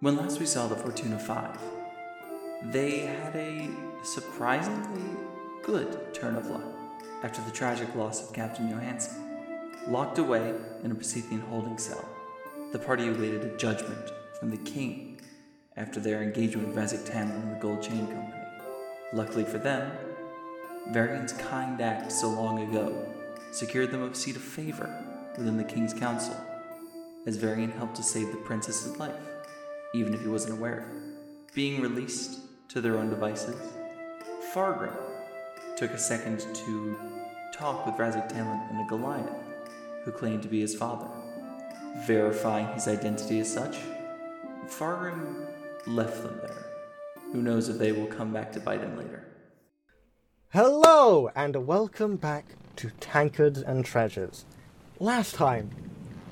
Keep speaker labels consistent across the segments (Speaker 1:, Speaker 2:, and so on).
Speaker 1: When last we saw the Fortuna 5, they had a surprisingly good turn of luck after the tragic loss of Captain Johansen. Locked away in a Pacifian holding cell, the party awaited a judgment from the king after their engagement with Vazik Tamlin and the Gold Chain Company. Luckily for them, Varian's kind act so long ago secured them a seat of favor within the king's council, as Varian helped to save the princess's life, even if he wasn't aware of it. Being released to their own devices, Fargrim took a second to talk with Razik Tamlin and a Goliath, who claimed to be his father. Verifying his identity as such, Fargrim left them there. Who knows if they will come back to bite him later.
Speaker 2: Hello, and welcome back to Tankards and Treasures. Last time,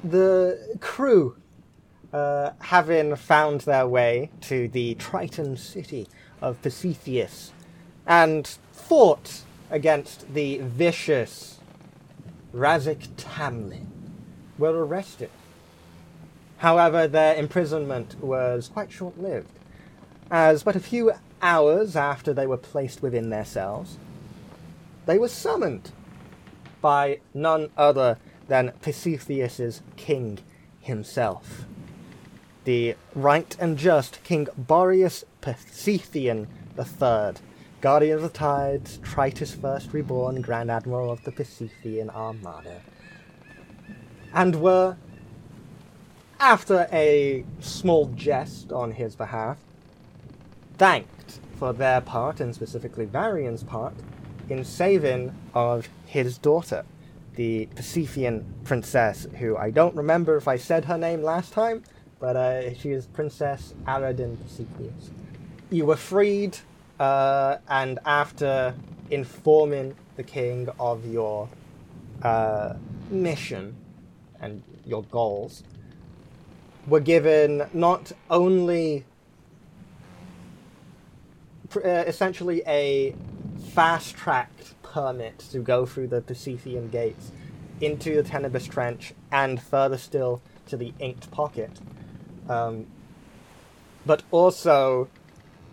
Speaker 2: the crew, uh, having found their way to the Triton city of Pasithius and fought against the vicious Razik Tamlin, were arrested. However, their imprisonment was quite short lived, as but a few hours after they were placed within their cells, they were summoned by none other than Pisithius's king himself, the right and just King Boreas Pisithian III, guardian of the tides, Tritus first reborn, Grand Admiral of the Pisithian Armada, and were, after a small jest on his behalf, thanked for their part, and specifically Varian's part, in saving of his daughter, the Pacifian princess, who I don't remember if I said her name last time, but uh, she is Princess Aradin Pacifius. You were freed, uh, and after informing the king of your uh, mission and your goals, were given not only pr- uh, essentially a fast tracked permit to go through the Pacifian gates into the Tenebris Trench and further still to the Inked Pocket, um, but also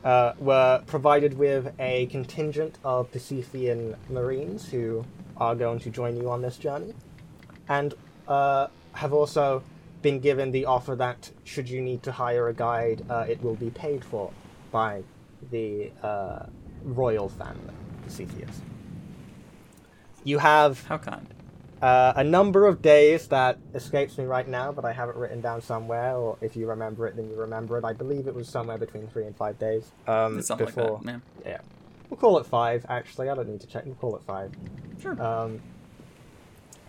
Speaker 2: uh, were provided with a contingent of Pacifian Marines who are going to join you on this journey, and uh, have also been given the offer that should you need to hire a guide, uh, it will be paid for by the uh, royal family, Theseus. You have
Speaker 1: How kind.
Speaker 2: uh, a number of days that escapes me right now, but I have it written down somewhere. Or if you remember it, then you remember it. I believe it was somewhere between three and five days um,
Speaker 1: It's something
Speaker 2: before.
Speaker 1: like that, man.
Speaker 2: Yeah, we'll call it five. Actually, I don't need to check. We'll call it five
Speaker 1: Sure.
Speaker 2: um,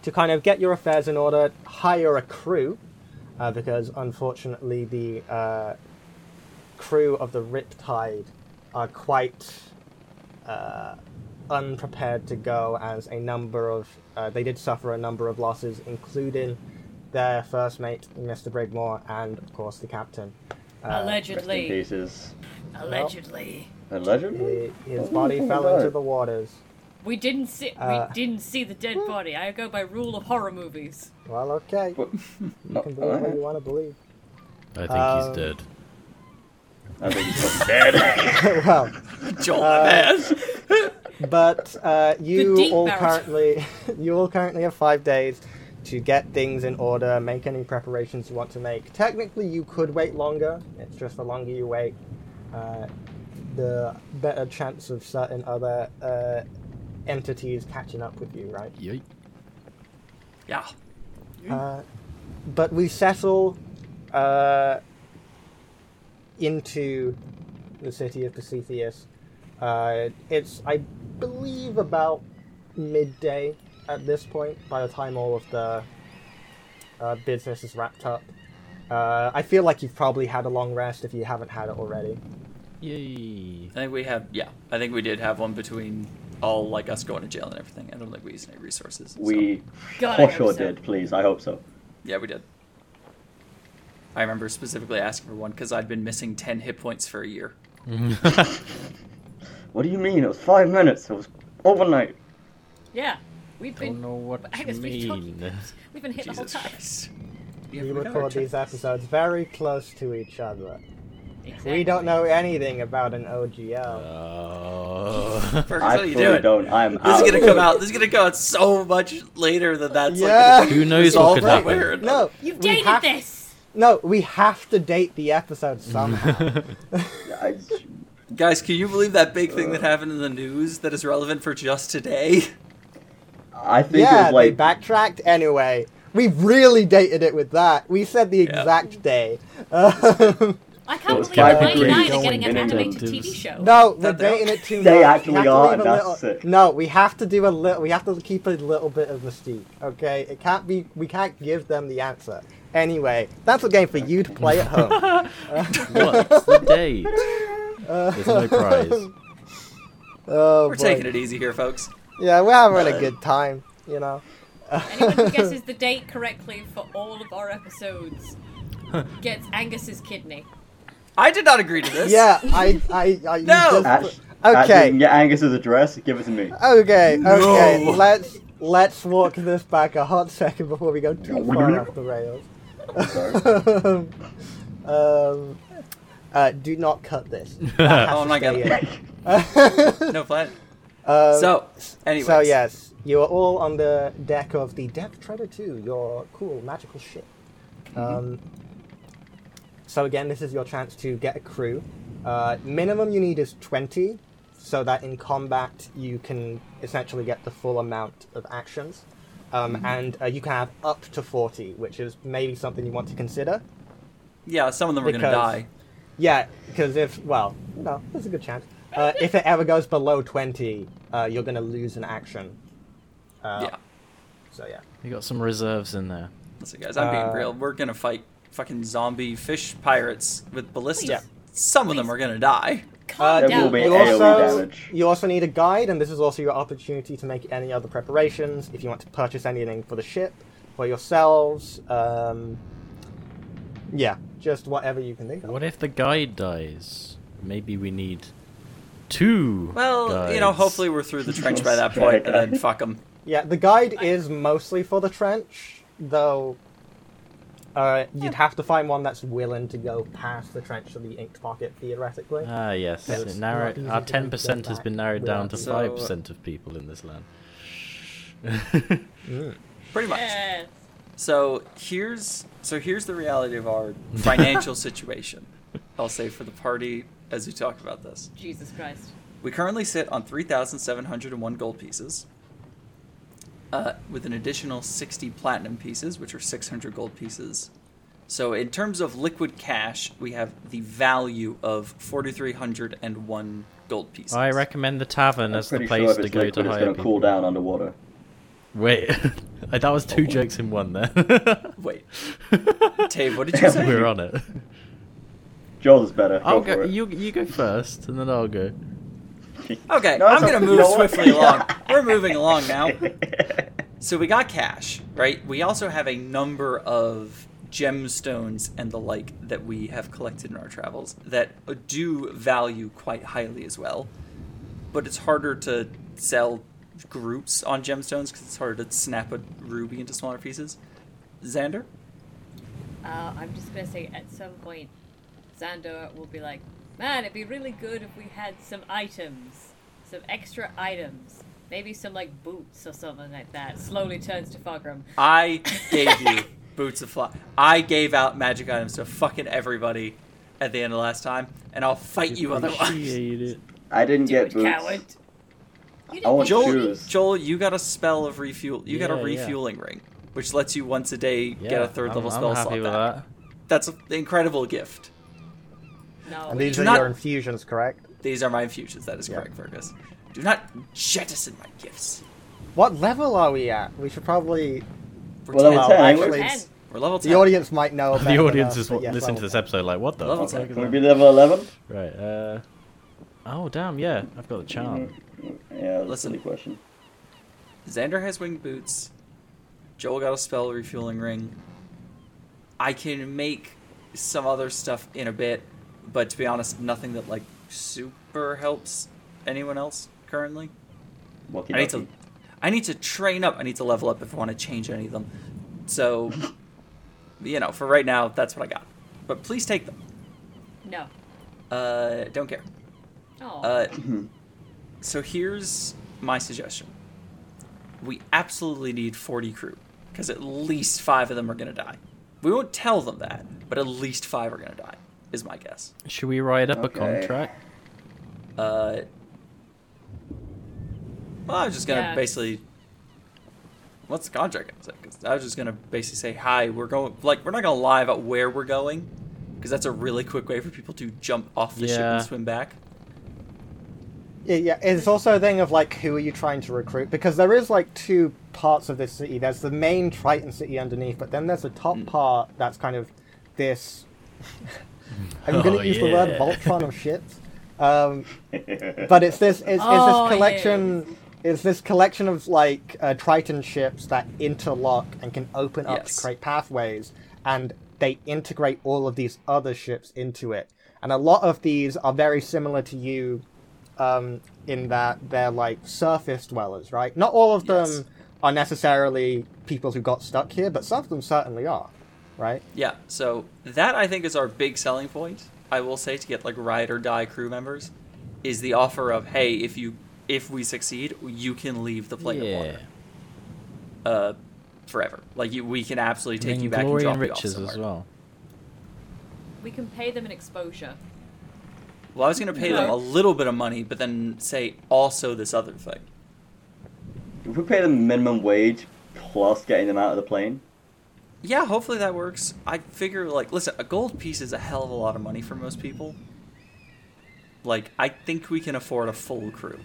Speaker 2: to kind of get your affairs in order, hire a crew, uh, because unfortunately the uh, crew of the Riptide are quite uh, unprepared to go, as a number of uh, they did suffer a number of losses, including their first mate, Mr. Brigmore, and of course the captain. Uh,
Speaker 3: Rest in
Speaker 4: Allegedly.
Speaker 3: pieces.
Speaker 4: Allegedly.
Speaker 3: Allegedly?
Speaker 2: he- his body fell into the waters.
Speaker 4: We didn't see
Speaker 2: Uh,
Speaker 4: we didn't see the dead body. I go by rule of horror movies.
Speaker 2: Well, okay, you
Speaker 3: What? No,
Speaker 2: can believe what you
Speaker 3: alright.
Speaker 2: want to believe.
Speaker 5: I think
Speaker 2: Um,
Speaker 5: he's dead.
Speaker 3: I think he's dead.
Speaker 2: well.
Speaker 1: Joel,
Speaker 2: but uh, you
Speaker 4: deep
Speaker 2: all
Speaker 4: barrel.
Speaker 2: currently you all currently have five days to get things in order, make any preparations you want to make. Technically, you could wait longer. It's just the longer you wait, uh, the better chance of certain other uh, entities catching up with you, right?
Speaker 5: Yep.
Speaker 1: Yeah.
Speaker 2: Uh, but we settle uh, into the city of Pasithius. Uh, it's, I believe, about midday at this point by the time all of the uh, business is wrapped up. Uh, I feel like you've probably had a long rest if you haven't had it already.
Speaker 5: Yay.
Speaker 1: I think we have, yeah. I think we did have one between all, like, us going to jail and everything. I don't think we used any resources. so-
Speaker 3: we
Speaker 4: God, I
Speaker 3: for
Speaker 4: hope
Speaker 3: sure
Speaker 4: so.
Speaker 3: did, please. I hope so.
Speaker 1: Yeah, we did. I remember specifically asking for one because I'd been missing 10 hit points for a year.
Speaker 3: What do you mean? It was five minutes. It was overnight.
Speaker 4: Yeah. We've been
Speaker 5: Don't know what
Speaker 4: I
Speaker 5: you
Speaker 4: guess we talked-
Speaker 5: mean.
Speaker 4: we've been hit
Speaker 1: Jesus
Speaker 4: the whole time.
Speaker 1: Christ. Yeah,
Speaker 2: we
Speaker 1: we gotta
Speaker 2: record
Speaker 1: check
Speaker 2: these
Speaker 1: this.
Speaker 2: episodes very close to each other.
Speaker 4: Exactly.
Speaker 2: We don't know anything about an OGL.
Speaker 5: Oh.
Speaker 1: Fergus,
Speaker 3: I
Speaker 1: how you
Speaker 3: fully
Speaker 1: doing?
Speaker 3: don't. I'm
Speaker 1: This
Speaker 3: out.
Speaker 1: is gonna come out. This is gonna come out so much later than that's
Speaker 2: Yeah.
Speaker 1: like.
Speaker 5: Who knows
Speaker 1: all
Speaker 5: what could
Speaker 1: right.
Speaker 5: happen?
Speaker 1: Weird.
Speaker 2: No,
Speaker 4: You've
Speaker 2: we
Speaker 4: dated
Speaker 2: have-
Speaker 4: this!
Speaker 2: No, we have to date the episode somehow.
Speaker 3: I,
Speaker 1: Guys, can you believe that big thing that
Speaker 3: Uh.
Speaker 1: happened in the news that is relevant for just today?
Speaker 3: I think
Speaker 2: yeah,
Speaker 3: it was like
Speaker 2: they backtracked anyway. We really dated it with that. We said the
Speaker 1: Yeah.
Speaker 2: exact day. Um,
Speaker 4: I
Speaker 3: Well,
Speaker 4: can't
Speaker 3: it's
Speaker 4: believe Blade
Speaker 3: five
Speaker 4: and I
Speaker 3: degrees.
Speaker 4: are getting an
Speaker 5: Going
Speaker 4: animated
Speaker 5: into-
Speaker 4: TV show.
Speaker 2: no, we're
Speaker 1: That they are-
Speaker 2: dating it too
Speaker 3: They
Speaker 2: much. We
Speaker 3: actually
Speaker 2: have to
Speaker 3: are,
Speaker 2: leave
Speaker 3: and
Speaker 2: a
Speaker 3: that's
Speaker 2: little-
Speaker 3: sick.
Speaker 2: No, we have to do a little. We have to keep a little bit of mystique. Okay, it can't be. We can't give them the answer. Anyway, that's a game for you to play at home.
Speaker 5: What's the date? There's no prize.
Speaker 2: oh,
Speaker 1: We're
Speaker 2: boy.
Speaker 1: taking it easy here, folks.
Speaker 2: Yeah, we're having a good time. You know.
Speaker 4: Anyone who guesses the date correctly for all of our episodes gets Angus's kidney.
Speaker 1: I did not agree to this.
Speaker 2: Yeah, I, I, I you
Speaker 1: No!
Speaker 2: just-
Speaker 3: Ash, Ash, you
Speaker 2: okay, Uh,
Speaker 3: can get Angus's address. Give it to me.
Speaker 2: okay, okay.
Speaker 1: No.
Speaker 2: Let's let's walk this back a hot second before we go too far off the rails.
Speaker 3: I'm sorry.
Speaker 2: um, uh, do not cut this.
Speaker 1: Oh my god. No plan.
Speaker 2: Um,
Speaker 1: So, anyways.
Speaker 2: so yes, you are all on the deck of the Death Treader 2, your cool magical ship. Um, so again, this is your chance to get a crew. Uh, minimum you need is 20, so that in combat you can essentially get the full amount of actions. Um, And uh, you can have up to 40, which is maybe something you want to consider.
Speaker 1: Yeah, some of them are
Speaker 2: Because-
Speaker 1: gonna die.
Speaker 2: Yeah, because if well, you know, there's a good chance. Uh, if it ever goes below twenty, uh, you're gonna lose an action. Uh,
Speaker 1: yeah.
Speaker 2: So yeah.
Speaker 5: We got some reserves in there.
Speaker 1: Listen, guys, I'm
Speaker 2: uh,
Speaker 1: being real. We're gonna fight fucking zombie fish pirates with ballistics.
Speaker 2: Yeah.
Speaker 1: Some of them
Speaker 4: Please.
Speaker 1: are gonna die.
Speaker 4: Calm
Speaker 3: There
Speaker 4: down.
Speaker 3: will be
Speaker 2: you
Speaker 3: AoE
Speaker 2: also
Speaker 3: damage.
Speaker 2: you also need a guide, and this is also your opportunity to make any other preparations if you want to purchase anything for the ship, for yourselves. Um, yeah, just whatever you can think of.
Speaker 5: What if the guide dies? Maybe we need two.
Speaker 1: Well, you know,
Speaker 5: guides.
Speaker 1: hopefully we're through the trench by that
Speaker 3: Okay,
Speaker 1: point, and
Speaker 3: guys.
Speaker 1: then fuck them.
Speaker 2: Yeah, the guide is mostly for the trench, though. Uh, you'd have to find one that's willing to go past the trench to the inked pocket, theoretically.
Speaker 5: Ah, yes.
Speaker 2: So it's
Speaker 5: it narrow-
Speaker 2: not easy
Speaker 5: our
Speaker 2: to get
Speaker 5: ten percent has
Speaker 2: back
Speaker 5: been narrowed down to
Speaker 1: without-
Speaker 5: five percent of people in this land.
Speaker 2: Hmm.
Speaker 1: Pretty much.
Speaker 4: Yes.
Speaker 1: So here's so here's the reality of our financial situation. I'll say for the party as we talk about this.
Speaker 4: Jesus Christ.
Speaker 1: We currently sit on 3,701 gold pieces, uh, with an additional 60 platinum pieces, which are 600 gold pieces. So, in terms of liquid cash, we have the value of 4,301 gold pieces.
Speaker 5: I recommend the tavern as the
Speaker 3: pretty
Speaker 5: place
Speaker 3: sure if
Speaker 5: to
Speaker 3: it's
Speaker 5: go to
Speaker 3: liquid, it's
Speaker 5: hire
Speaker 3: going to
Speaker 5: people.
Speaker 3: cool down underwater.
Speaker 5: Wait, that was two jokes in one there.
Speaker 1: Wait, Tave, what did you say?
Speaker 5: We're on it.
Speaker 3: Joel's is better. Go
Speaker 5: I'll
Speaker 3: for
Speaker 5: go.
Speaker 3: it.
Speaker 5: You you go first, and then I'll go.
Speaker 1: Okay,
Speaker 3: No,
Speaker 1: I'm
Speaker 3: it's
Speaker 1: going to
Speaker 3: okay.
Speaker 1: move
Speaker 3: You know what?
Speaker 1: swiftly along. We're moving along now. So we got cash, right? We also have a number of gemstones and the like that we have collected in our travels that do value quite highly as well. But it's harder to sell groups on gemstones because it's harder to snap a ruby into smaller pieces. Xander?
Speaker 4: Uh, I'm just gonna say at some point, Xander will be like, man, it'd be really good if we had some items, some extra items. Maybe some like boots or something like that. Slowly turns to Fargrim.
Speaker 1: I gave you boots of fly. I gave out magic items to fucking everybody at the end of last time, and I'll fight you otherwise.
Speaker 5: Appreciate it.
Speaker 3: I didn't
Speaker 4: Do
Speaker 3: get
Speaker 4: it,
Speaker 3: boots.
Speaker 4: coward. You
Speaker 3: I want
Speaker 4: get
Speaker 1: Joel,
Speaker 4: any.
Speaker 3: shoes.
Speaker 1: Joel, you got a spell of refuel. You got
Speaker 5: Yeah,
Speaker 1: a
Speaker 5: yeah.
Speaker 1: refueling ring, which lets you once a day
Speaker 5: Yeah,
Speaker 1: get a 3rd
Speaker 5: I'm-
Speaker 1: level
Speaker 5: I'm
Speaker 1: spell
Speaker 5: happy
Speaker 1: slot
Speaker 5: with
Speaker 1: back.
Speaker 5: that.
Speaker 1: That's an incredible gift.
Speaker 4: No.
Speaker 2: And
Speaker 4: we-
Speaker 2: these
Speaker 1: do
Speaker 2: are
Speaker 1: not-
Speaker 2: your infusions, correct?
Speaker 1: These are my infusions. That is correct, Fergus. Do not jettison my gifts.
Speaker 2: What level are we at? We should probably.
Speaker 1: We're
Speaker 3: Well, level
Speaker 1: 10.
Speaker 3: 10,
Speaker 2: actually,
Speaker 4: Ten.
Speaker 1: We're level ten.
Speaker 2: the audience might
Speaker 3: Oh,
Speaker 2: know.
Speaker 5: The
Speaker 2: better
Speaker 5: audience
Speaker 2: than us,
Speaker 5: is
Speaker 2: but yes,
Speaker 5: listening to
Speaker 2: well,
Speaker 5: this episode like, what the
Speaker 1: Level
Speaker 5: fuck?
Speaker 1: ten.
Speaker 5: is
Speaker 3: Can we
Speaker 5: that?
Speaker 3: be level 11?
Speaker 5: Right. Uh. Oh damn! Yeah, I've got a
Speaker 3: Mm-hmm.
Speaker 5: charm.
Speaker 3: Yeah, that's
Speaker 1: Listen.
Speaker 3: a silly question.
Speaker 1: Xander has winged boots. Joel got a spell refueling ring. I can make some other stuff in a bit, but to be honest, nothing that like super helps anyone else currently.
Speaker 3: Lucky
Speaker 1: I need to,
Speaker 3: lucky.
Speaker 1: I need to train up. I need to level up if I want to change any of them. So, you know, for right now, that's what I got. But please take them.
Speaker 4: No.
Speaker 1: Uh, don't care.
Speaker 4: Oh.
Speaker 1: Uh,
Speaker 3: Hmm.
Speaker 1: so here's my suggestion. We absolutely need 40 crew because at least five of them are gonna die. We won't tell them that, but at least five are gonna die. Is my guess.
Speaker 5: Should we write up
Speaker 3: Okay.
Speaker 5: a contract?
Speaker 1: Uh, well, I was just gonna
Speaker 4: Yeah.
Speaker 1: basically. What's the contract gonna say? 'Cause I was just gonna basically say, "Hi, we're going." Like, we're not gonna lie about where we're going, because that's a really quick way for people to jump off the ship
Speaker 5: Yeah.
Speaker 1: and swim back.
Speaker 2: Yeah, yeah. It's also a thing of like, who are you trying to recruit? Because there is like two parts of this city. There's the main Triton city underneath, but then there's the top
Speaker 5: Mm.
Speaker 2: part that's kind of this. I'm going to
Speaker 5: Oh,
Speaker 2: use the word
Speaker 5: yeah.
Speaker 2: Voltron of ships, um, but it's this. It's, it's
Speaker 4: Oh,
Speaker 2: this collection. It's this collection of like uh, Triton ships that interlock and can open up
Speaker 1: Yes.
Speaker 2: to create pathways, and they integrate all of these other ships into it. And a lot of these are very similar to you um, in that they're like surface dwellers, right? Not all of them
Speaker 1: Yes.
Speaker 2: are necessarily people who got stuck here, but some of them certainly are, right?
Speaker 1: Yeah, so that I think is our big selling point. I will say to get like ride or die crew members is the offer of hey, if you if we succeed, you can leave the plane of
Speaker 5: yeah.
Speaker 1: water uh, forever. Like you, we can absolutely take
Speaker 5: And
Speaker 1: you back
Speaker 5: glory
Speaker 1: and drop
Speaker 5: and
Speaker 1: you off
Speaker 5: riches
Speaker 1: somewhere.
Speaker 5: as well.
Speaker 4: we can pay them an exposure.
Speaker 1: Well, I was going to pay them
Speaker 4: No.
Speaker 1: a little bit of money, but then say also this other thing.
Speaker 3: If we pay them minimum wage plus getting them out of the plane,
Speaker 1: Yeah, hopefully that works. I figure like listen, a gold piece is a hell of a lot of money for most people. Like I think we can afford a full crew.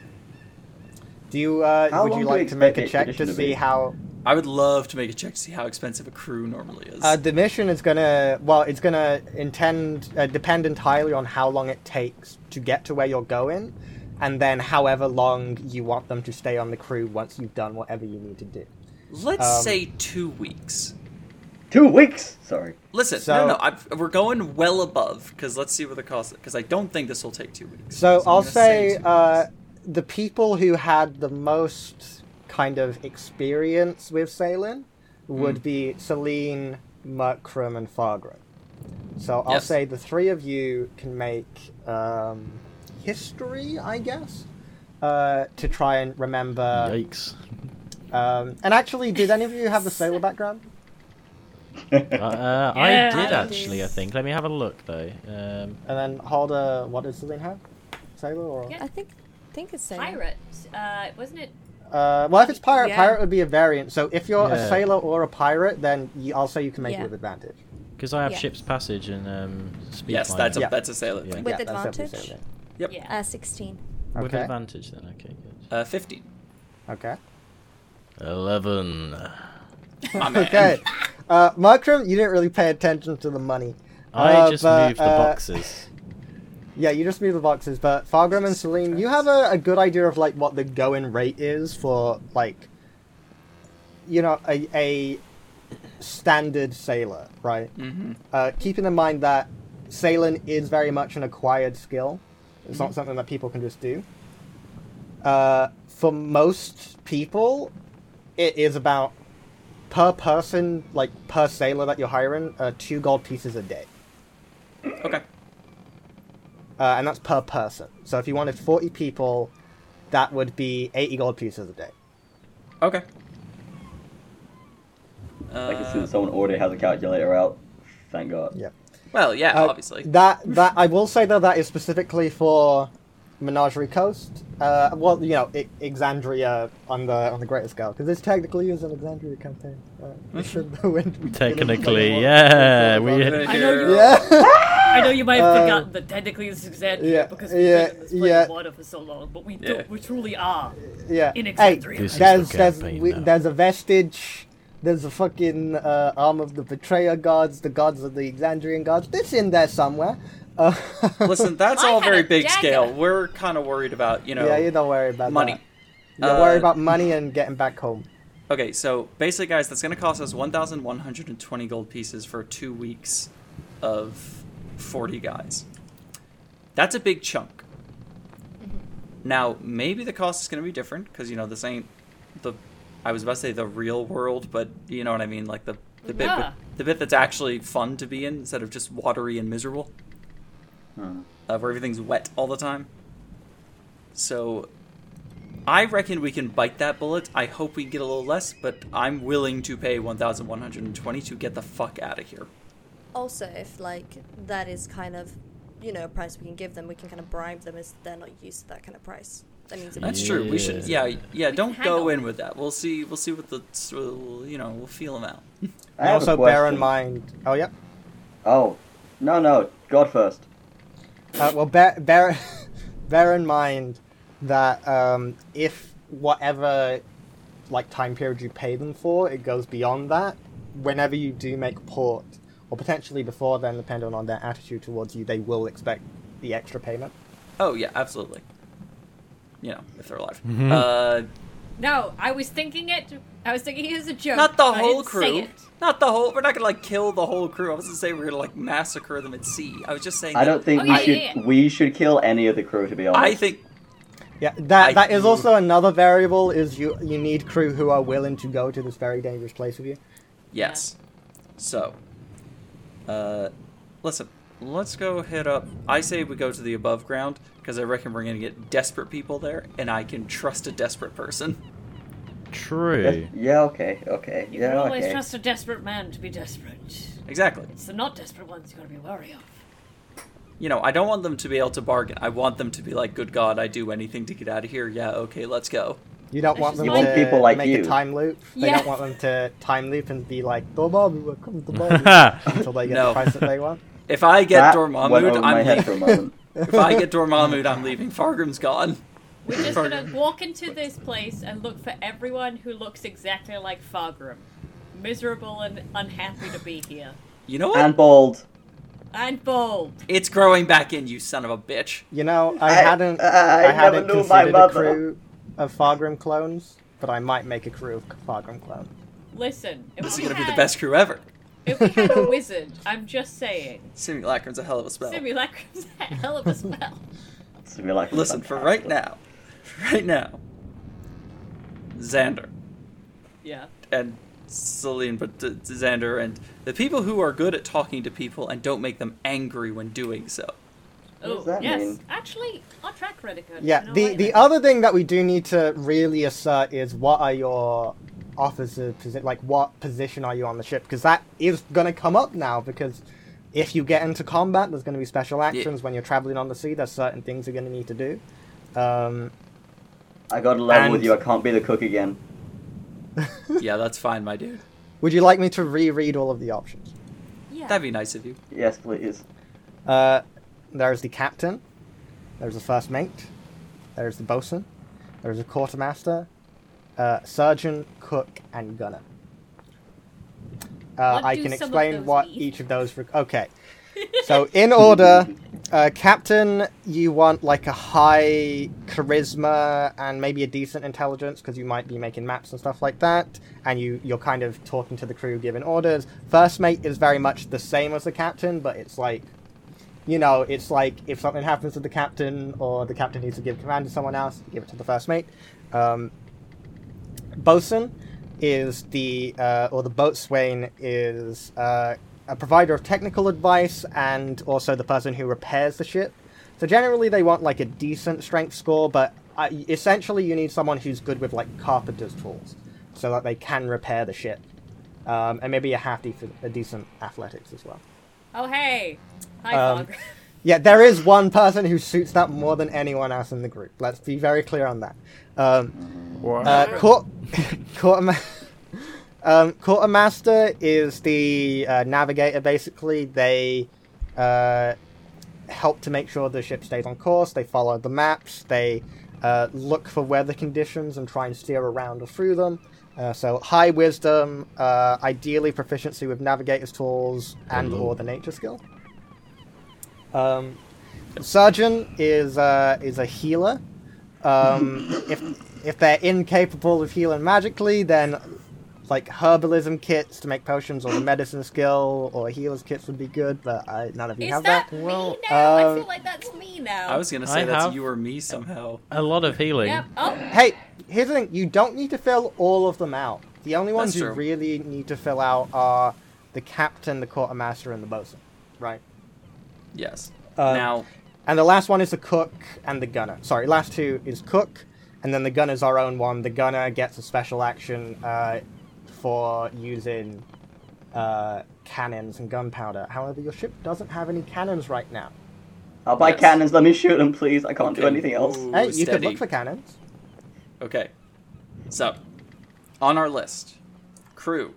Speaker 2: Do you? Uh,
Speaker 3: How
Speaker 2: would
Speaker 3: long
Speaker 2: you
Speaker 3: do
Speaker 2: like
Speaker 3: we
Speaker 2: to make a
Speaker 3: expect the
Speaker 2: check to
Speaker 3: expedition to
Speaker 2: see
Speaker 3: be?
Speaker 2: how
Speaker 1: I would love to make a check to see how expensive a crew normally is.
Speaker 2: Uh, the mission is gonna well, it's gonna intend uh, depend entirely on how long it takes to get to where you're going, and then however long you want them to stay on the crew once you've done whatever you need to do.
Speaker 1: Let's
Speaker 2: um,
Speaker 1: say two weeks.
Speaker 3: two weeks. Sorry.
Speaker 1: Listen,
Speaker 2: So-
Speaker 1: no, no, I've, we're going well above because let's see what the cost. Because I don't think this will take two weeks.
Speaker 2: So,
Speaker 1: I'm
Speaker 2: I'll
Speaker 1: gonna
Speaker 2: say,
Speaker 1: two
Speaker 2: uh,
Speaker 1: weeks.
Speaker 2: the people who had the most kind of experience with sailing would be Celine, Murkram, and Fargrim. So I'll
Speaker 1: Yes.
Speaker 2: say the three of you can make um, history, I guess, uh, to try and
Speaker 3: Uh,
Speaker 2: remember.
Speaker 5: Yikes.
Speaker 2: Um, and actually, did any of you have the sailor background?
Speaker 5: Uh, uh,
Speaker 4: Yeah,
Speaker 5: I did
Speaker 4: I
Speaker 5: actually,
Speaker 4: did.
Speaker 5: I think. Let me have a look though. Um,
Speaker 2: And then Holder, what did Celine have? Sailor or?
Speaker 4: Yeah.
Speaker 6: I think think it's safe.
Speaker 4: Pirate. Uh, wasn't it?
Speaker 2: Uh, well, if it's pirate,
Speaker 6: Yeah.
Speaker 2: pirate would be a variant. So if you're a
Speaker 5: Yeah.
Speaker 2: sailor or a pirate, then you, I'll say you can make it
Speaker 6: Yeah.
Speaker 2: with advantage.
Speaker 5: Because I have
Speaker 6: Yeah.
Speaker 5: ship's passage and um, speed.
Speaker 1: yes,
Speaker 5: flying.
Speaker 1: that's a
Speaker 2: Yeah.
Speaker 1: that's a sailor
Speaker 5: Yeah.
Speaker 1: thing.
Speaker 6: With
Speaker 2: Yeah, that's definitely
Speaker 6: advantage?
Speaker 2: sailor.
Speaker 1: Yep.
Speaker 4: Yeah.
Speaker 6: Uh, 16.
Speaker 5: With
Speaker 2: Okay.
Speaker 5: advantage then. Okay, good.
Speaker 1: Uh, Fifteen.
Speaker 2: Okay.
Speaker 5: Eleven.
Speaker 1: My man.
Speaker 2: Okay. Uh, Markram, you didn't really pay attention to the money.
Speaker 5: I
Speaker 2: Uh,
Speaker 5: just
Speaker 2: but,
Speaker 5: moved the
Speaker 2: uh,
Speaker 5: boxes.
Speaker 2: Yeah, you just moved the boxes, but Fargrim and Celine, you have a, a good idea of like what the going rate is for like, you know, a, a standard sailor, right?
Speaker 1: hmm
Speaker 2: Uh, keeping in mind that sailing is very much an acquired skill. It's not something that people can just do. Uh, for most people, it is about per person, like per sailor that you're hiring, uh, two gold pieces a day,
Speaker 1: Okay.
Speaker 2: uh, and that's per person. So if you wanted forty people, that would be eighty gold pieces a day.
Speaker 1: Okay.
Speaker 3: I can see
Speaker 1: Uh,
Speaker 3: that someone already has a calculator out. Thank God.
Speaker 2: Yeah.
Speaker 1: well, yeah,
Speaker 2: Uh,
Speaker 1: obviously.
Speaker 2: That that I will say though that is specifically for Menagerie Coast. Uh, well, you know, I- Exandria on the on the greater scale because this technically is an Exandria campaign. Uh,
Speaker 1: Hmm.
Speaker 2: we should- we didn't play
Speaker 5: Technically,
Speaker 2: more.
Speaker 5: yeah.
Speaker 2: We're
Speaker 5: We,
Speaker 1: Good
Speaker 4: I know
Speaker 1: girl.
Speaker 4: you-
Speaker 2: Yeah.
Speaker 4: I know you might have
Speaker 2: Uh,
Speaker 4: forgotten that technically this is Xandria
Speaker 2: yeah,
Speaker 4: because we've
Speaker 2: yeah,
Speaker 4: been in this plane
Speaker 2: yeah.
Speaker 4: of water for so long, but we do,
Speaker 1: Yeah.
Speaker 4: we truly are.
Speaker 2: yeah.
Speaker 4: In
Speaker 2: Hey,
Speaker 4: Exandria. This
Speaker 5: is the
Speaker 2: there's there's
Speaker 5: campaign
Speaker 2: we,
Speaker 5: now.
Speaker 2: there's a vestige. There's a fucking uh, arm of the betrayer gods, the gods of the Exandrian gods. This in there somewhere. Uh,
Speaker 1: Listen, that's
Speaker 4: I
Speaker 1: all
Speaker 4: had
Speaker 1: very
Speaker 4: a
Speaker 1: big
Speaker 4: dagger.
Speaker 1: scale. We're kind of worried about you know
Speaker 2: yeah, you don't worry about
Speaker 1: money.
Speaker 2: That. Don't worry
Speaker 1: Uh,
Speaker 2: about money and getting back home.
Speaker 1: Okay, so basically, guys, that's going to cost us 1,120 gold pieces for two weeks of 40 guys. That's a big chunk. Now, maybe the cost is going to be different because, you know, this ain't the. I was about to say the real world, but you know what I mean? Like the The bit,
Speaker 4: Yeah.
Speaker 1: the bit that's actually fun to be in instead of just watery and miserable,
Speaker 3: Hmm.
Speaker 1: uh, where everything's wet all the time. So, I reckon we can bite that bullet. I hope we get a little less, but I'm willing to pay 1,120 to get the fuck out of here.
Speaker 6: Also, if like that is kind of, you know, a price we can give them, we can kind of bribe them as they're not used to that kind of price. That means it
Speaker 1: That's true. We should,
Speaker 5: Yeah.
Speaker 1: yeah, yeah.
Speaker 4: We
Speaker 1: Don't
Speaker 4: can
Speaker 1: go
Speaker 4: haggle.
Speaker 1: in with that. We'll see. We'll see what the, we'll, you know, we'll feel them out.
Speaker 3: I
Speaker 2: And
Speaker 3: have a
Speaker 2: also bear in
Speaker 3: question.
Speaker 2: mind. Oh yeah.
Speaker 3: Oh, no, no, God first.
Speaker 2: Uh, well, bear bear bear in mind that um, if whatever like time period you pay them for, it goes beyond that. Whenever you do make port, or potentially before then, depending on their attitude towards you, they will expect the extra payment.
Speaker 1: Oh yeah, absolutely. You know, if they're alive.
Speaker 3: Mm-hmm.
Speaker 1: Uh,
Speaker 4: No, I was thinking it. I was thinking it was a joke.
Speaker 1: not the
Speaker 4: but I
Speaker 1: whole
Speaker 4: didn't say
Speaker 1: crew.
Speaker 4: it.
Speaker 1: Not the whole. We're not gonna like kill the whole crew. I wasn't saying we are gonna like massacre them at sea. I was just saying.
Speaker 3: I
Speaker 1: that
Speaker 3: don't think
Speaker 4: Oh,
Speaker 3: we
Speaker 4: yeah,
Speaker 3: should
Speaker 4: yeah, yeah.
Speaker 3: we should kill any of the crew to be honest.
Speaker 1: I think.
Speaker 2: Yeah, that
Speaker 1: I-
Speaker 2: that is also another variable. Is you you need crew who are willing to go to this very dangerous place with you.
Speaker 1: Yes. So, uh, listen, let's go hit up. I say we go to the above ground because I reckon we're gonna get desperate people there, and I can trust a desperate person.
Speaker 5: True.
Speaker 3: Yeah. Okay. Okay.
Speaker 4: You can
Speaker 3: yeah.
Speaker 4: always
Speaker 3: Okay.
Speaker 4: trust a desperate man to be desperate.
Speaker 1: Exactly.
Speaker 4: It's the not desperate ones you gotta be wary of.
Speaker 1: You know, I don't want them to be able to bargain. I want them to be like, "Good God, I do anything to get out of here." Yeah. Okay, let's go.
Speaker 2: You don't
Speaker 4: That's
Speaker 2: want
Speaker 4: just
Speaker 2: them
Speaker 4: You want
Speaker 2: to
Speaker 3: people like
Speaker 2: make
Speaker 3: you.
Speaker 2: a time loop. They
Speaker 4: Yeah.
Speaker 2: don't want them to time loop and be like, Dormammu, come to Dormammu, until they get
Speaker 1: No.
Speaker 2: the price that they want.
Speaker 1: If I get
Speaker 3: that went over
Speaker 1: Dormammu,
Speaker 3: my
Speaker 1: I'm
Speaker 3: head for
Speaker 1: leaving.
Speaker 3: a moment.
Speaker 1: if I get Dormammu, I'm leaving. Fargrim's gone.
Speaker 4: We're just
Speaker 1: Sorry.
Speaker 4: gonna walk into this place and look for everyone who looks exactly like Fargrim. Miserable and unhappy to be here.
Speaker 1: You know what?
Speaker 3: and bald.
Speaker 4: And bold.
Speaker 1: it's growing back in, you son of a bitch.
Speaker 2: You know, I,
Speaker 3: I- uh,
Speaker 2: hadn't,
Speaker 3: I- I
Speaker 2: I, hadn't
Speaker 3: never knew my
Speaker 2: considered a
Speaker 3: mother.
Speaker 2: crew of Fargrim clones, but I might make a crew of Fargrim clones.
Speaker 4: Listen, if
Speaker 1: This is
Speaker 4: we
Speaker 1: going to be
Speaker 4: had,
Speaker 1: the best crew ever.
Speaker 4: If we had a wizard, I'm just saying.
Speaker 1: Simulacrum's a hell of a spell.
Speaker 4: Simulacrum's a hell of a spell.
Speaker 3: It's gonna be like
Speaker 1: Listen, for right now, for right now, Xander
Speaker 4: Yeah.
Speaker 1: and Celine, but uh, Xander and the people who are good at talking to people and don't make them angry when doing so.
Speaker 4: Oh,
Speaker 3: does that
Speaker 4: yes.
Speaker 3: mean?
Speaker 4: Actually, our track record.
Speaker 2: Yeah,
Speaker 4: in a
Speaker 2: the,
Speaker 4: way
Speaker 2: the
Speaker 4: then.
Speaker 2: other thing that we do need to really assert is what are your officer posi- like what position are you on the ship because that is going to come up now because if you get into combat there's going to be special actions when you're traveling on the sea there's certain things you're going to need to do um,
Speaker 3: I got to level with
Speaker 2: And-
Speaker 3: you. I can't be the cook again.
Speaker 1: yeah, that's fine, my dude.
Speaker 2: would you like me to reread all of the options
Speaker 4: Yeah.
Speaker 1: That'd be nice of you.
Speaker 3: Yes, please.
Speaker 2: Uh, there's the captain. There's the first mate. There's the bosun. There's the quartermaster, uh, surgeon, cook, and gunner. Uh,
Speaker 4: What
Speaker 2: I
Speaker 4: do
Speaker 2: can
Speaker 4: some of
Speaker 2: explain
Speaker 4: those
Speaker 2: what
Speaker 4: mean?
Speaker 2: each of those. Re- okay. So in order, uh, captain, you want like a high charisma and maybe a decent intelligence because you might be making maps and stuff like that, and you you're kind of talking to the crew, giving orders. First mate is very much the same as the captain, but it's like, you know, it's like if something happens to the captain or the captain needs to give command to someone else, give it to the first mate. Um, bosun is the uh, or the boatswain is uh, a provider of technical advice and also the person who repairs the ship. So generally, they want like a decent strength score, but uh, essentially, you need someone who's good with like carpenter's tools, so that they can repair the ship, um, and maybe a half decent, a decent athletics as well.
Speaker 4: Oh, hey. Hi,
Speaker 2: Um,
Speaker 4: Fargrim.
Speaker 2: Yeah, there is one person who suits that more than anyone else in the group. Let's be very clear on that. Um, uh, court, quarterma- um, quartermaster is the uh, navigator. Basically, they uh, help to make sure the ship stays on course. They follow the maps. They uh, look for weather conditions and try and steer around or through them. Uh, so high wisdom, uh, ideally proficiency with navigator's tools and
Speaker 5: Hello.
Speaker 2: or the nature skill. Um, surgeon is uh, is a healer. Um, if if they're incapable of healing magically, then like herbalism kits to make potions or the medicine skill or healers kits would be good. But I, none of you
Speaker 4: Is
Speaker 2: have
Speaker 4: that
Speaker 2: that.
Speaker 4: me
Speaker 5: Well,
Speaker 4: now? I
Speaker 2: uh,
Speaker 4: feel like that's me now.
Speaker 1: I was going to
Speaker 5: I
Speaker 1: say that's
Speaker 5: have-
Speaker 1: you or me somehow.
Speaker 5: A lot of healing.
Speaker 4: Yep. Oh,
Speaker 2: Hey, here's the thing: you don't need to fill all of them out. The only ones
Speaker 1: That's
Speaker 2: who
Speaker 1: true.
Speaker 2: really need to fill out are the captain, the quartermaster, and the bosun, right?
Speaker 1: Yes.
Speaker 2: Uh,
Speaker 1: now,
Speaker 2: And the last one is the cook and the gunner. Sorry, last two is cook, and then the gunner's our own one. The gunner gets a special action uh, for using uh, cannons and gunpowder. However, your ship doesn't have any cannons right now.
Speaker 3: I'll buy
Speaker 1: Yes.
Speaker 3: cannons. Let me shoot them, please. I can't do
Speaker 1: Okay.
Speaker 3: anything else.
Speaker 1: Ooh,
Speaker 2: hey, you could
Speaker 1: steady.
Speaker 2: look for cannons.
Speaker 1: Okay. So, on our list, crew.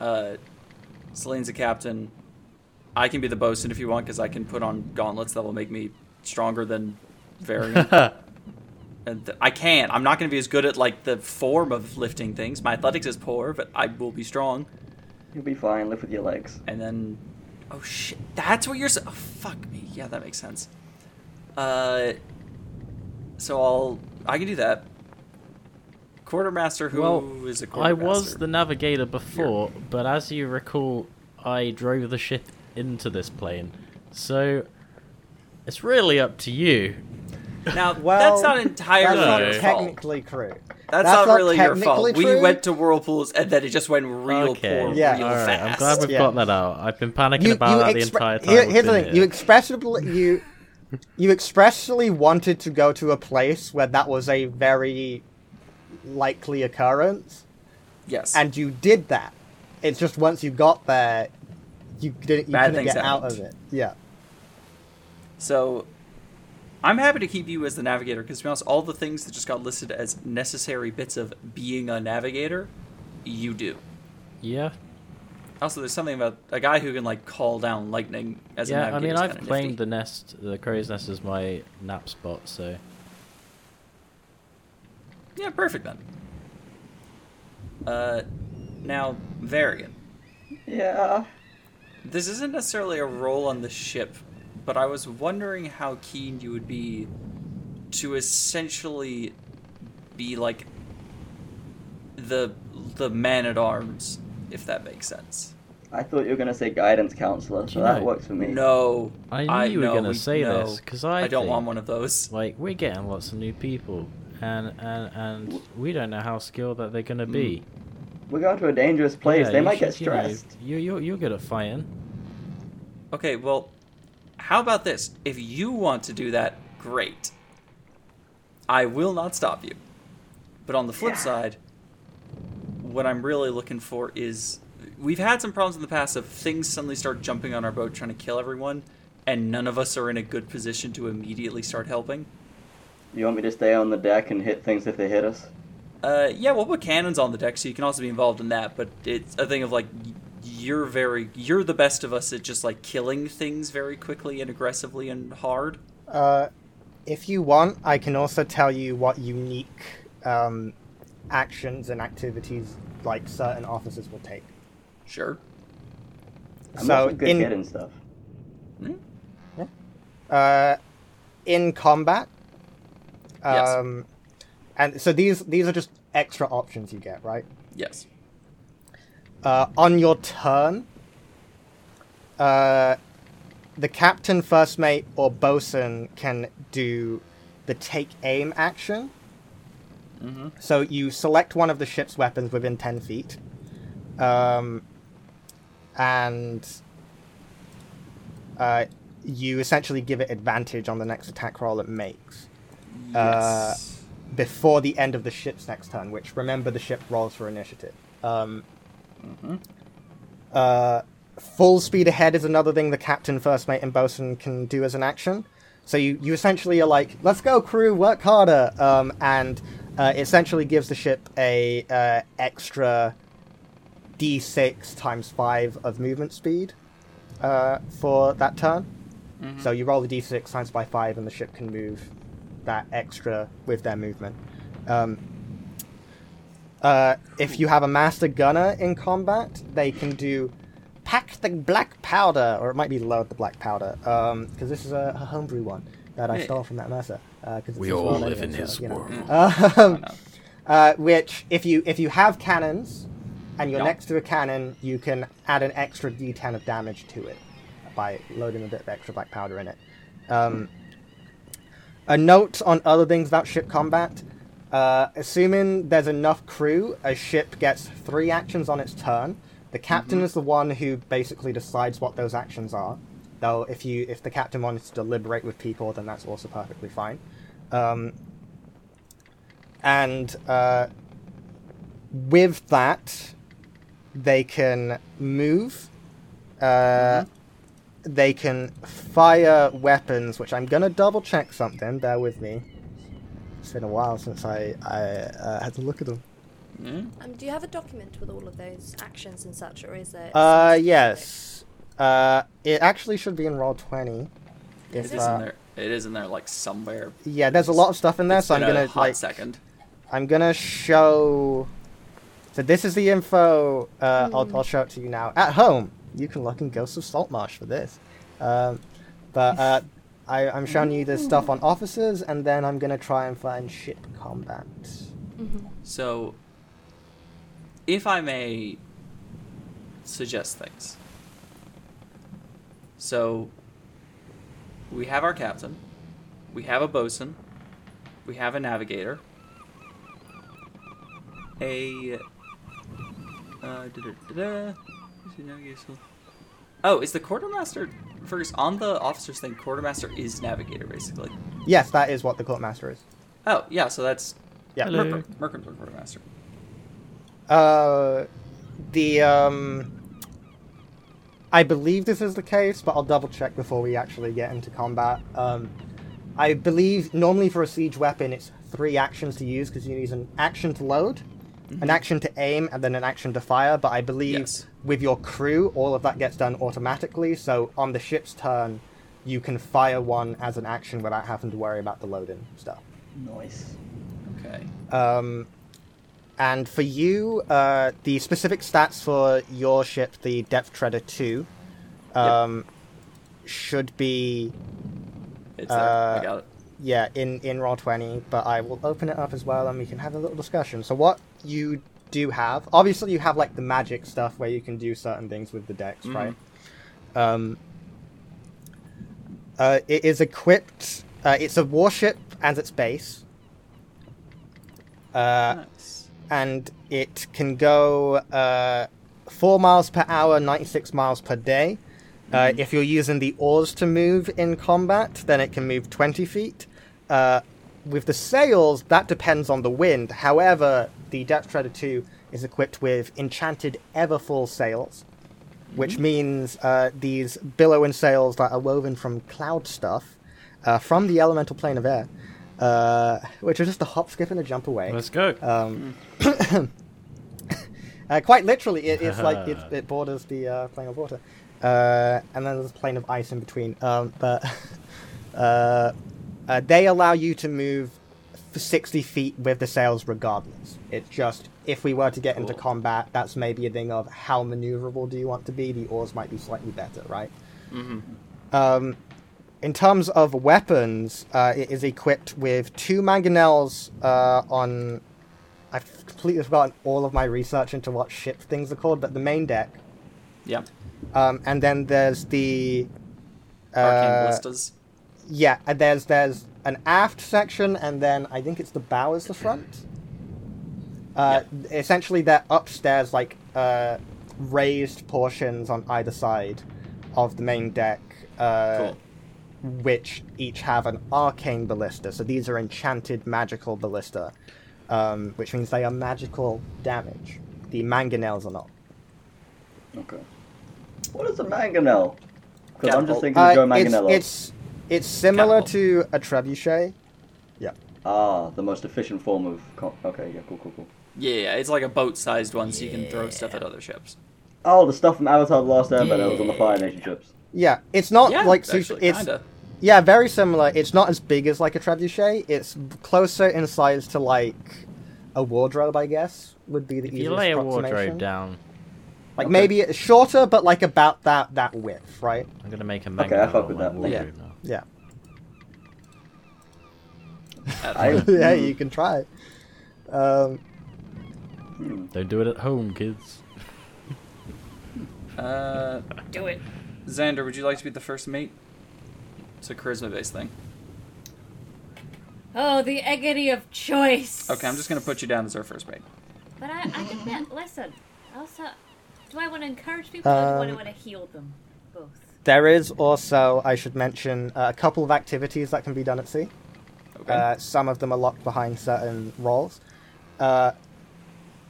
Speaker 1: Uh, Celine's a captain. I can be the bosun if you want, because I can put on gauntlets that will make me stronger than Varian. and th- I can't. I'm not going to be as good at like the form of lifting things. My athletics is poor, but I will be strong.
Speaker 3: You'll be fine. Live with your legs.
Speaker 1: And then, oh shit, that's what you're. s- Oh, fuck me. Yeah, that makes sense. Uh, so I'll I can do that. Quartermaster, who is
Speaker 5: well,
Speaker 1: a quartermaster?
Speaker 5: I was the navigator before, but as you recall, I drove the ship into this plane. So it's really up to you.
Speaker 1: now.
Speaker 2: Well,
Speaker 1: that's not entirely
Speaker 5: No.
Speaker 2: that's
Speaker 1: your
Speaker 2: not
Speaker 1: fault.
Speaker 2: technically true.
Speaker 1: That's,
Speaker 2: that's
Speaker 1: not,
Speaker 2: not
Speaker 1: really your fault.
Speaker 2: technically
Speaker 1: We
Speaker 2: true.
Speaker 1: went to whirlpools and then it just went real
Speaker 5: okay.
Speaker 1: poor,
Speaker 2: Yeah.
Speaker 1: real
Speaker 5: All right. I'm
Speaker 1: fast.
Speaker 5: glad we've
Speaker 2: Yeah.
Speaker 5: got that out. I've been panicking about that the
Speaker 2: expre-
Speaker 5: entire time.
Speaker 2: here-
Speaker 5: we've
Speaker 2: here's the
Speaker 5: been
Speaker 2: thing: you
Speaker 5: here.
Speaker 2: expressly you you expressly wanted to go to a place where that was a very likely occurrence,
Speaker 1: yes,
Speaker 2: and you did that. It's just once you got there, you didn't you
Speaker 1: Bad
Speaker 2: couldn't
Speaker 1: things
Speaker 2: get out of
Speaker 1: happened.
Speaker 2: it. Yeah,
Speaker 1: So I'm happy to keep you as the navigator because to be honest, all the things that just got listed as necessary bits of being a navigator, you do.
Speaker 5: Yeah.
Speaker 1: Also, there's something about a guy who can like call down lightning as
Speaker 5: yeah,
Speaker 1: a
Speaker 5: I
Speaker 1: navigator.
Speaker 5: mean,
Speaker 1: is
Speaker 5: I've
Speaker 1: kinda
Speaker 5: claimed
Speaker 1: nifty.
Speaker 5: the nest, the crow's nest, as my nap spot. So
Speaker 1: Yeah, perfect then. Uh, now Varian,
Speaker 3: Yeah.
Speaker 1: this isn't necessarily a role on the ship, but I was wondering how keen you would be to essentially be like the the man at arms, if that makes sense.
Speaker 3: I thought you were gonna say guidance counselor, so
Speaker 5: You
Speaker 3: that
Speaker 5: know-
Speaker 3: works for me.
Speaker 1: No,
Speaker 5: I knew you were
Speaker 1: no,
Speaker 5: gonna
Speaker 1: we-
Speaker 5: say
Speaker 1: no.
Speaker 5: this, 'cause I
Speaker 1: don't
Speaker 5: think-
Speaker 1: want one of those.
Speaker 5: like we're getting lots of new people, and and and we don't know how skilled that they're gonna
Speaker 1: Hmm.
Speaker 5: be.
Speaker 3: We're going to a dangerous place.
Speaker 5: Yeah,
Speaker 3: they
Speaker 5: you
Speaker 3: might get
Speaker 5: should, you know,
Speaker 3: stressed.
Speaker 5: You you're you're good at fighting.
Speaker 1: Okay, well, how about this? If you want to do that, great. I will not stop you. But on the flip side, what I'm really looking for is we've had some problems in the past of things suddenly start jumping on our boat trying to kill everyone, and none of us are in a good position to immediately start helping.
Speaker 3: You want me to stay on the deck and hit things if they hit us?
Speaker 1: Uh, yeah, we'll put cannons on the deck, so you can also be involved in that. But it's a thing of like y- you're very you're the best of us at just like killing things very quickly and aggressively and hard.
Speaker 2: uh, if you want, I can also tell you what unique um, actions and activities like certain officers will take.
Speaker 1: Sure.
Speaker 3: I'm
Speaker 2: so
Speaker 3: not so good
Speaker 2: in
Speaker 3: at hitting stuff.
Speaker 1: Hmm?
Speaker 2: uh, in combat.
Speaker 1: Yes.
Speaker 2: Um, And so these these are just extra options you get, right?
Speaker 1: Yes.
Speaker 2: Uh, on your turn, uh, the captain, first mate, or bosun can do the take aim action.
Speaker 1: Mhm.
Speaker 2: So you select one of the ship's weapons within ten feet, um, and uh, you essentially give it advantage on the next attack roll it makes Uh,
Speaker 1: Yes.
Speaker 2: before the end of the ship's next turn, which remember the ship rolls for initiative. Um, uh, full speed ahead is another thing the captain, first mate, and bosun can do as an action. So you, you essentially are like, let's go, crew, work harder, um, and uh, it essentially gives the ship a uh, extra d6 times five of movement speed uh, for that turn. So you roll the d6 times by five, and the ship can move that extra with their movement. Um, uh, if you have a master gunner in combat, they can do pack the black powder, or it might be load the black powder, because this is a, a homebrew one that I
Speaker 1: Yeah.
Speaker 2: stole from that master. Uh, 'cause it's
Speaker 7: We
Speaker 2: his
Speaker 7: all
Speaker 2: world
Speaker 7: live in
Speaker 2: so,
Speaker 7: his
Speaker 2: you know.
Speaker 7: world.
Speaker 2: Um, uh, which, if you if you have cannons, and you're
Speaker 1: Yeah.
Speaker 2: next to a cannon, you can add an extra d10 of damage to it by loading a bit of extra black powder in it. Um, a note on other things about ship combat. Uh, assuming there's enough crew, a ship gets three actions on its turn. The captain is the one who basically decides what those actions are. Though, if you if the captain wants to deliberate with people, then that's also perfectly fine. Um, and uh, with that, they can move. Uh, They can fire weapons, which I'm gonna double check something. Bear with me. It's been a while since I I uh, had to look at them.
Speaker 6: Um, do you have a document with all of those actions and such, or is it?
Speaker 2: Uh,
Speaker 6: something
Speaker 2: yes. Uh, it actually should be in roll twenty.
Speaker 1: It
Speaker 2: If,
Speaker 1: is in
Speaker 2: uh,
Speaker 1: there. It is in there like somewhere.
Speaker 2: yeah, there's a lot of stuff in there, so I'm
Speaker 1: in a
Speaker 2: gonna
Speaker 1: hot
Speaker 2: like
Speaker 1: second.
Speaker 2: I'm gonna show. So this is the info. Uh, I'll, I'll show it to you now. At home, you can look in Ghosts of Saltmarsh for this. Um, but uh, I, I'm showing you the stuff on officers, and then I'm gonna try and find ship combat.
Speaker 1: So, if I may suggest things. So, we have our captain, we have a bosun, we have a navigator, a. Uh, da-da-da-da. Is he navigation? Oh, is the quartermaster first on the officer's thing? Quartermaster is navigator, basically.
Speaker 2: Yes, that is what the quartermaster is.
Speaker 1: Oh, yeah. So that's
Speaker 2: Yeah.
Speaker 5: Hello.
Speaker 1: Merkin, Merkin's our quartermaster.
Speaker 2: Uh, the um. I believe this is the case, but I'll double check before we actually get into combat. Um, I believe normally for a siege weapon, it's three actions to use because you use an action to load, an action to aim, and then an action to fire. But I believe
Speaker 1: Yes.
Speaker 2: with your crew, all of that gets done automatically. So on the ship's turn, you can fire one as an action without having to worry about the loading stuff.
Speaker 3: Nice.
Speaker 1: Okay.
Speaker 2: Um, and for you, uh, the specific stats for your ship, the Depth Treader 2, um, should be,
Speaker 1: It's there.
Speaker 2: Uh,
Speaker 1: I got it.
Speaker 2: yeah, in, in Roll20, but I will open it up as well and we can have a little discussion. So, what you do have, obviously, you have like the magic stuff where you can do certain things with the decks,
Speaker 1: Mhm.
Speaker 2: right? Um, uh, it is equipped, uh, it's a warship as its base. Uh,
Speaker 1: nice.
Speaker 2: and it can go uh, four miles per hour, 96 miles per day. Uh, if you're using the oars to move in combat, then it can move 20 feet. Uh, with the sails, that depends on the wind. However, the Depth Treader 2 is equipped with enchanted Everfall sails, which means uh, these billowing sails that are woven from cloud stuff uh, from the elemental plane of air, uh, which are just a hop, skip, and a jump away.
Speaker 5: Let's go.
Speaker 2: Um, uh, quite literally, it, it's like it, it borders the uh, plane of water, uh, and then there's a plane of ice in between. Um, but uh, uh, they allow you to move f- 60 feet with the sails, regardless. It's just if we were to get into
Speaker 1: Cool.
Speaker 2: combat, that's maybe a thing of how maneuverable do you want to be. The oars might be slightly better, right? Um, in terms of weapons, uh, it is equipped with two mangonels uh, on. I've completely forgotten all of my research into what ship things are called, but the main deck.
Speaker 1: Yeah.
Speaker 2: Um, and then there's the.
Speaker 1: Arcane
Speaker 2: Uh,
Speaker 1: ballistas.
Speaker 2: yeah, and there's there's an aft section, and then I think it's the bow is the front. Uh, Essentially, they're upstairs, like uh, raised portions on either side of the main deck. Uh,
Speaker 1: Cool.
Speaker 2: which each have an arcane ballista. So these are enchanted magical ballista, um, which means they are magical damage. The mangonels are not.
Speaker 3: Okay. What is a mangonel? Because I'm
Speaker 1: Catapult.
Speaker 3: just thinking
Speaker 2: Uh,
Speaker 3: of Joe
Speaker 2: it's,
Speaker 3: Manganello.
Speaker 2: it's it's similar
Speaker 1: Catapult.
Speaker 2: to a trebuchet. Yeah.
Speaker 3: Ah, the most efficient form of. Co- okay, yeah, cool, cool, cool.
Speaker 1: Yeah, yeah, it's like a boat-sized one, so you can throw stuff at other ships.
Speaker 3: Oh, the stuff from Avatar: The Last Airbender that was on the Fire Nation ships.
Speaker 2: Yeah, it's not
Speaker 1: yeah,
Speaker 2: like
Speaker 1: actually,
Speaker 2: super- it's
Speaker 1: kinda.
Speaker 2: yeah, very similar. It's not as big as like a trebuchet. It's closer in size to like a wardrobe, I guess, would be the
Speaker 5: If
Speaker 2: easiest
Speaker 5: you lay a
Speaker 2: approximation.
Speaker 5: wardrobe down,
Speaker 2: Like
Speaker 3: Okay.
Speaker 2: maybe it's shorter, but like about that that width, right?
Speaker 5: I'm gonna make a
Speaker 3: Okay, I
Speaker 5: mango
Speaker 3: fuck with that.
Speaker 5: wardrobe
Speaker 1: Yeah.
Speaker 5: now.
Speaker 2: Yeah.
Speaker 1: At
Speaker 3: I-
Speaker 1: one.
Speaker 2: yeah, you can try. Um,
Speaker 5: Don't do it at home, kids.
Speaker 1: uh,
Speaker 4: Do it.
Speaker 1: Xander, would you like to be the first mate? It's a charisma-based thing.
Speaker 4: Oh, the agony of choice.
Speaker 1: Okay, I'm just gonna put you down as our first mate.
Speaker 4: But I, I can bet. Listen, also, do I want to encourage people or do I
Speaker 2: Um,
Speaker 4: want to heal them? Both.
Speaker 2: There is also, I should mention, uh, a couple of activities that can be done at sea.
Speaker 1: Okay.
Speaker 2: Uh, some of them are locked behind certain roles. Uh,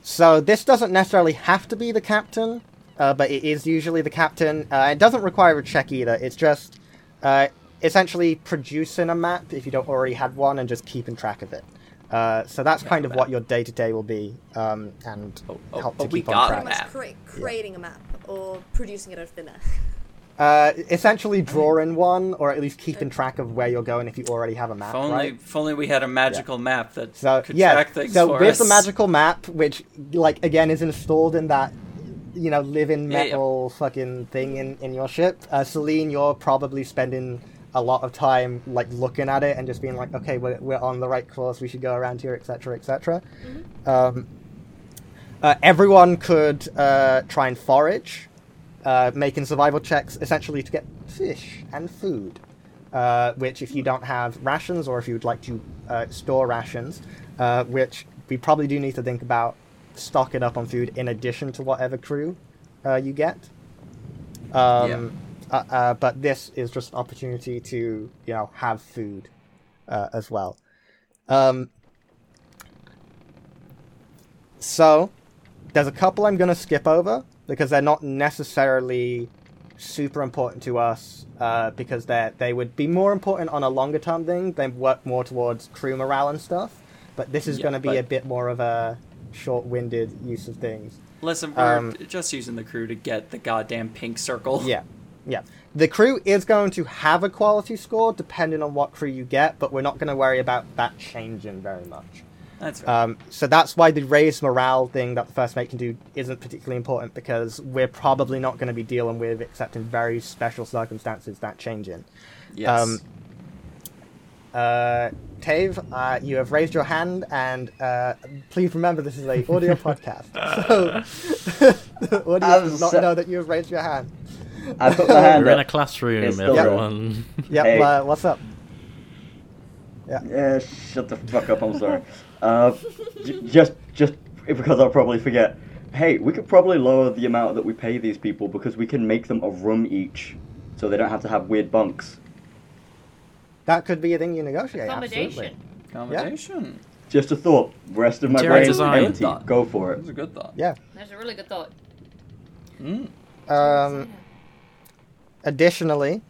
Speaker 2: so this doesn't necessarily have to be the captain, uh, but it is usually the captain. Uh, it doesn't require a check either. It's just uh, essentially producing a map if you don't already have one and just keeping track of it. Uh, so that's kind of what your day to day will be, um, and
Speaker 1: Oh, oh,
Speaker 2: help
Speaker 1: oh,
Speaker 2: to
Speaker 1: we
Speaker 2: keep on
Speaker 1: got
Speaker 2: track.
Speaker 6: Pretty much
Speaker 1: map.
Speaker 6: crea- creating a map or producing it out of thin air.
Speaker 2: Uh, essentially, drawing one, or at least keeping track of where you're going if you already have a map.
Speaker 1: If only,
Speaker 2: Uh, right?
Speaker 1: if only we had a magical map that
Speaker 2: So
Speaker 1: could
Speaker 2: yeah,
Speaker 1: track things
Speaker 2: so
Speaker 1: for
Speaker 2: with
Speaker 1: us.
Speaker 2: the magical map, which like again is installed in that you know living
Speaker 1: Yeah, yeah.
Speaker 2: metal fucking thing in in your ship, uh, Celine, you're probably spending a lot of time like looking at it and just being like, okay, we're we're on the right course. We should go around here, etc., etc. Um, uh, everyone could uh, try and forage, uh, making survival checks essentially to get fish and food. Uh, which, if you don't have rations or if you'd like to uh, store rations, uh, which we probably do need to think about stocking up on food in addition to whatever crew uh, you get. Um, uh, uh, but this is just an opportunity to you know have food uh, as well. Um, so, there's a couple I'm going to skip over because they're not necessarily super important to us uh, because they they would be more important on a longer term thing. They work more towards crew morale and stuff, but this is
Speaker 1: Yeah,
Speaker 2: going to be
Speaker 1: but-
Speaker 2: a bit more of a short winded use of things.
Speaker 1: Listen, we're
Speaker 2: um,
Speaker 1: just using the crew to get the goddamn pink circle.
Speaker 2: Yeah. Yeah. The crew is going to have a quality score depending on what crew you get, but we're not going to worry about that changing very much.
Speaker 1: that's right.
Speaker 2: Um, so that's why the raise morale thing that the first mate can do isn't particularly important because we're probably not going to be dealing with, except in very special circumstances, that changing.
Speaker 1: yes.
Speaker 2: um, Uh, Tave, uh, you have raised your hand, and uh, please remember this is a audio podcast. So the audience
Speaker 3: I'm
Speaker 2: does not
Speaker 3: so-
Speaker 2: know that you have raised your hand.
Speaker 3: I put my hand
Speaker 5: We're in a
Speaker 3: up.
Speaker 5: classroom,
Speaker 3: It's still
Speaker 5: everyone.
Speaker 2: Yep,
Speaker 3: Hey.
Speaker 2: uh, what's up?
Speaker 3: Yeah, Eh, shut the fuck up. I'm sorry. Uh, j- just, just because I'll probably forget. Hey, we could probably lower the amount that we pay these people because we can make them a room each, so they don't have to have weird bunks.
Speaker 2: That could be a thing you negotiate. Absolutely.
Speaker 4: Accommodation.
Speaker 1: Accommodation.
Speaker 3: Just a thought. Rest of my
Speaker 5: Interior
Speaker 3: brain's
Speaker 5: design.
Speaker 3: empty.
Speaker 1: Thought.
Speaker 3: Go for
Speaker 1: That was
Speaker 3: it.
Speaker 1: a good thought.
Speaker 2: Yeah.
Speaker 4: That's a really good thought.
Speaker 1: Mm.
Speaker 2: Um, additionally,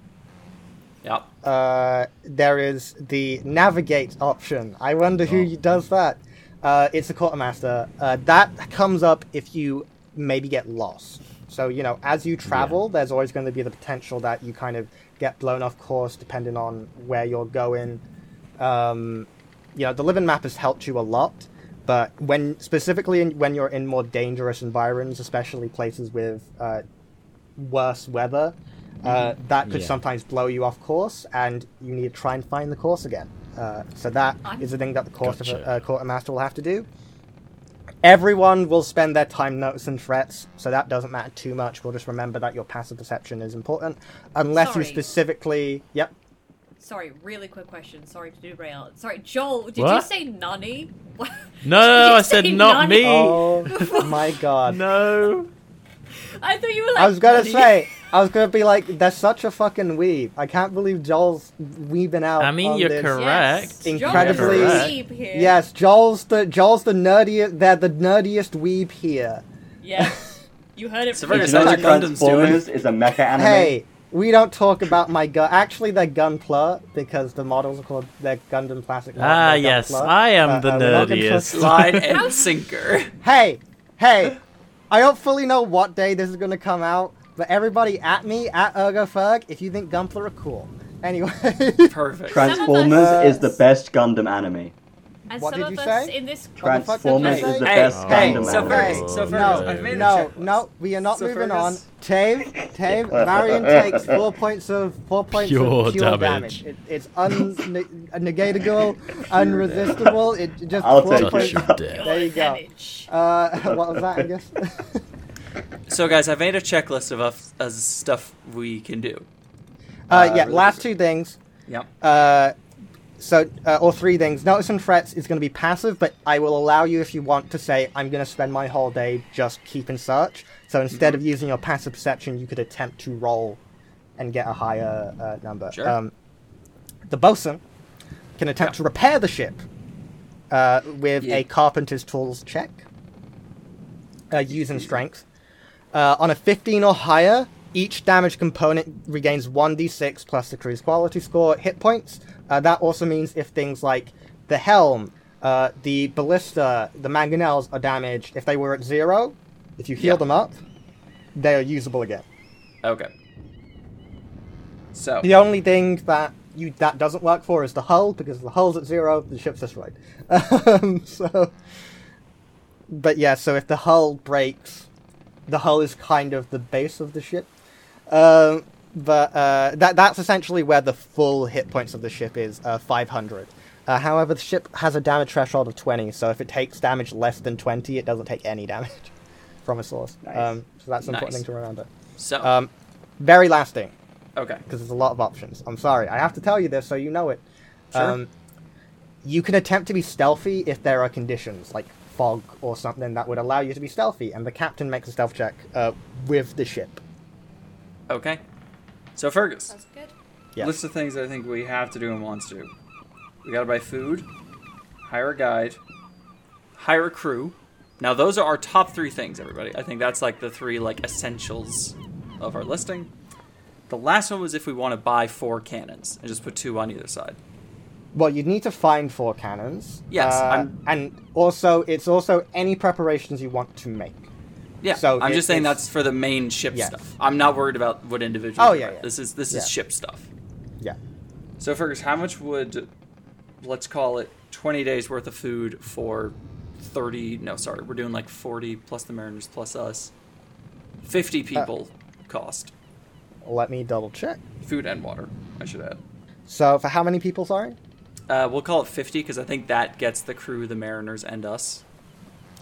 Speaker 1: Yeah.
Speaker 2: uh, there is the navigate option. I wonder who
Speaker 1: Oh.
Speaker 2: does that. Uh, it's the quartermaster. Uh, that comes up if you maybe get lost. So you know, as you travel, there's always going to be the potential that you kind of get blown off course, depending on where you're going. Um, you know, the living map has helped you a lot, but when specifically in, when you're in more dangerous environs, especially places with uh, worse weather, uh, that could
Speaker 5: Yeah.
Speaker 2: sometimes blow you off course, and you need to try and find the course again. Uh, so that is
Speaker 4: I'm-
Speaker 2: the thing that the course
Speaker 5: Gotcha.
Speaker 2: uh, quartermaster will have to do. Everyone will spend their time noticing threats, so that doesn't matter too much. We'll just remember that your passive perception is important, unless
Speaker 4: Sorry.
Speaker 2: you specifically. Yep.
Speaker 4: Sorry, really quick question. Sorry to derail. Sorry, Joel, did you
Speaker 5: What?
Speaker 4: say nonny? What-
Speaker 5: No,
Speaker 4: Did
Speaker 5: no,
Speaker 4: you
Speaker 5: I said
Speaker 4: say
Speaker 5: not
Speaker 4: nonny?
Speaker 5: me.
Speaker 2: Oh my god.
Speaker 5: No.
Speaker 4: I thought you were like.
Speaker 2: I was gonna
Speaker 4: nonny.
Speaker 2: say, I was gonna be like, that's such a fucking weeb. I can't believe Joel's weebing out.
Speaker 5: I mean,
Speaker 2: on
Speaker 5: you're
Speaker 2: this.
Speaker 5: correct.
Speaker 4: Joel is
Speaker 2: Incredibly-
Speaker 4: a weeb here.
Speaker 2: Yes, Joel's the Joel's the nerdiest. They're the nerdiest weeb here.
Speaker 4: Yes. You heard it
Speaker 1: It's a
Speaker 4: from
Speaker 1: very
Speaker 3: Did
Speaker 4: me.
Speaker 3: you know that
Speaker 1: Sergeant Gundam's doing-
Speaker 3: Transformers is a mecha anime?
Speaker 2: Hey, we don't talk about my gun. Actually, they're Gunpla because the models are called they're Gundam Classic. models,
Speaker 5: Ah,
Speaker 2: they're
Speaker 5: yes,
Speaker 2: Gunpla. Uh,
Speaker 5: I am the
Speaker 2: we're not gonna
Speaker 5: nerdiest.
Speaker 2: talk-
Speaker 1: Line and sinker.
Speaker 2: Hey, hey, I don't fully know what day this is gonna come out, but everybody at me at ErgoFerg, if you think Gunpla are cool. Anyway,
Speaker 1: Perfect.
Speaker 3: Transformers
Speaker 2: us-
Speaker 3: is the best Gundam anime.
Speaker 4: And
Speaker 2: What
Speaker 4: some
Speaker 2: did
Speaker 4: of
Speaker 2: you
Speaker 4: us
Speaker 2: say?
Speaker 4: in this
Speaker 2: What the fuck did you
Speaker 3: Transformers
Speaker 2: say?
Speaker 3: is the
Speaker 1: Hey,
Speaker 3: best
Speaker 1: hey,
Speaker 3: Gundam
Speaker 1: so
Speaker 3: anime.
Speaker 1: Fergus, so
Speaker 5: No.
Speaker 1: Fergus, I've made a
Speaker 2: no,
Speaker 1: checklist.
Speaker 2: no, we are not
Speaker 1: So
Speaker 2: moving on.
Speaker 1: Fergus-
Speaker 2: Tave, Tave, Marion takes four points of four points
Speaker 5: Pure
Speaker 2: of pure damage.
Speaker 5: damage.
Speaker 2: It, it's unnegatable, unresistible. It just
Speaker 3: I'll
Speaker 2: four
Speaker 3: take it.
Speaker 2: points.
Speaker 5: Touch your
Speaker 2: There you go.
Speaker 4: Damage.
Speaker 2: Uh, what was that? I guess. Uh,
Speaker 1: So, guys, I've made a checklist of us, uh, stuff we can do.
Speaker 2: uh, yeah.
Speaker 1: really
Speaker 2: Last
Speaker 1: good.
Speaker 2: two things.
Speaker 1: Yep.
Speaker 2: Uh, So, uh, or three things. Notice and threats is going to be passive, but I will allow you if you want to say, I'm going to spend my whole day just keeping search. So instead
Speaker 1: Mm-hmm.
Speaker 2: of using your passive perception, you could attempt to roll and get a higher uh, number.
Speaker 1: Sure.
Speaker 2: the bosun can attempt to repair the ship uh, with
Speaker 1: Yeah.
Speaker 2: a carpenter's tools check uh,
Speaker 1: Mm-hmm.
Speaker 2: using strength. Uh, on a 15 or higher, each damage component regains 1d6 plus the crew's quality score hit points. Uh, that also means if things like the helm, uh, the ballista, the mangonels are damaged, if they were at zero, if you heal
Speaker 1: Yeah.
Speaker 2: them up, they are usable again.
Speaker 1: Okay. So
Speaker 2: The only thing that you that doesn't work for is the hull because if the hull's at zero, the ship's destroyed. Um, so, but yeah, so if the hull breaks, the hull is kind of the base of the ship. Um, but uh, that that's essentially where the full hit points of the ship is uh, 500. Uh, however, the ship has a damage threshold of 20, so if it takes damage less than 20, it doesn't take any damage from a source.
Speaker 3: Nice.
Speaker 2: Um, so that's an important
Speaker 1: Nice.
Speaker 2: thing to remember.
Speaker 1: so
Speaker 2: Um, very lasting
Speaker 1: okay.
Speaker 2: because there's a lot of options. I'm sorry, I have to tell you this so you know it. Um,
Speaker 1: Sure.
Speaker 2: you can attempt to be stealthy if there are conditions like fog or something that would allow you to be stealthy, and the captain makes a stealth check uh, with the ship.
Speaker 1: Okay. So Fergus,
Speaker 6: Sounds good.
Speaker 2: Yeah.
Speaker 1: list of things I think we have to do and wants to do. We gotta buy food, hire a guide, hire a crew. Now those are our top three things, everybody. I think that's like the three like essentials of our listing. The last one was if we want to buy four cannons and just put two on either side.
Speaker 2: Well, you'd need to find four cannons.
Speaker 1: Yes,
Speaker 2: uh,
Speaker 1: I'm-
Speaker 2: and also it's also any preparations you want to make.
Speaker 1: Yeah,
Speaker 2: So
Speaker 1: I'm
Speaker 2: it-
Speaker 1: just saying
Speaker 2: it's-
Speaker 1: that's for the main ship
Speaker 2: Yes.
Speaker 1: stuff. I'm not worried about what individual.
Speaker 2: Oh,
Speaker 1: we
Speaker 2: yeah,
Speaker 1: buy.
Speaker 2: yeah.
Speaker 1: This is this
Speaker 2: Yeah.
Speaker 1: is ship stuff.
Speaker 2: Yeah.
Speaker 1: So Fergus, how much would let's call it 20 days worth of food for 30 no sorry, we're doing like 40 plus the mariners plus us.
Speaker 2: Uh,
Speaker 1: 50 people cost
Speaker 2: Let me double check.
Speaker 1: food and water, I should add.
Speaker 2: So for how many people? Sorry.
Speaker 1: Uh, we'll call it 50 because I think that gets the crew, the mariners and us.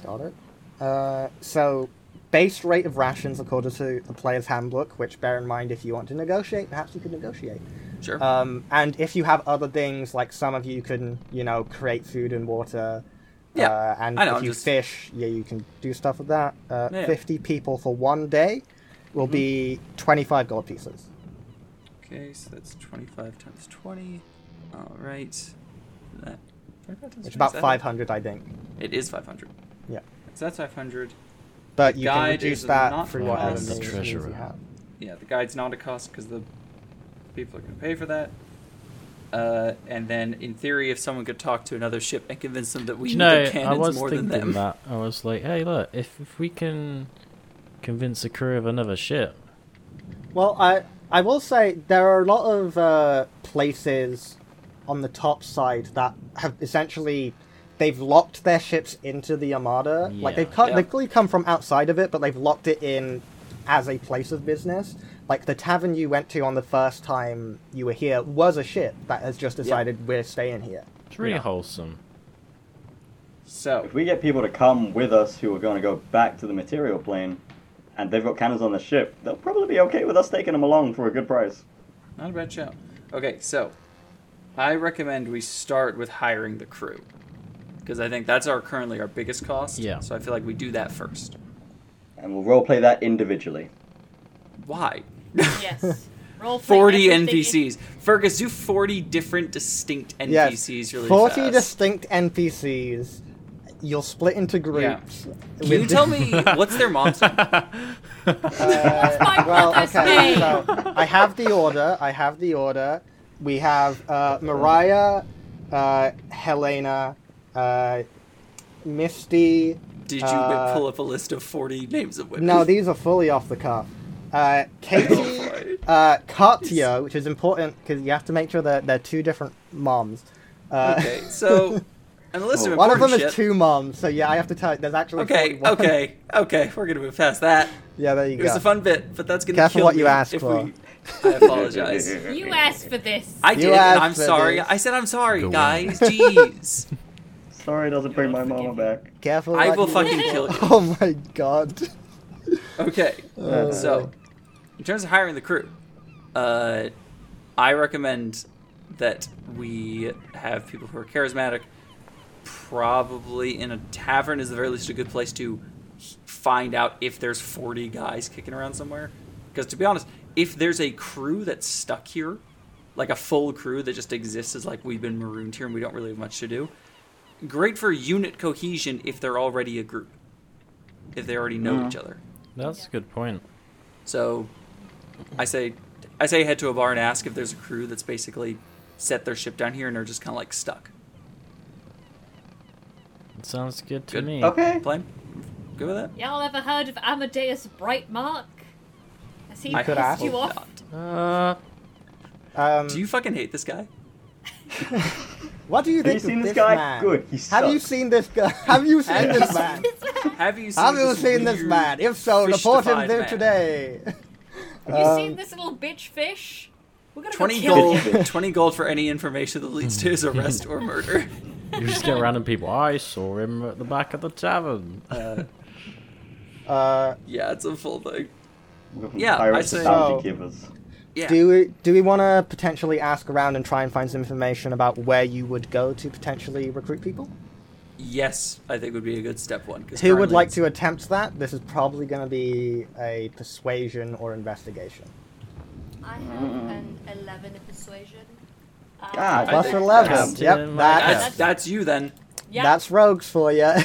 Speaker 2: Got it. Uh, so, base rate of rations according to the player's handbook, which bear in mind if you want to negotiate, perhaps you could negotiate.
Speaker 1: Sure.
Speaker 2: Um, and if you have other things, like some of you can, you know, create food and water.
Speaker 1: Yeah,
Speaker 2: Uh, and
Speaker 1: I know,
Speaker 2: if
Speaker 1: I'm
Speaker 2: you
Speaker 1: just-
Speaker 2: fish, yeah, you can do stuff with that. Uh,
Speaker 1: Yeah, Mm-hmm. yeah.
Speaker 2: 50 people for one day will be 25 gold pieces.
Speaker 1: okay, so that's 25 times 20. All right. That 25 times
Speaker 2: Which
Speaker 1: 20,
Speaker 2: is about
Speaker 1: is that it?
Speaker 2: 500, I think.
Speaker 1: It is 500.
Speaker 2: Yeah.
Speaker 1: So that's 500.
Speaker 2: But
Speaker 1: The
Speaker 2: you can
Speaker 1: guide
Speaker 2: reduce
Speaker 1: is
Speaker 2: that
Speaker 1: not
Speaker 2: through
Speaker 1: a
Speaker 2: whatever
Speaker 1: cost.
Speaker 2: means you
Speaker 5: Treasurer.
Speaker 2: have.
Speaker 1: Yeah, the guide's not a cost because the people are going to pay for that. Uh, and then, in theory, if someone could talk to another ship and convince them that we
Speaker 5: Do you
Speaker 1: need
Speaker 5: know,
Speaker 1: the
Speaker 5: I
Speaker 1: cannons
Speaker 5: was
Speaker 1: more
Speaker 5: thinking
Speaker 1: than them,
Speaker 5: that. I was like, hey, look, if, if we can convince the crew of another ship,
Speaker 2: Well, I I will say there are a lot of uh, places on the top side that have essentially they've locked their ships into the armada. Like they've
Speaker 5: Yeah.
Speaker 2: come,
Speaker 1: Yeah.
Speaker 2: they've clearly come from outside of it, but they've locked it in as a place of business. Like the tavern you went to on the first time you were here was a ship that has just decided we're staying here.
Speaker 5: it's really
Speaker 1: Yeah.
Speaker 5: wholesome.
Speaker 1: so
Speaker 3: If we get people to come with us who are going to go back to the material plane, and they've got cannons on the ship, they'll probably be okay with us taking them along for a good price.
Speaker 1: not a bad show. Okay, so I recommend we start with hiring the crew because I think that's our currently our biggest cost.
Speaker 5: Yeah.
Speaker 1: So I feel like we do that first.
Speaker 3: And we'll roleplay that individually.
Speaker 1: Why?
Speaker 4: Yes. Roll for
Speaker 1: Forty
Speaker 4: everything.
Speaker 1: NPCs. Fergus, do forty different distinct
Speaker 2: Yes,
Speaker 1: NPCs. Really
Speaker 2: forty
Speaker 1: fast.
Speaker 2: distinct NPCs. You'll split into groups.
Speaker 1: Can
Speaker 2: with
Speaker 1: you tell me what's their mom's name?
Speaker 2: Uh,
Speaker 4: my
Speaker 2: well,
Speaker 4: brother's
Speaker 2: okay.
Speaker 4: name.
Speaker 2: So I have the order. I have the order. We have uh, Mariah, uh, Helena, uh, Misty.
Speaker 1: Did you
Speaker 2: Uh,
Speaker 1: pull up a list of 40 names of women?
Speaker 2: No, these are fully off the cuff. Uh, Katie,
Speaker 1: boy.
Speaker 2: uh, Katya, which is important because you have to make sure that they're two different moms. Uh,
Speaker 1: Okay, so. And the list of
Speaker 2: One of them
Speaker 1: important
Speaker 2: is
Speaker 1: shit-
Speaker 2: two moms, so yeah, I have to tell. There's actually
Speaker 1: Okay,
Speaker 2: 41.
Speaker 1: okay, okay. We're gonna move past that.
Speaker 2: Yeah, there you
Speaker 1: It
Speaker 2: go.
Speaker 1: was a fun bit, but that's gonna
Speaker 2: Careful
Speaker 1: kill
Speaker 2: what you
Speaker 1: me
Speaker 2: ask
Speaker 1: if
Speaker 2: for.
Speaker 1: we- I apologize.
Speaker 4: You asked for this.
Speaker 1: I
Speaker 2: You
Speaker 1: did. and
Speaker 2: asked
Speaker 1: I'm
Speaker 2: for
Speaker 1: sorry.
Speaker 2: this.
Speaker 1: I said I'm sorry,
Speaker 5: Go on.
Speaker 1: guys. Jeez.
Speaker 3: Sorry, it doesn't bring my mama back.
Speaker 2: Careful.
Speaker 1: I
Speaker 2: what
Speaker 1: will
Speaker 2: you
Speaker 1: fucking
Speaker 2: wish
Speaker 1: kill
Speaker 2: for.
Speaker 1: you.
Speaker 2: Oh my god.
Speaker 1: Okay.
Speaker 2: Uh,
Speaker 1: So, in terms of hiring the crew, uh, I recommend that we have people who are charismatic. Probably in a tavern is the very least a good place to find out if there's 40 guys kicking around somewhere. Because to be honest, if there's a crew that's stuck here, like a full crew that just exists as like we've been marooned here and we don't really have much to do, great for unit cohesion if they're already a group, if they already know
Speaker 3: Yeah.
Speaker 1: each other.
Speaker 5: That's a good point.
Speaker 1: So, I say, I say head to a bar and ask if there's a crew that's basically set their ship down here and are just kind of like stuck.
Speaker 5: It sounds good to
Speaker 1: Good.
Speaker 5: me.
Speaker 3: Okay.
Speaker 1: Blame, good with that?
Speaker 4: Y'all ever heard of Amadeus Brightmark? Has he
Speaker 1: I
Speaker 4: pissed
Speaker 2: could ask.
Speaker 4: you off?
Speaker 5: Uh,
Speaker 2: Um,
Speaker 1: Do you fucking hate this guy?
Speaker 2: what do you
Speaker 3: Have you
Speaker 2: think of
Speaker 3: seen this
Speaker 2: this
Speaker 3: guy?
Speaker 2: man?
Speaker 3: Good, he
Speaker 2: Have you
Speaker 3: sucks.
Speaker 2: seen this guy? Have you seen this man?
Speaker 1: Have you seen
Speaker 2: Have you
Speaker 1: this
Speaker 2: seen this
Speaker 1: weird
Speaker 2: man? If so, report him
Speaker 1: fish-defied
Speaker 2: there
Speaker 1: man?
Speaker 2: today.
Speaker 4: Have you
Speaker 2: Um,
Speaker 4: seen this little bitch fish? We're gonna go
Speaker 1: 20
Speaker 4: kill
Speaker 1: gold,
Speaker 4: him. Mm.
Speaker 1: 20 gold for any information that leads to his arrest or murder.
Speaker 5: you just get random people. I saw him at the back of the tavern.
Speaker 1: Uh,
Speaker 2: Uh,
Speaker 1: yeah, it's a full thing.
Speaker 3: We're from
Speaker 1: Yeah,
Speaker 3: Pirate
Speaker 1: I say-
Speaker 3: Society
Speaker 2: So-
Speaker 3: givers.
Speaker 1: Yeah.
Speaker 2: Do we do we want to potentially ask around and try and find some information about where you would go to potentially recruit people?
Speaker 1: Yes, I think would be a good step one. 'cause
Speaker 2: Who would
Speaker 1: currently
Speaker 2: like
Speaker 1: it's-
Speaker 2: to attempt that? This is probably going to be a persuasion or investigation.
Speaker 6: I have an 11 in persuasion.
Speaker 4: Uh,
Speaker 3: God,
Speaker 2: Plus
Speaker 1: think-
Speaker 2: eleven.
Speaker 5: Captain
Speaker 2: Yep, that,
Speaker 1: That's, that's you then.
Speaker 4: yeah.
Speaker 2: that's rogues for you.
Speaker 1: Uh,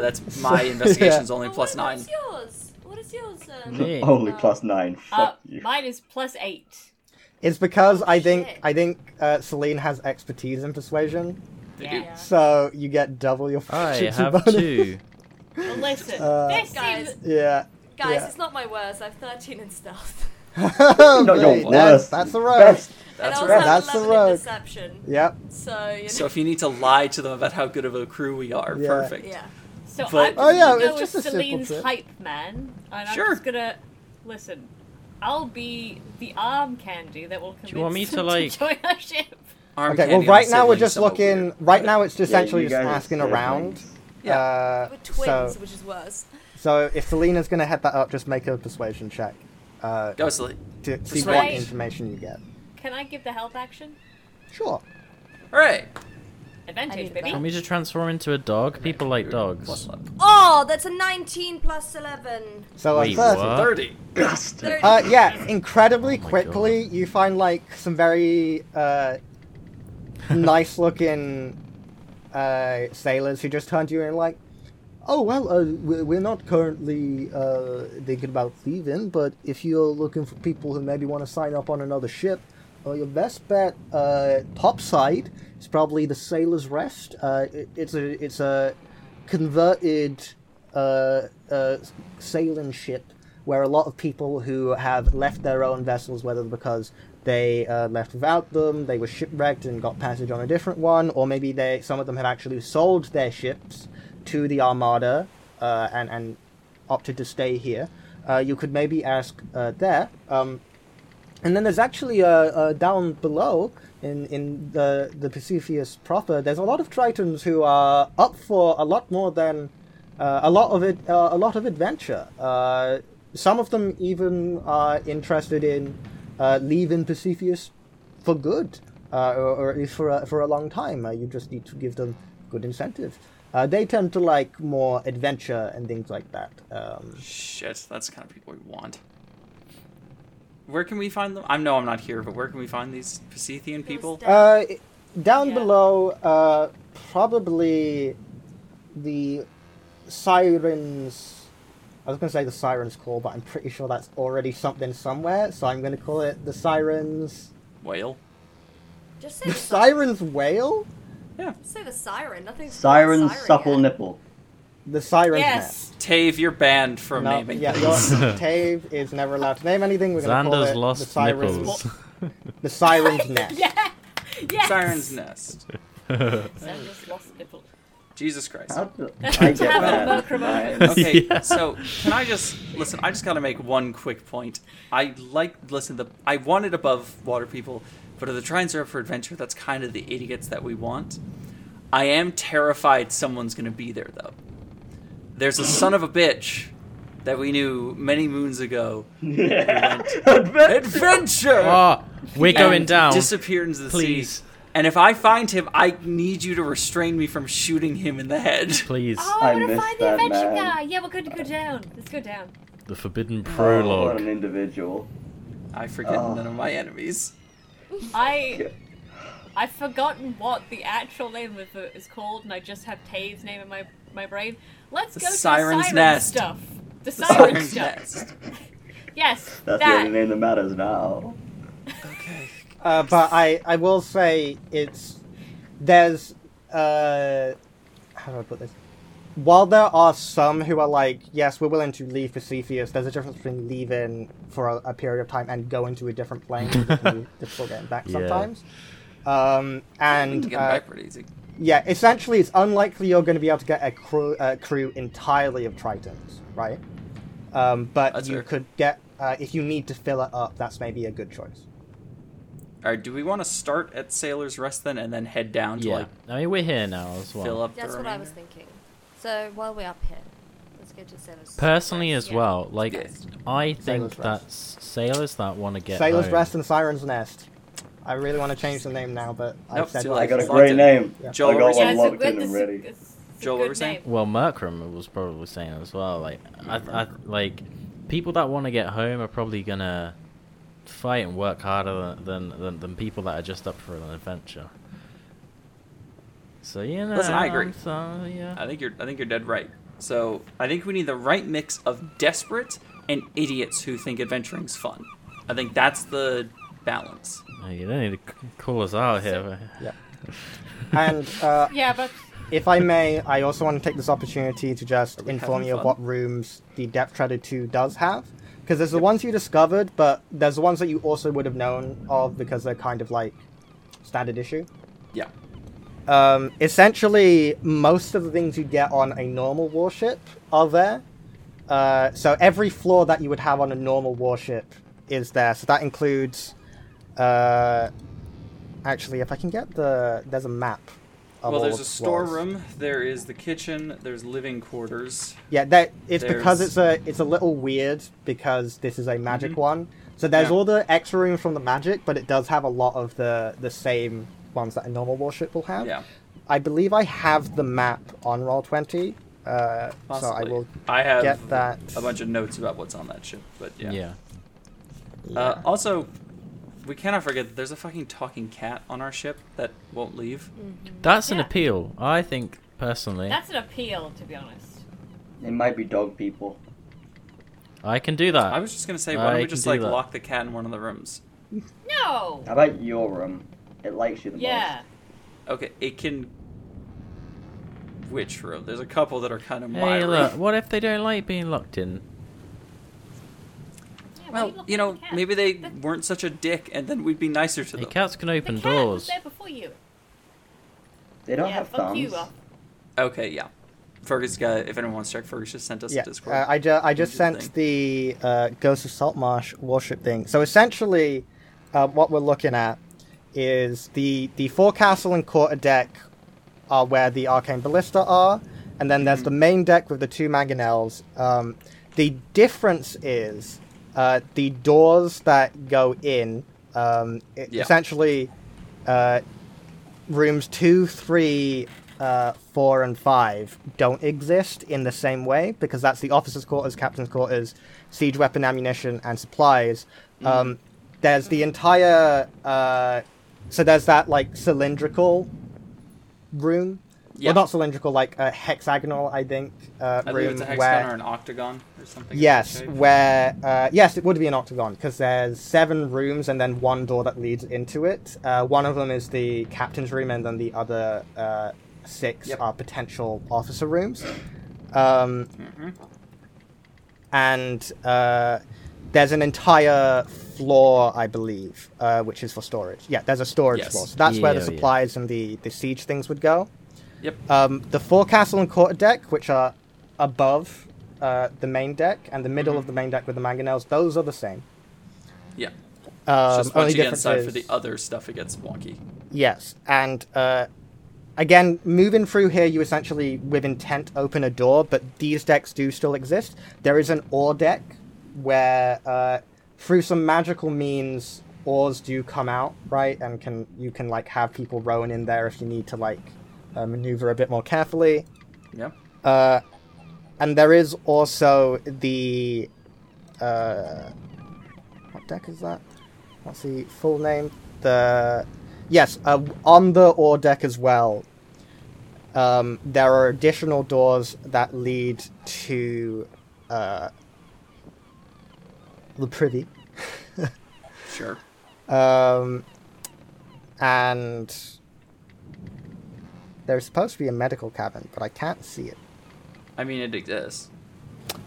Speaker 1: that's my investigation's
Speaker 2: Yeah.
Speaker 1: only plus nine.
Speaker 6: What's Oh, yours? What is yours?
Speaker 5: Me.
Speaker 3: Only
Speaker 6: Uh,
Speaker 3: plus nine.
Speaker 4: uh,
Speaker 3: Fuck you.
Speaker 4: mine is plus eight.
Speaker 2: it's because I think
Speaker 6: Shit.
Speaker 2: I think uh, Celine has expertise in persuasion,
Speaker 4: Yeah.
Speaker 2: so you get double your
Speaker 5: I
Speaker 2: proficiency
Speaker 5: have
Speaker 2: bonus.
Speaker 5: two.
Speaker 4: Well, listen,
Speaker 2: Uh,
Speaker 4: this
Speaker 6: Guys.
Speaker 4: seems-
Speaker 2: Yeah.
Speaker 6: Guys,
Speaker 2: Yeah.
Speaker 6: it's not my worst. I have 13 in stealth.
Speaker 3: Not your
Speaker 2: Great, that's,
Speaker 3: worst.
Speaker 2: that's the
Speaker 3: your
Speaker 2: rogue.
Speaker 3: Best.
Speaker 6: and I
Speaker 1: That's
Speaker 6: also
Speaker 1: right.
Speaker 6: have
Speaker 2: That's the
Speaker 6: 11
Speaker 2: rogue.
Speaker 6: in deception.
Speaker 2: Yep.
Speaker 6: So, you know.
Speaker 1: So if you need to lie to them about how good of a crew we are,
Speaker 2: Yeah.
Speaker 1: perfect.
Speaker 6: yeah.
Speaker 4: so
Speaker 1: But-
Speaker 4: I'm just
Speaker 2: Oh, yeah,
Speaker 4: gonna go
Speaker 2: it's just a
Speaker 4: with
Speaker 2: simple
Speaker 4: Celine's
Speaker 2: tip.
Speaker 4: hype man, and
Speaker 1: Sure.
Speaker 4: I'm just gonna listen. I'll be the arm candy that will convince
Speaker 5: you want me
Speaker 4: them
Speaker 5: to, like-
Speaker 4: join our ship.
Speaker 1: Arm
Speaker 2: Okay, well,
Speaker 1: candy on
Speaker 2: right now
Speaker 1: sibling
Speaker 2: we're
Speaker 1: is
Speaker 2: just
Speaker 1: somewhat
Speaker 2: looking.
Speaker 1: weird,
Speaker 2: Right
Speaker 1: but-
Speaker 2: now it's just
Speaker 3: Yeah,
Speaker 2: essentially
Speaker 3: you
Speaker 2: just
Speaker 3: guys are
Speaker 2: asking
Speaker 3: siblings.
Speaker 2: around.
Speaker 1: Yeah.
Speaker 2: Uh,
Speaker 6: We're twins,
Speaker 2: So,
Speaker 6: which is worse.
Speaker 2: so if Selena's going to head that up, just make a persuasion check uh,
Speaker 1: Go sleep.
Speaker 2: to see what
Speaker 4: Persuade.
Speaker 2: information you get.
Speaker 4: Can I give the help action?
Speaker 2: Sure.
Speaker 1: All right.
Speaker 6: I
Speaker 4: Advantage,
Speaker 6: need
Speaker 4: baby.
Speaker 5: Want me to transform into a dog? People like dogs.
Speaker 6: Oh, that's a 19 plus 11.
Speaker 2: So
Speaker 5: Wait,
Speaker 2: a 30.
Speaker 5: what?
Speaker 1: Thirty.
Speaker 3: Bastard.
Speaker 2: Uh, yeah, incredibly
Speaker 5: Oh my
Speaker 2: quickly, you find like some very uh, nice looking uh, sailors who just turn to you and like, oh well, uh, we- we're not currently uh, thinking about leaving, but if you're looking for people who maybe want to sign up on another ship, uh, your best bet uh, topside is probably the Sailors' Rest. Uh, it, it's a it's a converted uh, uh, sailing ship where a lot of people who have left their own vessels, whether because they uh, left without them, they were shipwrecked and got passage on a different one, or maybe they some of them have actually sold their ships to the Armada uh, and and opted to stay here. Uh, you could maybe ask uh, there. Um, and then there's actually uh, uh, down below in in the the Pacifius proper. There's a lot of Tritons who are up for a lot more than uh, a lot of it. Uh, a lot of adventure. Uh, some of them even are interested in uh, leaving Pacifius for good, uh, or, or at least for a, for a long time. Uh, you just need to give them good incentive. Uh, they tend to like more adventure and things like that. Um,
Speaker 1: Shit, that's the kind of people we want. Where can we find them? I know I'm not here, but where can we find these Pasithian people?
Speaker 2: Uh, down
Speaker 4: Yeah.
Speaker 2: below, uh, probably the sirens. I was going to say the sirens call, but I'm pretty sure that's already something somewhere. So I'm going to call it the sirens.
Speaker 1: Whale.
Speaker 6: Just say
Speaker 2: The
Speaker 6: the siren.
Speaker 2: sirens wail.
Speaker 6: Say the siren. Nothing's
Speaker 3: Siren
Speaker 6: siren
Speaker 3: supple
Speaker 6: yet.
Speaker 3: nipple.
Speaker 2: The sirens.
Speaker 4: Yes.
Speaker 1: Tave, you're banned
Speaker 2: nest.
Speaker 1: from
Speaker 2: No,
Speaker 1: naming
Speaker 2: yeah, your,
Speaker 1: things.
Speaker 2: Tave is never allowed to name anything. We're going to call
Speaker 5: Xander's
Speaker 2: it the
Speaker 5: lost
Speaker 2: sirens.
Speaker 5: nipples.
Speaker 2: The sirens nest.
Speaker 4: Yeah. Yes.
Speaker 1: Siren's nest.
Speaker 4: So I just lost a nipple.
Speaker 1: Jesus Christ.
Speaker 3: How do I get
Speaker 4: Have a
Speaker 3: that?
Speaker 4: microphone.
Speaker 3: Nine.
Speaker 1: Okay,
Speaker 5: Yeah.
Speaker 1: so can I just listen? I just gotta make one quick point. I like listen. The I wanted above water people, but if the trines are up for adventure, that's kind of the idiots that we want. I am terrified someone's gonna be there though. There's a son of a bitch that we knew many moons ago.
Speaker 3: Adventure.
Speaker 1: Adventure.
Speaker 5: Ah, We're going
Speaker 1: and
Speaker 5: down.
Speaker 1: Disappear into the
Speaker 5: Please.
Speaker 1: sea. And if I find him, I need you to restrain me from shooting him in the head.
Speaker 5: Please.
Speaker 1: Ah.
Speaker 4: Oh,
Speaker 3: I
Speaker 4: I, want to
Speaker 3: missed
Speaker 4: find the
Speaker 3: that
Speaker 4: adventure
Speaker 3: man.
Speaker 4: guy. Yeah, we're good to go down. Let's go down.
Speaker 5: The
Speaker 3: Oh,
Speaker 5: forbidden
Speaker 3: what an
Speaker 5: prologue.
Speaker 3: individual.
Speaker 1: I forget
Speaker 3: Oh.
Speaker 1: none of my enemies.
Speaker 4: I I've forgotten what the actual name of it is called, and I just have Tave's name in my my brain. Let's
Speaker 1: The
Speaker 4: go to the
Speaker 1: Siren's
Speaker 4: siren
Speaker 1: Nest.
Speaker 4: stuff. The siren
Speaker 1: Siren's
Speaker 4: stuff.
Speaker 1: Nest.
Speaker 4: Yes,
Speaker 3: That's the only
Speaker 4: that.
Speaker 3: name that matters now.
Speaker 1: Okay.
Speaker 2: Uh, but I, I will say it's there's uh how do I put this? While there are some who are like, yes, we're willing to leave for Cepheus, there's a difference between leaving for a, a period of time and going to a different plane. It can be difficult getting back
Speaker 5: Yeah.
Speaker 2: sometimes. Um,
Speaker 1: And
Speaker 2: and
Speaker 1: get
Speaker 2: uh,
Speaker 1: back pretty easy.
Speaker 2: yeah, essentially, it's unlikely you're going to be able to get a crew, a crew entirely of Tritons, right? Um, but
Speaker 1: That's
Speaker 2: you
Speaker 1: fair.
Speaker 2: could get uh, if you need to fill it up. That's maybe a good choice.
Speaker 1: All right. Do we want to start at Sailor's Rest then, and then head down to
Speaker 5: Yeah.
Speaker 1: like
Speaker 5: I mean, we're here now as
Speaker 1: fill
Speaker 5: well.
Speaker 1: up?
Speaker 6: That's
Speaker 1: the
Speaker 6: what I was
Speaker 1: remainder?
Speaker 6: thinking. So while we're up here, let's go to Sailor's.
Speaker 5: Personally, as
Speaker 6: Yeah.
Speaker 5: well, like
Speaker 1: Yes.
Speaker 5: I
Speaker 2: Sailor's
Speaker 5: think
Speaker 2: Rest.
Speaker 5: that's sailors that want to get
Speaker 2: Sailor's
Speaker 5: home.
Speaker 2: Rest and Siren's Nest. I really want to change the name now, but
Speaker 1: Nope,
Speaker 2: I've said
Speaker 1: too
Speaker 2: what
Speaker 1: late.
Speaker 3: I got a
Speaker 2: said.
Speaker 1: Locked
Speaker 3: great
Speaker 1: in.
Speaker 3: name.
Speaker 2: Yeah.
Speaker 1: Joel,
Speaker 3: I got
Speaker 1: what were you
Speaker 4: Yeah,
Speaker 3: one
Speaker 4: it's a
Speaker 3: locked
Speaker 4: good.
Speaker 3: in
Speaker 4: It's
Speaker 3: and
Speaker 4: a,
Speaker 3: ready.
Speaker 4: it's a
Speaker 1: Joel, what
Speaker 4: good
Speaker 1: were you saying?
Speaker 4: name.
Speaker 5: Well, Merkram was probably saying as well. Like, I, I, like people that want to get home are probably gonna fight and work harder than than, than, than people that are just up for an adventure. So you know,
Speaker 1: Listen, I agree.
Speaker 5: I'm So, yeah.
Speaker 1: I think you're. I think you're dead right. So I think we need the right mix of desperate and idiots who think adventuring's fun. I think that's the balance.
Speaker 5: Hey, you don't need to c- call us out here. but-
Speaker 2: Yeah. And uh,
Speaker 4: Yeah, but
Speaker 2: if I may, I also want to take this opportunity to just
Speaker 1: Are we
Speaker 2: inform
Speaker 1: having
Speaker 2: you of
Speaker 1: fun?
Speaker 2: what rooms the Depth Treader 2 does have. Because there's the ones you discovered, but there's the ones that you also would have known of because they're kind of like standard issue.
Speaker 1: Yeah.
Speaker 2: Um, essentially, most of the things you get on a normal warship are there. Uh, so every floor that you would have on a normal warship is there. So that includes, uh, actually, if I can get the there's a map. Of
Speaker 1: well,
Speaker 2: all
Speaker 1: there's
Speaker 2: the
Speaker 1: a
Speaker 2: floors.
Speaker 1: storeroom. There is the kitchen. There's living quarters.
Speaker 2: Yeah, that it's because
Speaker 1: There's-
Speaker 2: it's a it's a little weird because this is a magic one. So there's
Speaker 1: Mm-hmm. Yeah.
Speaker 2: all the extra rooms from the magic, but it does have a lot of the the same ones that a normal warship will have.
Speaker 1: Yeah.
Speaker 2: I believe I have the map on roll twenty, uh, so I
Speaker 1: Possibly.
Speaker 2: will.
Speaker 1: I have
Speaker 2: get that.
Speaker 1: a bunch of notes about what's on that ship, but yeah.
Speaker 5: yeah.
Speaker 1: Uh, also, we cannot forget that there's a fucking talking cat on our ship that won't leave.
Speaker 5: That's an
Speaker 4: Yeah.
Speaker 5: appeal. I think personally,
Speaker 4: that's an appeal, to be honest.
Speaker 3: It might be dog people.
Speaker 5: I can do that.
Speaker 1: I was just gonna say, why
Speaker 5: Uh, I
Speaker 1: don't we
Speaker 5: can
Speaker 1: just
Speaker 5: do
Speaker 1: like
Speaker 5: that.
Speaker 1: lock the cat in one of the rooms?
Speaker 4: No.
Speaker 3: How about your room? It likes you the
Speaker 4: Yeah.
Speaker 1: Okay, it can. Which room? There's a couple that are kind of my
Speaker 5: Hey,
Speaker 1: room.
Speaker 5: look. What if they don't like being locked in?
Speaker 4: Yeah, why are
Speaker 1: Well,
Speaker 4: looking
Speaker 1: you
Speaker 4: at
Speaker 1: know,
Speaker 4: the cat?
Speaker 1: maybe they
Speaker 4: The-
Speaker 1: weren't such a dick, and then we'd be nicer to
Speaker 5: Hey,
Speaker 1: them.
Speaker 5: cats can
Speaker 4: The
Speaker 5: open
Speaker 4: cat was
Speaker 5: doors.
Speaker 4: there before you.
Speaker 3: most. They don't
Speaker 4: yeah,
Speaker 3: have
Speaker 4: fuck
Speaker 3: thumbs.
Speaker 4: you. Up.
Speaker 1: Okay, yeah. Fergus, uh, if anyone wants to check, Fergus just sent us
Speaker 2: Yeah,
Speaker 1: a Discord.
Speaker 2: uh, I, ju- I just
Speaker 1: Just
Speaker 2: sent
Speaker 1: think.
Speaker 2: the uh, Ghost of Saltmarsh warship thing. So essentially, uh, what we're looking at is the the forecastle and quarter deck are where the arcane ballista are, and then there's the main deck with the two mangonels. Um, the difference is uh, the doors that go in. Um, it-
Speaker 1: Yeah.
Speaker 2: Essentially, uh, rooms two, three, uh, four, and five don't exist in the same way because that's the officers' quarters, captain's quarters, siege weapon, ammunition, and supplies. Um, there's the entire. Uh, so there's that like cylindrical room.
Speaker 1: Yeah.
Speaker 2: Well, not cylindrical, like uh, hexagonal, I think. Uh,
Speaker 1: I
Speaker 2: room
Speaker 1: believe it's a hexagon
Speaker 2: where
Speaker 1: or an octagon or something. of that
Speaker 2: Yes,
Speaker 1: shape.
Speaker 2: where uh, yes, it would be an octagon because there's seven rooms and then one door that leads into it. Uh, one of them is the captain's room, and then the other uh, six
Speaker 1: Yep.
Speaker 2: are potential officer rooms. Um,
Speaker 1: Mm-hmm.
Speaker 2: And uh, there's an entire floor, I believe, uh, which is for storage. Yeah, there's a storage
Speaker 1: Yes.
Speaker 2: floor, so that's where the
Speaker 5: Yeah, yeah.
Speaker 2: supplies and the the siege things would go.
Speaker 1: Yep.
Speaker 2: Um, the forecastle and quarter deck, which are above uh, the main deck, and the
Speaker 1: Mm-hmm.
Speaker 2: middle of the main deck with the mangonels, those are the same.
Speaker 1: yeah.
Speaker 2: Um,
Speaker 1: just
Speaker 2: only
Speaker 1: once you get
Speaker 2: difference
Speaker 1: inside for
Speaker 2: is-
Speaker 1: the other stuff, it gets wonky.
Speaker 2: Yes, and uh, again, moving through here, you essentially, with intent, open a door, but these decks do still exist. There is an ore deck where, uh, through some magical means, oars do come out, right? And can you can like have people rowing in there if you need to like uh, maneuver a bit more carefully.
Speaker 1: Yep.
Speaker 2: Uh, and there is also the uh, what deck is that? What's the full name? The yes, uh, on the ore deck as well. Um, there are additional doors that lead to uh, the privy.
Speaker 1: Sure.
Speaker 2: Um, and there's supposed to be a medical cabin, but I can't see it.
Speaker 1: I mean, it exists.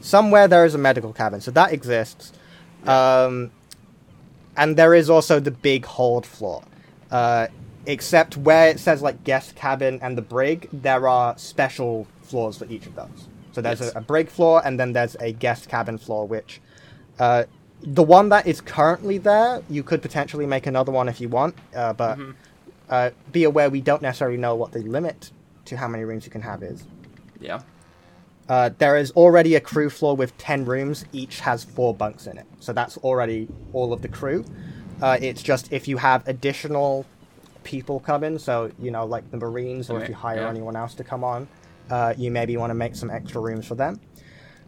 Speaker 2: Somewhere there is a medical cabin, so that exists. Um, and there is also the big hold floor. Uh, except where it says like guest cabin and the brig, there are special floors for each of those. So there's
Speaker 1: Yes.
Speaker 2: a, a brig floor, and then there's a guest cabin floor, which uh, the one that is currently there, you could potentially make another one if you want, uh, but uh, be aware we don't necessarily know what the limit to how many rooms you can have is.
Speaker 1: Yeah.
Speaker 2: Uh, there is already a crew floor with 10 rooms, each has four bunks in it. So that's already all of the crew. Uh, it's just if you have additional people come in, so, you know, like the Marines, or if
Speaker 1: Okay,
Speaker 2: you hire
Speaker 1: yeah.
Speaker 2: anyone else to come on, uh, you maybe want to make some extra rooms for them.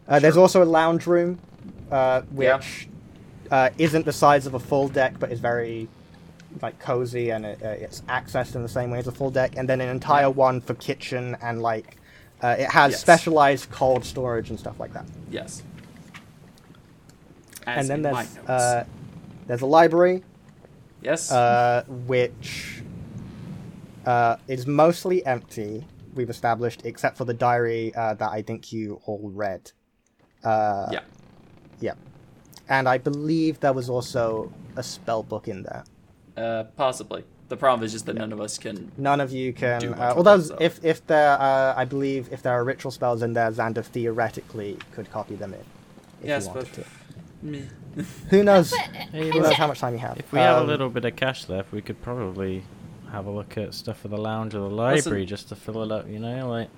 Speaker 2: Uh, There's also a lounge room, uh,
Speaker 1: Yeah.
Speaker 2: which uh, isn't the size of a full deck, but is very like cozy and it, uh, it's accessed in the same way as a full deck. And then an entire one for kitchen and like uh, it has
Speaker 1: Yes.
Speaker 2: specialized cold storage and stuff like that.
Speaker 1: Yes. As
Speaker 2: and then
Speaker 1: in my
Speaker 2: there's
Speaker 1: notes.
Speaker 2: uh, there's a library
Speaker 1: yes.
Speaker 2: uh, which uh, is mostly empty. We've established, except for the diary uh, that I think you all read. Uh,
Speaker 1: yeah.
Speaker 2: Yeah. And I believe there was also a spell book in there.
Speaker 1: Uh, possibly. The problem is just that none of us can.
Speaker 2: None of you can.
Speaker 1: Do much
Speaker 2: Uh,
Speaker 1: with
Speaker 2: although,
Speaker 1: those, though.
Speaker 2: if if there, uh, I believe if there are ritual spells in there, Xander theoretically could copy them in. If
Speaker 1: yes,
Speaker 2: he
Speaker 1: but.
Speaker 2: wanted to.
Speaker 1: Meh.
Speaker 2: who knows?
Speaker 5: Hey,
Speaker 2: Who knows
Speaker 5: look,
Speaker 2: how much time you have?
Speaker 5: if we have a
Speaker 2: Um,
Speaker 5: little bit of cash left, we could probably have a look at stuff for the lounge or the library
Speaker 1: Listen-
Speaker 5: just to fill it up. You know, like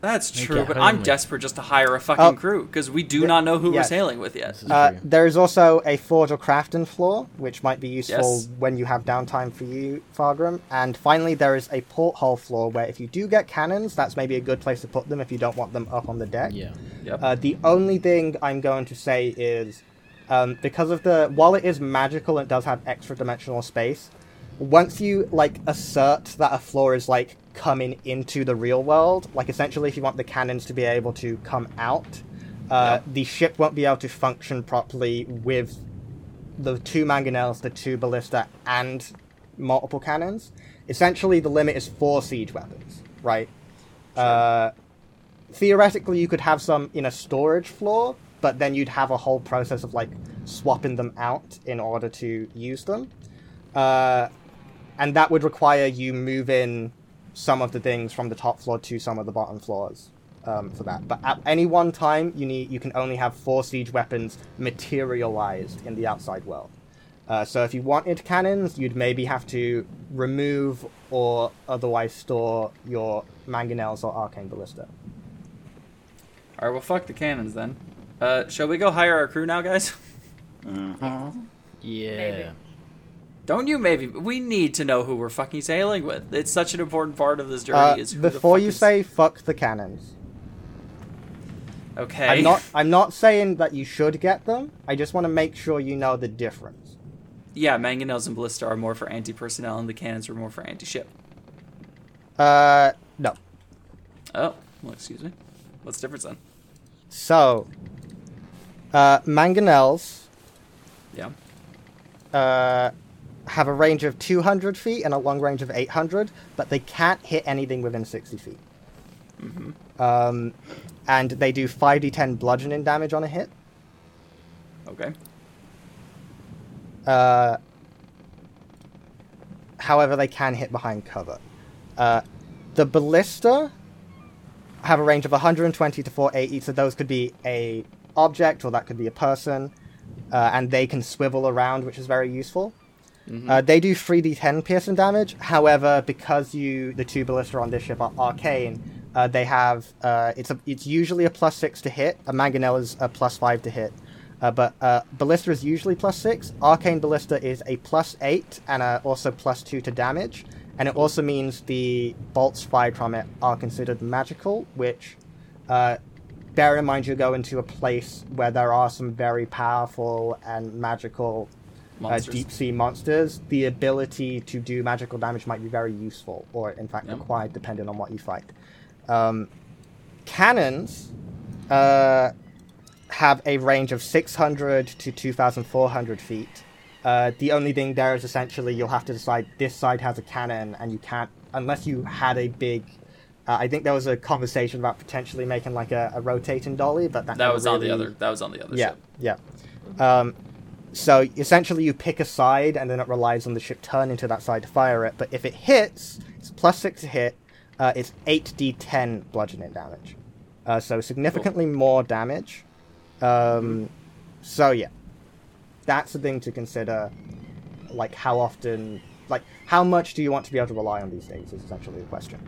Speaker 1: That's
Speaker 5: Make
Speaker 1: true,
Speaker 5: it
Speaker 1: but I'm
Speaker 5: homely.
Speaker 1: desperate just to hire a fucking
Speaker 2: Oh.
Speaker 1: crew because we do
Speaker 2: Yeah,
Speaker 1: not know who
Speaker 2: yes.
Speaker 1: we're sailing with yet.
Speaker 5: this is
Speaker 2: Uh,
Speaker 5: true.
Speaker 2: there is also a forge or crafting floor, which might be useful
Speaker 1: Yes.
Speaker 2: when you have downtime for you, Fargrim. And finally, there is a porthole floor where, if you do get cannons, that's maybe a good place to put them if you don't want them up on the deck.
Speaker 5: yeah.
Speaker 1: Yep.
Speaker 2: Uh, the only thing I'm going to say is, um, because of the while it is magical, and it does have extra dimensional space. Once you like assert that a floor is like coming into the real world, like essentially, if you want the cannons to be able to come out, uh, the ship won't be able to function properly with the two mangonels, the two ballista, and multiple cannons. Essentially, the limit is four siege weapons, right? Uh, theoretically, you could have some in a storage floor, but then you'd have a whole process of like swapping them out in order to use them. Uh, and that would require you moving some of the things from the top floor to some of the bottom floors um, for that. But at any one time, you need you can only have four siege weapons materialized in the outside world. Uh, so if you wanted cannons, you'd maybe have to remove or otherwise store your mangonels or arcane ballista.
Speaker 1: All right, well, fuck the cannons then. Uh, shall we go hire our crew now, guys?
Speaker 3: Mm-hmm.
Speaker 5: Yeah.
Speaker 4: Maybe.
Speaker 1: Don't you? Maybe we need to know who we're fucking sailing with. It's such an important part of this journey.
Speaker 2: Uh,
Speaker 1: is who the
Speaker 2: before
Speaker 1: fuck
Speaker 2: you
Speaker 1: is-
Speaker 2: say "fuck the cannons,"
Speaker 1: okay,
Speaker 2: I'm not I'm not saying that you should get them. I just want to make sure you know the difference.
Speaker 1: Yeah, mangonels and ballista are more for anti-personnel, and the cannons are more for anti-ship.
Speaker 2: Uh, no.
Speaker 1: Oh, well, excuse me. What's the difference then?
Speaker 2: So, uh, mangonels
Speaker 1: Yeah.
Speaker 2: uh, have a range of 200 feet and a long range of 800, but they can't hit anything within 60 feet.
Speaker 1: Mm-hmm.
Speaker 2: Um, and they do 5d10 bludgeoning damage on a hit.
Speaker 1: Okay.
Speaker 2: Uh, however, they can hit behind cover. Uh, the ballista have a range of 120 to 480, so those could be a object or that could be a person, uh, and they can swivel around, which is very useful. Uh, they do 3d10 piercing damage. However, because you the two ballista on this ship are arcane, uh, they have uh, it's a, it's usually a plus six to hit. A mangonel is a plus five to hit, Uh, but uh, Ballista is usually plus six. Arcane Ballista is a plus eight and uh, also plus two to damage. And it also means the bolts fired from it are considered magical, which, uh, bear in mind, you go into a place where there are some very powerful and magical uh,
Speaker 1: Monsters.
Speaker 2: deep sea monsters. The ability to do magical damage might be very useful, or in fact,
Speaker 1: Yeah.
Speaker 2: required, depending on what you fight. Um, cannons uh, have a range of 600 to 2,400 feet. Uh, the only thing there is essentially you'll have to decide this side has a cannon, and you can't, unless you had a big. Uh, I think there was a conversation about potentially making like a, a rotating dolly, but
Speaker 1: That
Speaker 2: that never
Speaker 1: was on the
Speaker 2: really-
Speaker 1: other. That was on the other
Speaker 2: yeah,
Speaker 1: ship.
Speaker 2: yeah. Um, so essentially, you pick a side, and then it relies on the ship turning to that side to fire it. But if it hits, it's plus six to hit. Uh, it's eight d10 bludgeoning damage. Uh, so significantly more damage. Um, so yeah, that's the thing to consider. Like how often, like how much do you want to be able to rely on these things? Is essentially the question.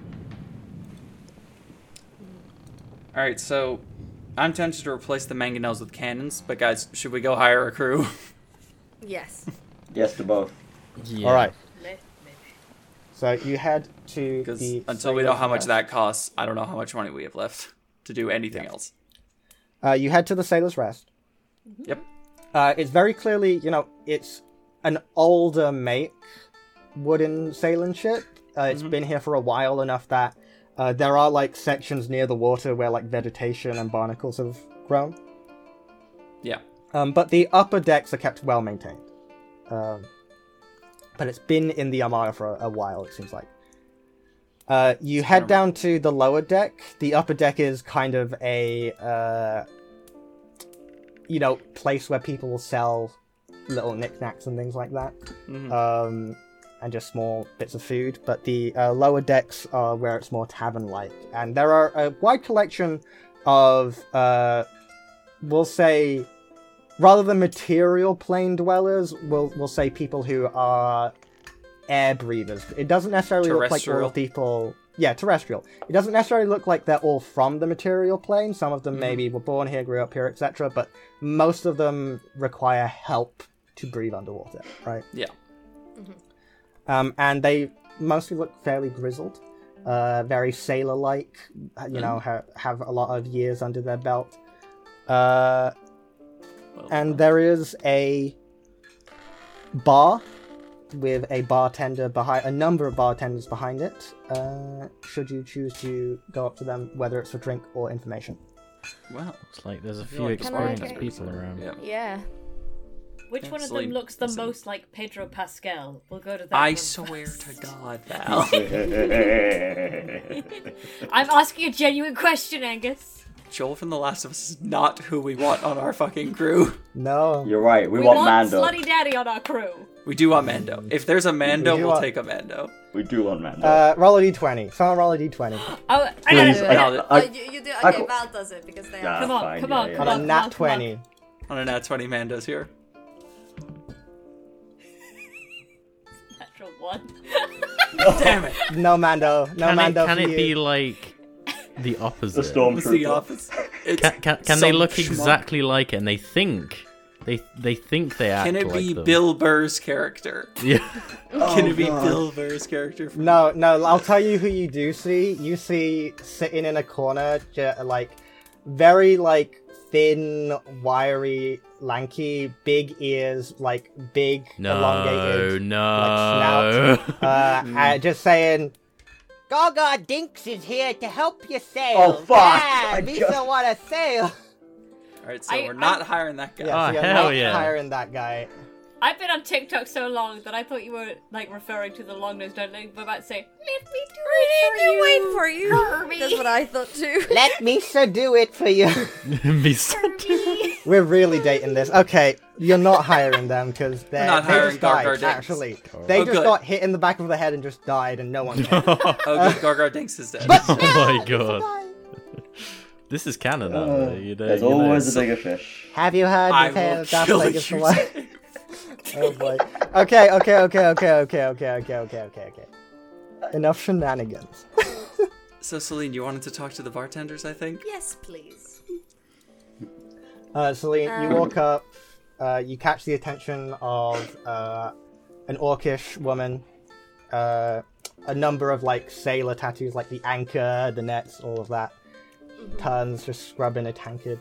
Speaker 1: All right, so I'm tempted to replace the mangonels with cannons, but guys, should we go hire a crew?
Speaker 6: Yes.
Speaker 3: Yes to both.
Speaker 5: Yeah.
Speaker 2: All right.
Speaker 4: Meh, meh.
Speaker 2: So you head to
Speaker 1: Because
Speaker 2: the
Speaker 1: until we know how much
Speaker 2: that.
Speaker 1: that costs, I don't know how much money we have left to do anything else.
Speaker 2: Uh, you head to the Sailor's Rest.
Speaker 1: Yep.
Speaker 2: Uh, it's very clearly, you know, it's an older make wooden sailing ship. Uh, it's been here for a while enough that uh, there are like sections near the water where like vegetation and barnacles have grown.
Speaker 1: Yeah.
Speaker 2: Um, but the upper decks are kept well maintained. Um, but it's been in the Armada for a, a while, it seems like. Uh, you head down to the lower deck. The upper deck is kind of a, uh, you know, place where people will sell little knickknacks and things like that,
Speaker 1: Mhm.
Speaker 2: um, and just small bits of food. But the uh, lower decks are where it's more tavern-like, and there are a wide collection of, uh, we'll say, rather than material plane dwellers, we'll we'll say people who are air breathers. It doesn't necessarily look like all
Speaker 1: Terrestrial.
Speaker 2: people. Yeah, terrestrial. It doesn't necessarily look like they're all from the material plane. Some of them maybe were born here, grew up here, etc. But most of them require help to breathe underwater, right?
Speaker 1: Yeah.
Speaker 2: Um, and they mostly look fairly grizzled, uh, very sailor-like.
Speaker 5: Hmm.
Speaker 2: You know, ha- have a lot of years under their belt. Uh,
Speaker 1: Well,
Speaker 2: and there is a bar with a bartender behind a number of bartenders behind it uh, should you choose to go up to them whether it's for drink or information
Speaker 1: well,
Speaker 5: It's like there's a
Speaker 1: feel
Speaker 5: few
Speaker 1: like the
Speaker 6: Can I
Speaker 5: experienced
Speaker 6: get-
Speaker 5: people around.
Speaker 1: yeah.
Speaker 6: Yeah.
Speaker 4: Which
Speaker 1: Yeah,
Speaker 4: one of them
Speaker 1: Celine-
Speaker 4: looks the
Speaker 1: Celine.
Speaker 4: most like Pedro Pascal? We'll go to that.
Speaker 1: I
Speaker 4: one
Speaker 1: swear to
Speaker 4: first.
Speaker 1: God, Val.
Speaker 4: I'm asking a genuine question, Angus.
Speaker 1: Joel from The Last of Us is not who we want on our fucking crew.
Speaker 2: no
Speaker 3: You're right. We,
Speaker 4: We
Speaker 3: want,
Speaker 4: want
Speaker 3: Mando.
Speaker 4: Slutty Daddy on our crew.
Speaker 1: We do want Mando. If there's a Mando,
Speaker 2: We do
Speaker 1: we'll
Speaker 2: want-
Speaker 1: take a Mando.
Speaker 3: We do want Mando.
Speaker 2: uh, roll a d20 someone roll a d20
Speaker 4: Oh, I
Speaker 3: Please,
Speaker 4: gotta,
Speaker 3: I-
Speaker 1: No,
Speaker 6: oh,
Speaker 3: I-
Speaker 6: you, you do.
Speaker 3: I
Speaker 6: Okay,
Speaker 3: go-
Speaker 6: Val does it because they
Speaker 3: Yeah,
Speaker 6: are.
Speaker 4: Come on,
Speaker 3: fine,
Speaker 4: come
Speaker 3: yeah,
Speaker 4: on,
Speaker 3: yeah,
Speaker 2: on
Speaker 4: come
Speaker 3: yeah.
Speaker 2: a
Speaker 4: on.
Speaker 2: nat
Speaker 4: come
Speaker 2: 20
Speaker 1: On a nat 20, Mando's here.
Speaker 4: Natural one.
Speaker 1: Damn it.
Speaker 2: no mando no
Speaker 5: Can,
Speaker 2: mando
Speaker 5: it, can
Speaker 2: for
Speaker 5: it
Speaker 2: you.
Speaker 5: be like the opposite?
Speaker 3: the
Speaker 1: It's the
Speaker 3: stormtrooper.
Speaker 1: office. It's
Speaker 5: Can, can, can they
Speaker 1: some
Speaker 5: look
Speaker 1: schmuck.
Speaker 5: exactly like it and they think they they think they act
Speaker 1: Can it be
Speaker 5: like them.
Speaker 1: Bill Burr's character?
Speaker 5: Yeah.
Speaker 2: Oh,
Speaker 1: Can it be Bill Burr's character? From...
Speaker 2: no no i'll tell you who you do see you see sitting in a corner ju- like very like thin wiry lanky big ears like big
Speaker 5: No,
Speaker 2: elongated
Speaker 5: no.
Speaker 2: Uh, uh, just saying. Gaga Dinks is here to help you sail.
Speaker 3: Oh, fuck.
Speaker 2: Yeah,
Speaker 3: I
Speaker 2: Lisa
Speaker 3: just-
Speaker 2: wanna sail.
Speaker 1: All right, so
Speaker 4: I-
Speaker 1: we're not
Speaker 4: I-
Speaker 1: hiring that guy.
Speaker 2: Yeah,
Speaker 5: Oh,
Speaker 2: so you're
Speaker 5: hell
Speaker 2: not
Speaker 5: yeah.
Speaker 2: hiring that guy.
Speaker 4: I've been on TikTok so long that I thought you were like referring to the long nosed don't know, but about to say, let me do it for
Speaker 6: wait
Speaker 4: you.
Speaker 6: for you.
Speaker 4: Kirby.
Speaker 6: That's what I thought too.
Speaker 2: Let me so do it for you.
Speaker 5: Be so-
Speaker 2: We're really dating this. Okay, you're not hiring them because they're
Speaker 1: not
Speaker 2: they
Speaker 1: hiring
Speaker 2: just died.
Speaker 1: Gaga Dinks.
Speaker 2: Actually, they
Speaker 1: Oh,
Speaker 2: just
Speaker 1: good.
Speaker 2: got hit in the back of the head and just died, and no one. cared.
Speaker 1: Oh, good. Gargar Dinks is dead.
Speaker 5: oh my god. This is Canada.
Speaker 3: Uh,
Speaker 5: you know,
Speaker 3: There's
Speaker 5: you know,
Speaker 3: always
Speaker 5: it's-
Speaker 3: a bigger fish.
Speaker 2: Have you heard
Speaker 1: I
Speaker 2: the tale
Speaker 1: will
Speaker 2: of Darth
Speaker 1: kill you.
Speaker 2: Plagueis the Wise? Oh boy. Okay, okay, okay, okay, okay, okay, okay, okay, okay, okay. Enough shenanigans.
Speaker 1: so, Celine, you wanted to talk to the bartenders, I think?
Speaker 6: yes, please.
Speaker 2: Uh, Celine, you
Speaker 6: Um,
Speaker 2: walk up. Uh, you catch the attention of uh, an orcish woman. Uh, a number of like sailor tattoos, like the anchor, the nets, all of that. Turns just scrubbing a tankard.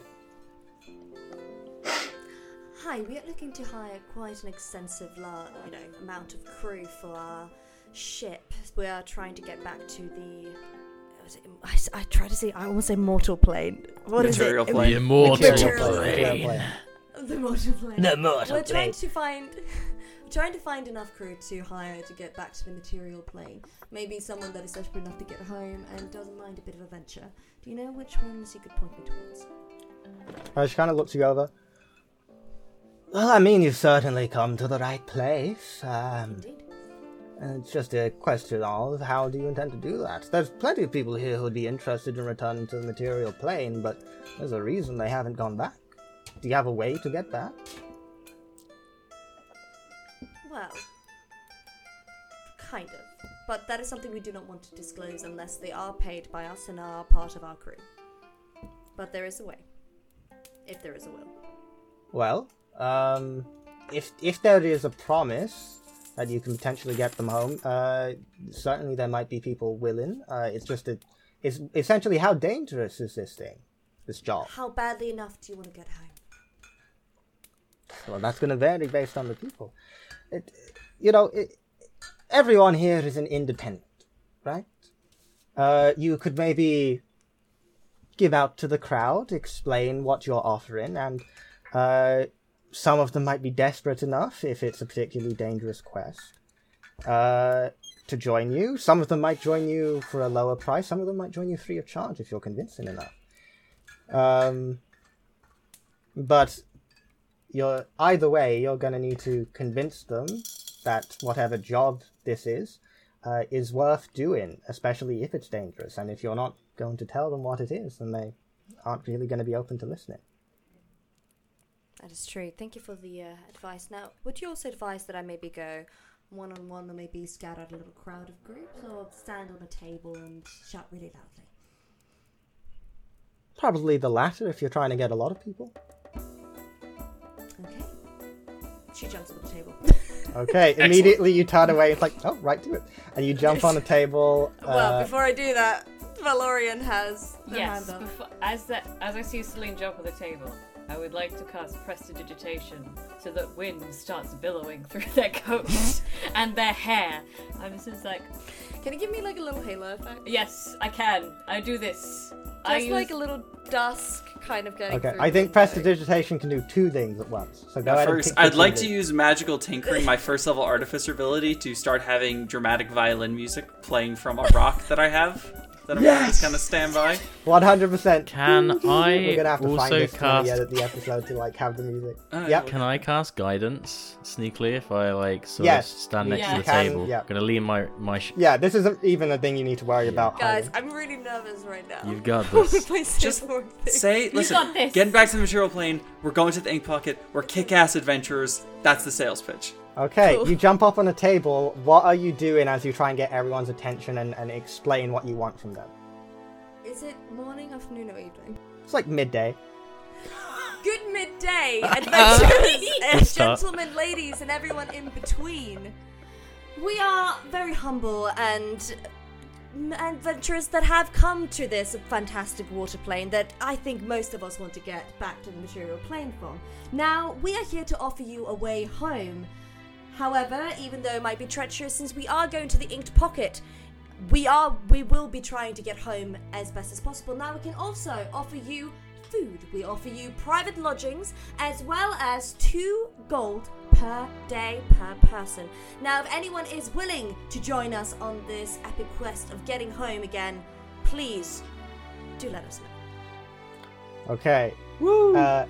Speaker 6: Hi, we are looking to hire quite an extensive, lar- you know, amount of crew for our ship. We are trying to get back to the. was it- I, s- I try to say. I almost say mortal plane. What is
Speaker 1: Material
Speaker 6: it?
Speaker 1: plane.
Speaker 5: immortal
Speaker 6: Material
Speaker 5: plane.
Speaker 6: The mortal plane.
Speaker 7: The mortal
Speaker 6: We're
Speaker 7: plane.
Speaker 6: trying to find. we're Trying to find enough crew to hire to get back to the material plane. Maybe someone that is desperate enough to get home and doesn't mind a bit of adventure. Do you know which ones you could point me towards?
Speaker 2: Uh, she kind of looks you over. Well, I mean, you've certainly come to the right place.
Speaker 7: Hmm.
Speaker 2: Um,
Speaker 6: Indeed.
Speaker 2: and it's just a question of how do you intend to do that? There's plenty of people here who'd be interested in returning to the material plane, but there's a reason they haven't gone back. Do you have a way to get back?
Speaker 6: Well, kind of. But that is something we do not want to disclose unless they are paid by us and are part of our crew. But there is a way. If there is a will.
Speaker 2: Well, um, if if there is a promise that you can potentially get them home, uh, certainly there might be people willing. Uh, it's just a, it's essentially how dangerous is this thing, this job?
Speaker 6: How badly enough do you want to get home?
Speaker 2: Well, that's going to vary based on the people. It, you know, it, everyone here is an independent, right? Uh, you could maybe give out to the crowd, explain what you're offering, and uh, some of them might be desperate enough if it's a particularly dangerous quest uh, to join you. Some of them might join you for a lower price. Some of them might join you free of charge if you're convincing enough. Um, but you're either way you're going to need to convince them that whatever job this is uh, is worth doing especially if it's dangerous and if you're not going to tell them what it is then they aren't really going to be open to listening
Speaker 6: That is true. Thank you for the uh, advice. Now, would you also advise that I maybe go one on one or maybe scout out a little crowd of groups or stand on a table and shout really loudly?
Speaker 2: probably the latter if you're trying to get a lot of people
Speaker 6: Okay. She jumps on the table.
Speaker 2: okay immediately you turn away it's like oh right do it and you jump on a table
Speaker 6: well,
Speaker 2: uh,
Speaker 6: before I do that, Valorian has her
Speaker 4: Yes.
Speaker 6: hand up.
Speaker 4: Before, as that, as I see Celine jump on the table, I would like to cast prestidigitation so that wind starts billowing through their coats and their hair. I'm just like,
Speaker 6: Can you give me like a little halo effect?
Speaker 4: yes, I can. I do this. I
Speaker 6: Just
Speaker 4: use-
Speaker 6: like a little dusk kind of going
Speaker 2: okay
Speaker 6: through.
Speaker 2: i think
Speaker 6: the thing.
Speaker 2: prestidigitation can do two things at once so go ahead and
Speaker 1: First,
Speaker 2: pick
Speaker 1: I'd
Speaker 2: which
Speaker 1: like
Speaker 2: one
Speaker 1: to
Speaker 2: it is.
Speaker 1: use magical tinkering, my first level artificer ability, to start having dramatic violin music playing from a rock that I have. That I'm
Speaker 3: Yes!
Speaker 1: just gonna stand by.
Speaker 2: 100%
Speaker 5: Can
Speaker 2: we're
Speaker 5: I
Speaker 2: gonna have to find
Speaker 5: also
Speaker 2: this cast...
Speaker 5: cast?
Speaker 2: the end of the episode to like have the music
Speaker 1: Alright,
Speaker 2: yep
Speaker 1: well-
Speaker 5: Can I cast guidance sneakily if I like sort
Speaker 2: Yes.
Speaker 5: of stand next
Speaker 4: Yeah.
Speaker 5: to
Speaker 4: You
Speaker 5: the
Speaker 2: can,
Speaker 5: table?
Speaker 2: yeah.
Speaker 5: Gonna lean my my. Sh-
Speaker 2: Yeah, this isn't even a thing you need to worry about.
Speaker 6: Guys,
Speaker 2: hiding.
Speaker 6: I'm really nervous right now.
Speaker 5: You've got this.
Speaker 6: My
Speaker 1: Just
Speaker 6: skateboard thing.
Speaker 1: Say, listen,
Speaker 4: got this.
Speaker 1: getting back to the material plane, we're going to the ink pocket, we're kick ass adventurers, that's the sales pitch.
Speaker 2: okay,
Speaker 6: cool.
Speaker 2: you jump up on a table. What are you doing as you try and get everyone's attention and, and explain what you want from them?
Speaker 6: Is it morning, afternoon, or evening?
Speaker 2: It's like midday.
Speaker 6: Good midday, adventurers, and
Speaker 5: start.
Speaker 6: gentlemen, ladies, and everyone in between. We are very humble and m- adventurers that have come to this fantastic water plane that I think most of us want to get back to the material plane from. Now, we are here to offer you a way home. However, even though it might be treacherous, since we are going to the inked pocket, we are we will be trying to get home as best as possible. Now we can also offer you food. We offer you private lodgings as well as two gold per day per person. Now if anyone is willing to join us on this epic quest of getting home again, please do let us know.
Speaker 2: Okay. Woo! Uh,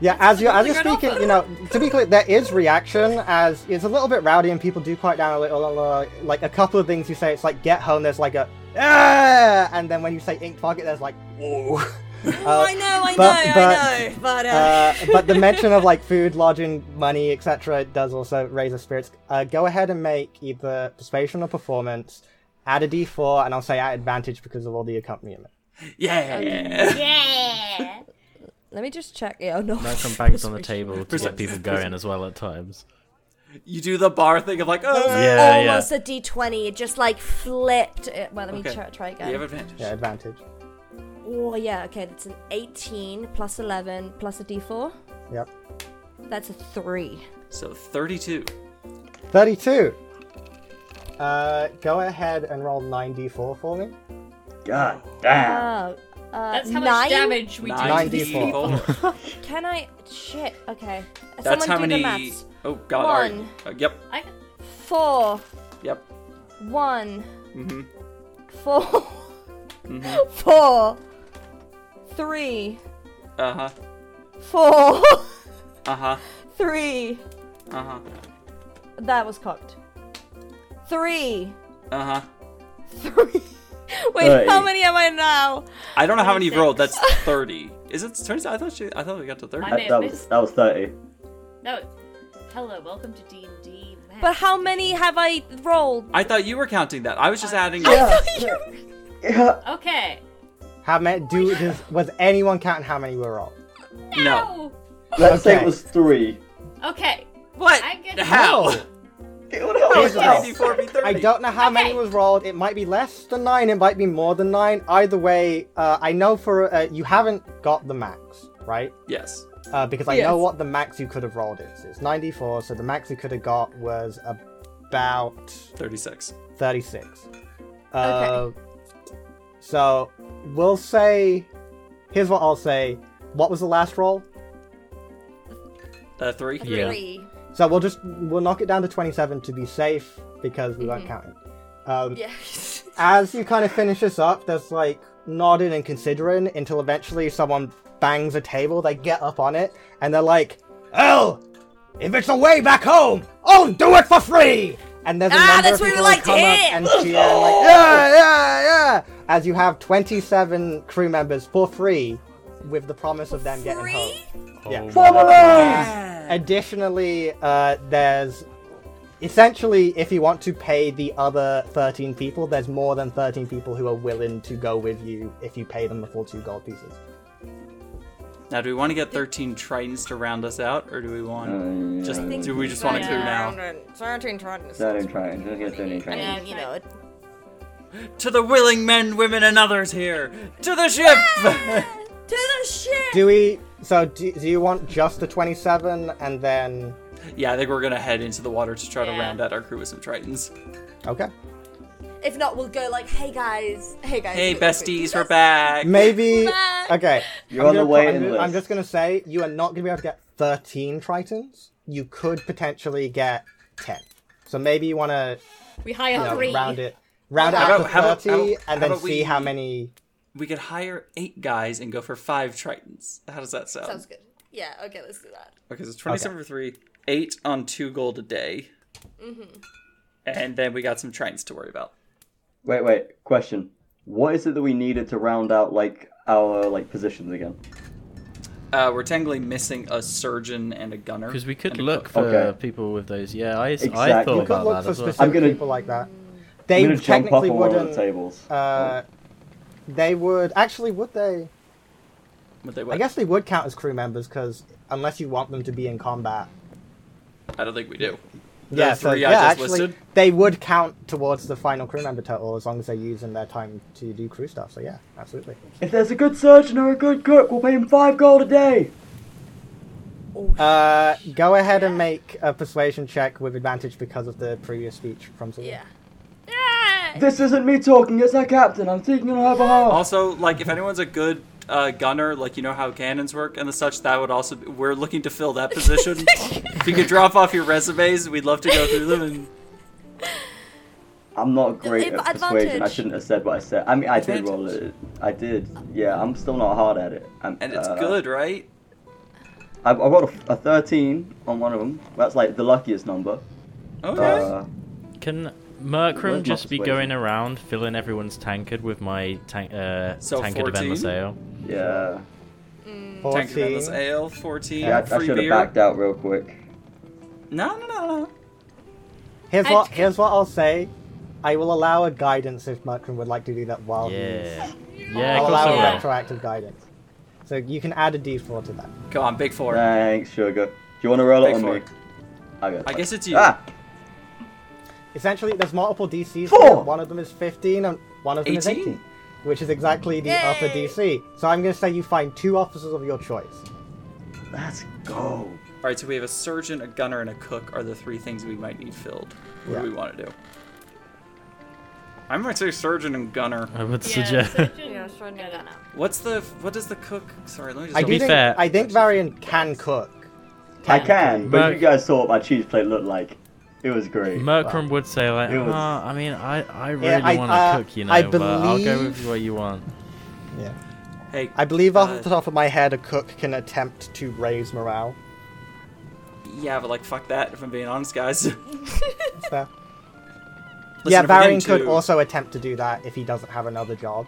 Speaker 2: yeah, as you're, as you're speaking, you know, to be clear, there is reaction as it's a little bit rowdy and people do quiet down a little. uh, Like a couple of things you say, it's like get home, there's like a, ah! and then when you say ink pocket, there's like, whoa. Uh,
Speaker 6: I know, I
Speaker 2: but-
Speaker 6: know, I
Speaker 2: but-
Speaker 6: know. But uh,
Speaker 2: Uh, but the mention of like food, lodging, money, etc., does also raise the spirits. Uh, go ahead and make either persuasion or performance. Add a d4, and I'll say at advantage because of all the accompaniment.
Speaker 1: Yeah!
Speaker 4: yeah.
Speaker 6: Let me just check. Yeah, oh, no.
Speaker 5: Malcolm bangs on the table to
Speaker 1: Perception.
Speaker 5: get people going as well at times.
Speaker 1: You do the bar thing of like, oh,
Speaker 5: Yeah, yeah.
Speaker 6: Almost a d20. It just like flipped it. Well, let me
Speaker 1: Okay.
Speaker 6: try, try
Speaker 1: you
Speaker 6: again.
Speaker 1: have advantage.
Speaker 2: Yeah, advantage.
Speaker 6: oh, yeah, okay. That's an 18 plus 11 plus a d4.
Speaker 2: Yep.
Speaker 6: That's a 3.
Speaker 1: So 32.
Speaker 2: 32. Uh, go ahead and roll 9d4 for me.
Speaker 3: God damn.
Speaker 4: Ah,
Speaker 6: Oh. Uh,
Speaker 4: That's how
Speaker 6: nine?
Speaker 4: much damage we do.
Speaker 2: Nine.
Speaker 4: to
Speaker 2: 94.
Speaker 1: people.
Speaker 6: Can I? Shit. Okay.
Speaker 1: That's
Speaker 6: Someone
Speaker 1: how
Speaker 6: do
Speaker 1: many.
Speaker 6: the maths.
Speaker 1: Oh god. all right.
Speaker 6: One.
Speaker 1: Uh, yep.
Speaker 4: I,
Speaker 6: Four.
Speaker 1: Yep.
Speaker 6: One.
Speaker 1: Mm-hmm.
Speaker 6: Four. Four. Three.
Speaker 1: Uh huh.
Speaker 6: Four.
Speaker 1: Uh huh.
Speaker 6: Three.
Speaker 1: Uh huh.
Speaker 6: That was cocked. Three.
Speaker 1: Uh huh.
Speaker 6: Three. Wait, how
Speaker 3: Right.
Speaker 6: many am I now?
Speaker 1: I don't know how many you've rolled. That's
Speaker 4: 26.
Speaker 1: 30. Is it 20? I thought she, I thought we got to 30.
Speaker 4: I
Speaker 3: That,
Speaker 4: may
Speaker 3: that
Speaker 4: have
Speaker 3: was
Speaker 4: missed.
Speaker 3: that was thirty.
Speaker 4: No. Hello, welcome to D and D.
Speaker 6: But how many have I rolled?
Speaker 1: I thought you were counting that. I was just adding
Speaker 2: Yeah.
Speaker 3: Yeah.
Speaker 4: Okay.
Speaker 2: How many do does, was anyone counting how many were rolled?
Speaker 1: No.
Speaker 3: Let's say
Speaker 2: Okay.
Speaker 3: it was three.
Speaker 4: No. Okay.
Speaker 1: What?
Speaker 4: I'm gonna-
Speaker 1: How?
Speaker 3: It would help.
Speaker 1: How is
Speaker 2: Jesus.
Speaker 3: out.
Speaker 1: 94 be 30?
Speaker 2: I don't know how many
Speaker 4: Okay.
Speaker 2: was rolled. It might be less than nine. It might be more than nine. Either way, uh, I know for uh, you haven't got the max, right?
Speaker 1: Yes.
Speaker 2: Uh, because I
Speaker 6: Yes.
Speaker 2: know what the max you could have rolled is. It's 94, so the max you could have got was about
Speaker 1: 36.
Speaker 2: 36. Uh, So we'll say. Here's what I'll say. What was the last roll?
Speaker 1: Uh, 3?
Speaker 5: Yeah.
Speaker 6: Three.
Speaker 2: So we'll just we'll knock it down to 27 to be safe because we won't count it. Um,
Speaker 6: Yes.
Speaker 2: As you kind of finish this up, there's like nodding and considering until eventually someone bangs a table. They get up on it and they're like, "Hell, if it's a way back home, I'll do it for free." And there's a
Speaker 6: Ah,
Speaker 2: number
Speaker 6: that's
Speaker 2: of
Speaker 6: what we
Speaker 2: people who
Speaker 6: like to
Speaker 2: come up
Speaker 6: hear.
Speaker 2: and cheer, like, "Yeah, yeah, yeah!" As you have 27 crew members for free, with the promise of them getting home.
Speaker 6: Three?
Speaker 5: Oh
Speaker 2: Yeah.
Speaker 6: Yeah.
Speaker 2: Oh Additionally, uh, there's essentially if you want to pay the other 13 people, there's more than 13 people who are willing to go with you if you pay them the full two gold pieces.
Speaker 1: Now, do we want to get 13 Tritons to round us out, or do we want.
Speaker 3: Uh,
Speaker 1: just
Speaker 3: yeah.
Speaker 1: Do we just want to
Speaker 4: Yeah.
Speaker 1: clear now?
Speaker 3: That ain't trying. Let's get that ain't trying.
Speaker 6: And, you know, it-
Speaker 1: To the willing men, women, and others here! To the ship!
Speaker 6: to the ship.
Speaker 2: Do we? So do, do you want just the 27 and then?
Speaker 1: yeah, I think we're going to head into the water to try to
Speaker 4: Yeah.
Speaker 1: round out our crew with some Tritons.
Speaker 2: Okay.
Speaker 6: If not, we'll go like, hey guys, hey guys.
Speaker 1: Hey,
Speaker 6: we- we-
Speaker 1: besties, we're back!
Speaker 2: Maybe.
Speaker 6: Bye.
Speaker 2: Okay.
Speaker 3: You're
Speaker 2: I'm
Speaker 3: on the
Speaker 2: gonna put-
Speaker 3: waiting
Speaker 2: I'm, gonna- I'm
Speaker 3: list.
Speaker 2: just gonna say you are not gonna be able to get 13 tritons. You could potentially get 10. So maybe you want to
Speaker 4: We hire
Speaker 2: you know,
Speaker 4: three.
Speaker 2: round it round it
Speaker 1: How
Speaker 2: up
Speaker 1: about-
Speaker 2: to
Speaker 1: how about-
Speaker 2: 30
Speaker 1: how about-
Speaker 2: and
Speaker 1: how
Speaker 2: then
Speaker 1: about
Speaker 2: see
Speaker 1: we-
Speaker 2: how many
Speaker 1: We could hire eight guys and go for five Tritons. How does that sound?
Speaker 6: Sounds good. Yeah. Okay, let's do that.
Speaker 1: Okay, so 27 for three, eight on two gold a day.
Speaker 6: Mm-hmm.
Speaker 1: And then we got some trains to worry about.
Speaker 3: Wait, wait. Question. What is it that we needed to round out like our like positions again?
Speaker 1: Uh, we're technically missing a surgeon and a gunner.
Speaker 5: Because we could
Speaker 1: and a
Speaker 5: look
Speaker 1: cook.
Speaker 5: for
Speaker 3: Okay.
Speaker 5: people with those. Yeah, I, I
Speaker 3: Exactly.
Speaker 5: thought
Speaker 3: You
Speaker 2: you could
Speaker 5: about
Speaker 2: look
Speaker 5: that
Speaker 2: for
Speaker 5: as well.
Speaker 2: specific
Speaker 3: I'm gonna-
Speaker 2: people like that
Speaker 3: I'm
Speaker 2: they
Speaker 3: gonna jump up
Speaker 2: technically
Speaker 3: on one of the
Speaker 2: wouldn't
Speaker 3: tables.
Speaker 2: uh, they would actually would they
Speaker 1: But they
Speaker 2: i guess they would count as crew members because unless you want them to be in combat
Speaker 1: I don't think we do.
Speaker 2: yeah, so,
Speaker 1: three I
Speaker 2: yeah
Speaker 1: just
Speaker 2: actually
Speaker 1: listed?
Speaker 2: they would count towards the final crew member total as long as they're using their time to do crew stuff so yeah absolutely
Speaker 3: If there's a good surgeon or a good cook, we'll pay him five gold a day.
Speaker 2: uh, go ahead and make a persuasion check with advantage because of the previous speech from Celine.
Speaker 6: Yeah.
Speaker 3: This isn't me talking, it's our captain. I'm speaking on her behalf.
Speaker 1: Also, like, if anyone's a good uh, gunner, like, you know how cannons work and the such, that would also be, we're looking to fill that position. if you could drop off your resumes, we'd love to go through them. And
Speaker 3: I'm not great
Speaker 6: Ad-
Speaker 3: at persuasion. I
Speaker 6: advantage.
Speaker 3: shouldn't have said what I said. I mean, I did roll
Speaker 1: Advantage.
Speaker 3: it. I did. Yeah, I'm still not hard at it. I'm,
Speaker 1: and it's
Speaker 3: uh,
Speaker 1: good, right?
Speaker 3: I, I got a, a 13 on one of them. That's like the luckiest number.
Speaker 1: Okay.
Speaker 3: Uh,
Speaker 5: Can
Speaker 3: Where's my
Speaker 5: Merkram just be
Speaker 3: persuasion?
Speaker 5: going around filling everyone's tankard with my tank, uh,
Speaker 1: So
Speaker 5: tankard of
Speaker 1: 14?
Speaker 5: endless ale?
Speaker 3: yeah.
Speaker 1: Tank of
Speaker 2: 14
Speaker 1: Endless Ale, 14,
Speaker 3: Yeah, I, I
Speaker 1: free
Speaker 3: should have
Speaker 1: beer.
Speaker 3: backed out real quick.
Speaker 1: No, no, no, no.
Speaker 2: Here's
Speaker 4: I-
Speaker 2: what here's what I'll say. I will allow a guidance if Merkram would like to do that while he's.
Speaker 5: Yeah. Yeah,
Speaker 2: I'll
Speaker 5: of course
Speaker 2: allow a
Speaker 5: I will.
Speaker 2: retroactive guidance. So you can add a d4 to that.
Speaker 1: Come on, big four.
Speaker 3: Thanks, sugar. Do you want to roll it
Speaker 1: Big
Speaker 3: on
Speaker 1: four.
Speaker 3: me? I got.
Speaker 1: I
Speaker 3: it.
Speaker 1: guess it's you.
Speaker 3: Ah,
Speaker 2: Essentially, there's multiple DCs here.
Speaker 3: Four.
Speaker 2: One of them is 15 and one of them is
Speaker 1: 18.
Speaker 2: 18, which is exactly the upper
Speaker 6: Yay!
Speaker 2: DC. So I'm going to say you find two officers of your choice.
Speaker 3: let's go.
Speaker 1: All right, so we have a surgeon, a gunner, and a cook are the three things we might need filled. What
Speaker 2: Yeah.
Speaker 1: do we want to do? I might say surgeon and gunner.
Speaker 5: I would
Speaker 4: Yeah,
Speaker 5: suggest.
Speaker 4: surgeon-
Speaker 6: Yeah, sure, no, no, no.
Speaker 1: What's the what does the cook? Sorry, let me just.
Speaker 2: I
Speaker 1: double-
Speaker 2: do
Speaker 5: be
Speaker 2: think
Speaker 5: fair-
Speaker 2: I think Varian can cook.
Speaker 3: I can, but
Speaker 5: Merc-
Speaker 3: you guys saw what my cheese plate looked like. It was great.
Speaker 5: Merkram would say like,
Speaker 3: It was-
Speaker 5: "Ah, I mean, I, I really
Speaker 2: I-
Speaker 5: want to
Speaker 2: uh,
Speaker 5: cook, you know,
Speaker 2: I
Speaker 5: but I'll go with
Speaker 2: believe-
Speaker 5: what you want.
Speaker 2: Yeah.
Speaker 1: hey,
Speaker 2: I believe off
Speaker 1: uh,
Speaker 2: the top of my head, a cook can attempt to raise morale.
Speaker 1: Yeah, but like fuck that. If I'm being honest, guys. Listen,
Speaker 2: So-
Speaker 1: if
Speaker 2: yeah,
Speaker 1: we're
Speaker 2: Varian
Speaker 1: getting
Speaker 2: could
Speaker 1: to-
Speaker 2: also attempt to do that if he doesn't have another job.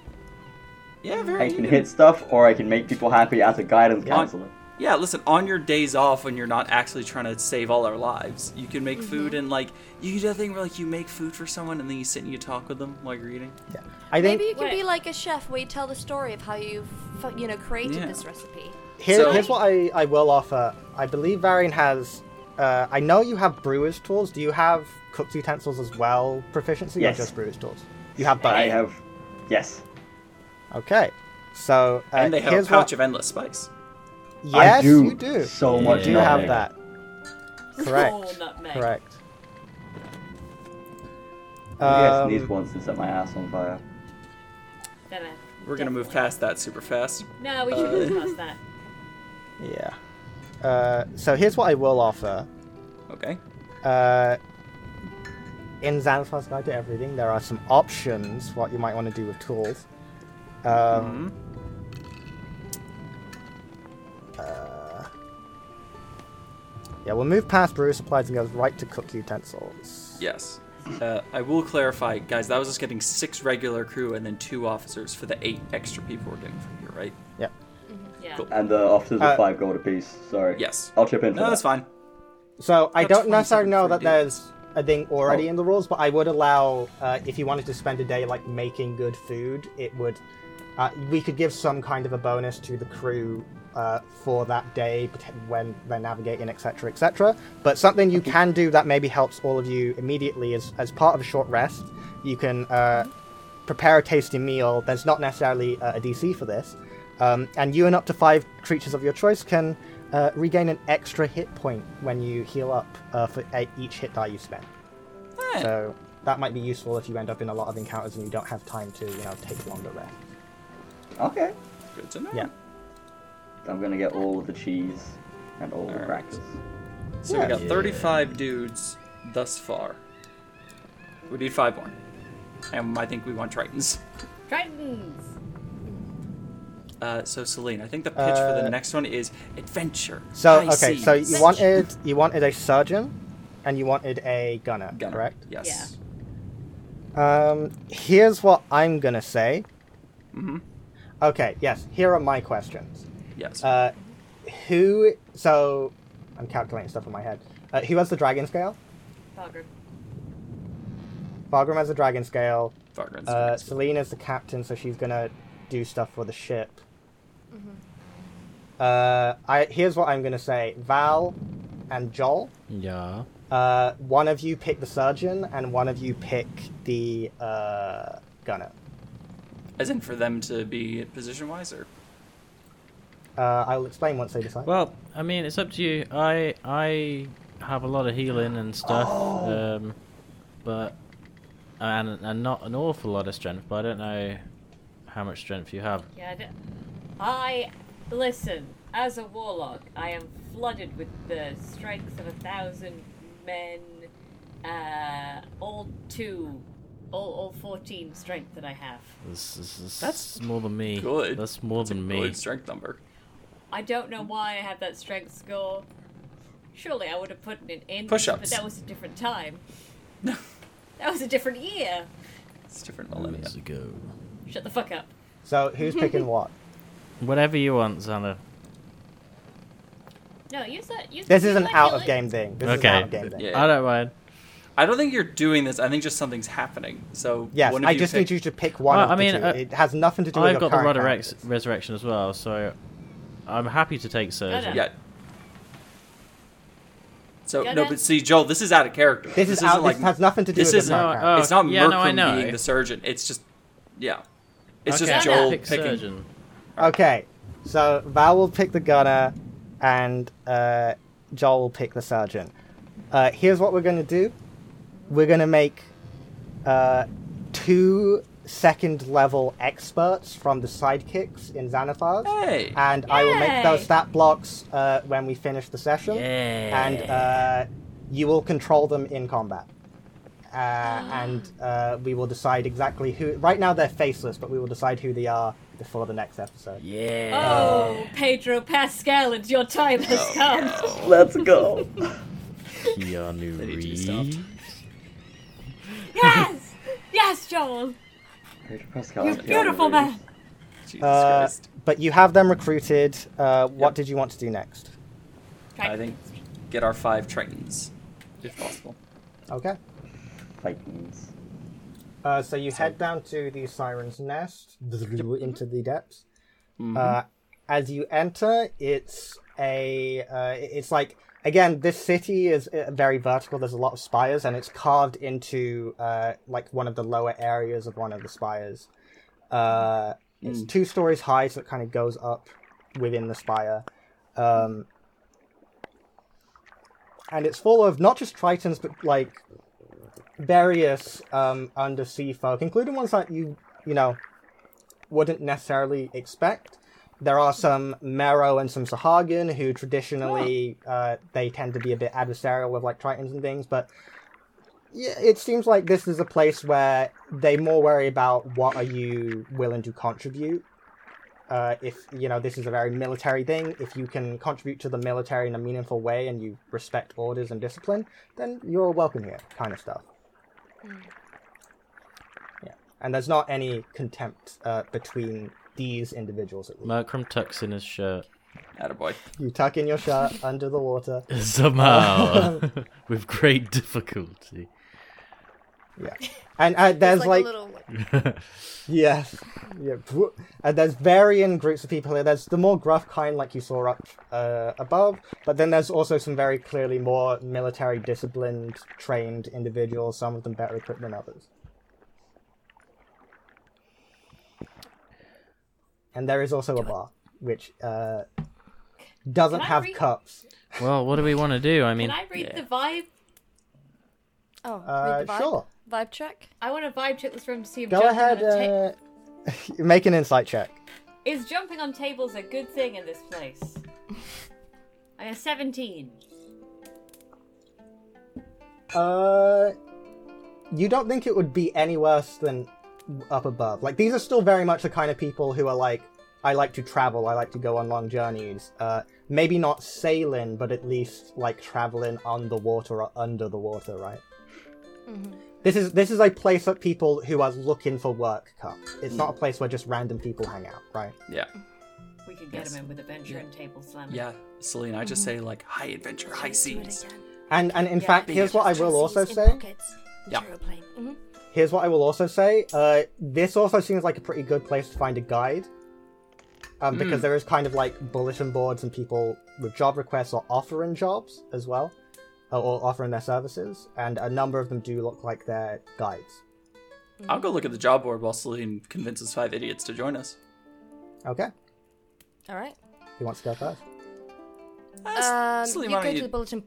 Speaker 1: Yeah,
Speaker 3: I
Speaker 1: Varian.
Speaker 3: can
Speaker 1: you
Speaker 3: hit stuff, or I can make people happy as a guidance
Speaker 1: On-
Speaker 3: counselor.
Speaker 1: Yeah, listen, on your days off when you're not actually trying to save all our lives, you can make food and like you do that thing where like you make food for someone and then you sit and you talk with them while you're eating.
Speaker 2: Yeah. I think
Speaker 6: Maybe you can
Speaker 4: Wait.
Speaker 6: be like a chef where you tell the story of how you've, fu- you know, created
Speaker 1: Yeah.
Speaker 6: this recipe.
Speaker 2: Here,
Speaker 1: So-
Speaker 2: here's what I, I will offer. I believe Varian has. Uh, I know you have brewer's tools. Do you have cooked utensils as well, proficiency,
Speaker 3: Yes.
Speaker 2: or just brewer's tools? You have both.
Speaker 3: But I have, yes,
Speaker 2: Okay. So uh,
Speaker 1: and they have a
Speaker 2: here's
Speaker 1: pouch
Speaker 2: what...
Speaker 1: of endless spice.
Speaker 2: Yes,
Speaker 3: I do.
Speaker 2: you do.
Speaker 3: so
Speaker 5: You
Speaker 2: you
Speaker 3: much.
Speaker 2: do
Speaker 5: nutmeg.
Speaker 2: have that.
Speaker 4: Whole
Speaker 2: Correct.
Speaker 4: nutmeg.
Speaker 2: Correct.
Speaker 3: I
Speaker 2: Um,
Speaker 3: sneezed once and set my ass on fire.
Speaker 4: Then I
Speaker 1: We're gonna move
Speaker 4: definitely-
Speaker 1: past that super fast.
Speaker 4: No, we should move past that.
Speaker 2: yeah. Uh, so here's what I will offer.
Speaker 1: Okay.
Speaker 2: Uh, in Xanathar's Guide to Everything, there are some options what you might want to do with tools. Um,
Speaker 1: Mm-hmm.
Speaker 2: uh, yeah, we'll move past brew supplies and goes right to cooked utensils.
Speaker 1: Yes. Uh, I will clarify, guys. That was us getting six regular crew and then two officers for the eight extra people we're getting from here, right?
Speaker 2: Yep.
Speaker 4: Yeah.
Speaker 1: Cool.
Speaker 3: And the officers
Speaker 2: Uh,
Speaker 3: are five gold apiece. Sorry.
Speaker 1: Yes.
Speaker 3: I'll chip in. for
Speaker 1: No,
Speaker 3: that.
Speaker 1: that's fine.
Speaker 2: So I
Speaker 1: Got
Speaker 2: don't
Speaker 1: 20
Speaker 2: necessarily
Speaker 1: seconds
Speaker 2: know
Speaker 1: for
Speaker 2: that
Speaker 1: you to do
Speaker 2: there's a thing already
Speaker 3: Oh.
Speaker 2: in the rules, but I would allow uh, if you wanted to spend a day like making good food, it would. Uh, we could give some kind of a bonus to the crew uh, for that day pot- when they're navigating, etc., etc. But something you can do that maybe helps all of you immediately is as part of a short rest, you can uh, prepare a tasty meal. There's not necessarily uh, a DC for this, um, and you and up to five creatures of your choice can uh, regain an extra hit point when you heal up uh, for e- each hit die you spend.
Speaker 1: Eh,
Speaker 2: So that might be useful if you end up in a lot of encounters and you don't have time to, you know, take longer rest.
Speaker 3: Okay.
Speaker 1: good to know.
Speaker 2: Yeah.
Speaker 3: I'm gonna get all of the cheese and all the
Speaker 1: Alright.
Speaker 3: crackers.
Speaker 1: So we got
Speaker 5: Yeah.
Speaker 1: 35 dudes thus far. We need five more. And I think we want Tritons.
Speaker 4: Tritons!
Speaker 1: Uh, so Celine, I think the pitch for the
Speaker 2: Uh,
Speaker 1: next one is adventure.
Speaker 2: So
Speaker 1: high
Speaker 2: okay, so
Speaker 1: seas.
Speaker 2: you wanted you wanted a surgeon, and you wanted a gunner,
Speaker 1: Gunner.
Speaker 2: correct?
Speaker 1: Yes.
Speaker 2: Um, here's what I'm gonna say.
Speaker 1: hmm
Speaker 2: Okay, yes. Here are my questions.
Speaker 1: Yes.
Speaker 2: Uh, who? So, I'm calculating stuff in my head. Uh, who has the dragon scale?
Speaker 4: Fogger.
Speaker 2: Fargrim has the dragon scale.
Speaker 1: Vagrant's
Speaker 2: Uh,
Speaker 1: next.
Speaker 2: Celine is the captain, so she's gonna do stuff for the ship. Uh, I here's what I'm gonna say: Val and Joel.
Speaker 5: Yeah.
Speaker 2: Uh, one of you pick the surgeon, and one of you pick the uh, gunner.
Speaker 1: As in for them to be position wise, or
Speaker 2: Uh, I will explain once they decide.
Speaker 5: Well, I mean, it's up to you. I I have a lot of healing and stuff, um, but and and not an awful lot of strength. But I don't know how much strength you have.
Speaker 4: Yeah, I d- I. Listen, as a warlock, I am flooded with the strength of a thousand men. Uh, all two. All, all 14 strength that I have.
Speaker 5: This, this, this
Speaker 1: That's
Speaker 5: that's more than me.
Speaker 1: good.
Speaker 5: That's more
Speaker 1: It's a
Speaker 5: than me.
Speaker 1: good strength number.
Speaker 4: I don't know why I have that strength score. Surely I would have put it in. But
Speaker 1: Push-ups.
Speaker 4: that was a different time. that was a different year.
Speaker 1: It's different millennia.
Speaker 5: Let's go.
Speaker 4: Shut the fuck up.
Speaker 2: So who's picking what?
Speaker 5: Whatever you want, Xander.
Speaker 4: No, use that. Use
Speaker 2: This
Speaker 4: use
Speaker 2: is an
Speaker 4: that
Speaker 2: out of game
Speaker 4: healing-
Speaker 2: thing. This is an
Speaker 5: Okay.
Speaker 2: out of game thing.
Speaker 1: Yeah.
Speaker 5: I don't mind.
Speaker 1: I don't think you're doing this. I think just something's happening. So
Speaker 2: Yes,
Speaker 1: one of
Speaker 2: I
Speaker 1: you
Speaker 2: just
Speaker 1: pick-
Speaker 2: need you to pick one.
Speaker 5: Well,
Speaker 2: of
Speaker 5: I
Speaker 2: the
Speaker 5: mean,
Speaker 2: two.
Speaker 5: uh,
Speaker 2: it has nothing to do with
Speaker 5: I've
Speaker 2: your
Speaker 5: got the
Speaker 2: current
Speaker 5: Roderick
Speaker 2: characters.
Speaker 5: resurrection as well, so I'm happy to take surgeon.
Speaker 4: no.
Speaker 1: Yeah. So
Speaker 4: Go
Speaker 1: no,
Speaker 4: down.
Speaker 1: but see, Joel, this is out of character.
Speaker 2: This, is out.
Speaker 1: isn't
Speaker 2: this has nothing to do
Speaker 1: this
Speaker 2: with the
Speaker 1: isn't-
Speaker 2: podcast.
Speaker 5: No, uh,
Speaker 1: it's not
Speaker 5: yeah,
Speaker 1: Merkham
Speaker 5: no, I know.
Speaker 1: being the surgeon. It's just, yeah, it's
Speaker 5: Okay,
Speaker 1: just
Speaker 4: I'll
Speaker 1: Joel
Speaker 5: pick
Speaker 1: picking.
Speaker 5: surgeon. uh,
Speaker 2: Okay, so Val will pick the gunner, and uh, Joel will pick the surgeon. Uh, here's what we're going to do: we're going to make uh, two second level experts from the sidekicks in Xanathars,
Speaker 1: Hey,
Speaker 2: and I will make
Speaker 4: Yay!
Speaker 2: those stat blocks uh, when we finish the session,
Speaker 5: Yeah.
Speaker 2: and uh, you will control them in combat. Uh, and uh, we will decide exactly who. Right now they're faceless, but we will decide who they are before the next episode.
Speaker 5: yeah.
Speaker 4: Oh, Pedro Pascal, it's your time
Speaker 1: Oh,
Speaker 4: has come.
Speaker 3: Let's go.
Speaker 5: Oh. Keanu
Speaker 1: need to be stopped.
Speaker 5: Reeves.
Speaker 4: Yes! Yes, Joel!
Speaker 3: Pedro Pascal.
Speaker 4: You're
Speaker 3: Keanu
Speaker 4: beautiful,
Speaker 3: Reeves.
Speaker 4: man!
Speaker 1: Jesus
Speaker 2: Uh,
Speaker 1: Christ.
Speaker 2: but you have them recruited. Uh, what did you want to do next?
Speaker 1: I think get our five trains, if possible.
Speaker 2: Okay.
Speaker 3: Titans.
Speaker 2: Uh, so you head down to the siren's nest into the depths. Uh, as you enter, it's a uh, it's like again this city is uh, very vertical. There's a lot of spires, and it's carved into uh, like one of the lower areas of one of the spires. Uh, It's two stories high, so it kind of goes up within the spire. Um, and it's full of not just tritons, but like various um, undersea folk, including ones that you you know wouldn't necessarily expect. There are some Mero and some Sahagin who traditionally uh, they tend to be a bit adversarial with like Tritons and things, but yeah, it seems like this is a place where they more worry about what are you willing to contribute. Uh, if you know this is a very military thing, if you can contribute to the military in a meaningful way and you respect orders and discipline, then you're welcome here, kind of stuff. Yeah, and there's not any contempt uh, between these individuals. At least.
Speaker 5: Merkram tucks in his shirt.
Speaker 1: Attaboy.
Speaker 2: You tuck in your shirt under the water.
Speaker 5: Somehow. With great difficulty.
Speaker 2: Yeah, and uh, there's like,
Speaker 6: like, a little. Like,
Speaker 2: yes, yeah, pw- and there's varying groups of people here. There's the more gruff kind, like you saw up uh, above, but then there's also some very clearly more military disciplined, trained individuals. Some of them better equipped than others. And there is also a bar which uh, doesn't
Speaker 4: Can I
Speaker 2: have
Speaker 4: read-
Speaker 2: cups.
Speaker 5: Well, what do we want to do? I mean,
Speaker 4: Can I read the vibe?
Speaker 6: oh,
Speaker 2: Uh,
Speaker 6: read the vibe.
Speaker 2: sure.
Speaker 6: Vibe check.
Speaker 4: I want to vibe check this room to see if
Speaker 2: Go
Speaker 4: jumping
Speaker 2: ahead.
Speaker 4: on a ta-
Speaker 2: Uh, make an insight check.
Speaker 4: is jumping on tables a good thing in this place. I got 17.
Speaker 2: Uh, you don't think it would be any worse than up above? Like these are still very much the kind of people who are like, I like to travel, I like to go on long journeys. Uh, maybe not sailing, but at least like traveling on the water or under the water, right? This is this is a place that people who are looking for work come. It's not a place where just random people hang out, right?
Speaker 1: Yeah,
Speaker 4: We could get
Speaker 1: Yes.
Speaker 4: him in with adventure and table slamming.
Speaker 1: yeah. Celine, I just
Speaker 5: Mm-hmm.
Speaker 1: say like high adventure, high seas.
Speaker 2: And and in fact, here's what I will also say.
Speaker 1: Yeah.
Speaker 2: Here's what I will also say. Uh, this also seems like a pretty good place to find a guide. Um, because there is kind of like bulletin boards and people with job requests or offering jobs as well, or- or offering their services, and a number of them do look like they're guides.
Speaker 1: I'll go look at the job board while Celine convinces five idiots to join us.
Speaker 2: Okay,
Speaker 6: All right.
Speaker 2: who wants to go first?
Speaker 1: Uh,
Speaker 6: Um,
Speaker 1: S- Celine,
Speaker 6: you
Speaker 1: why
Speaker 6: go
Speaker 1: don't
Speaker 6: to the
Speaker 1: you,
Speaker 6: bulletin.
Speaker 1: do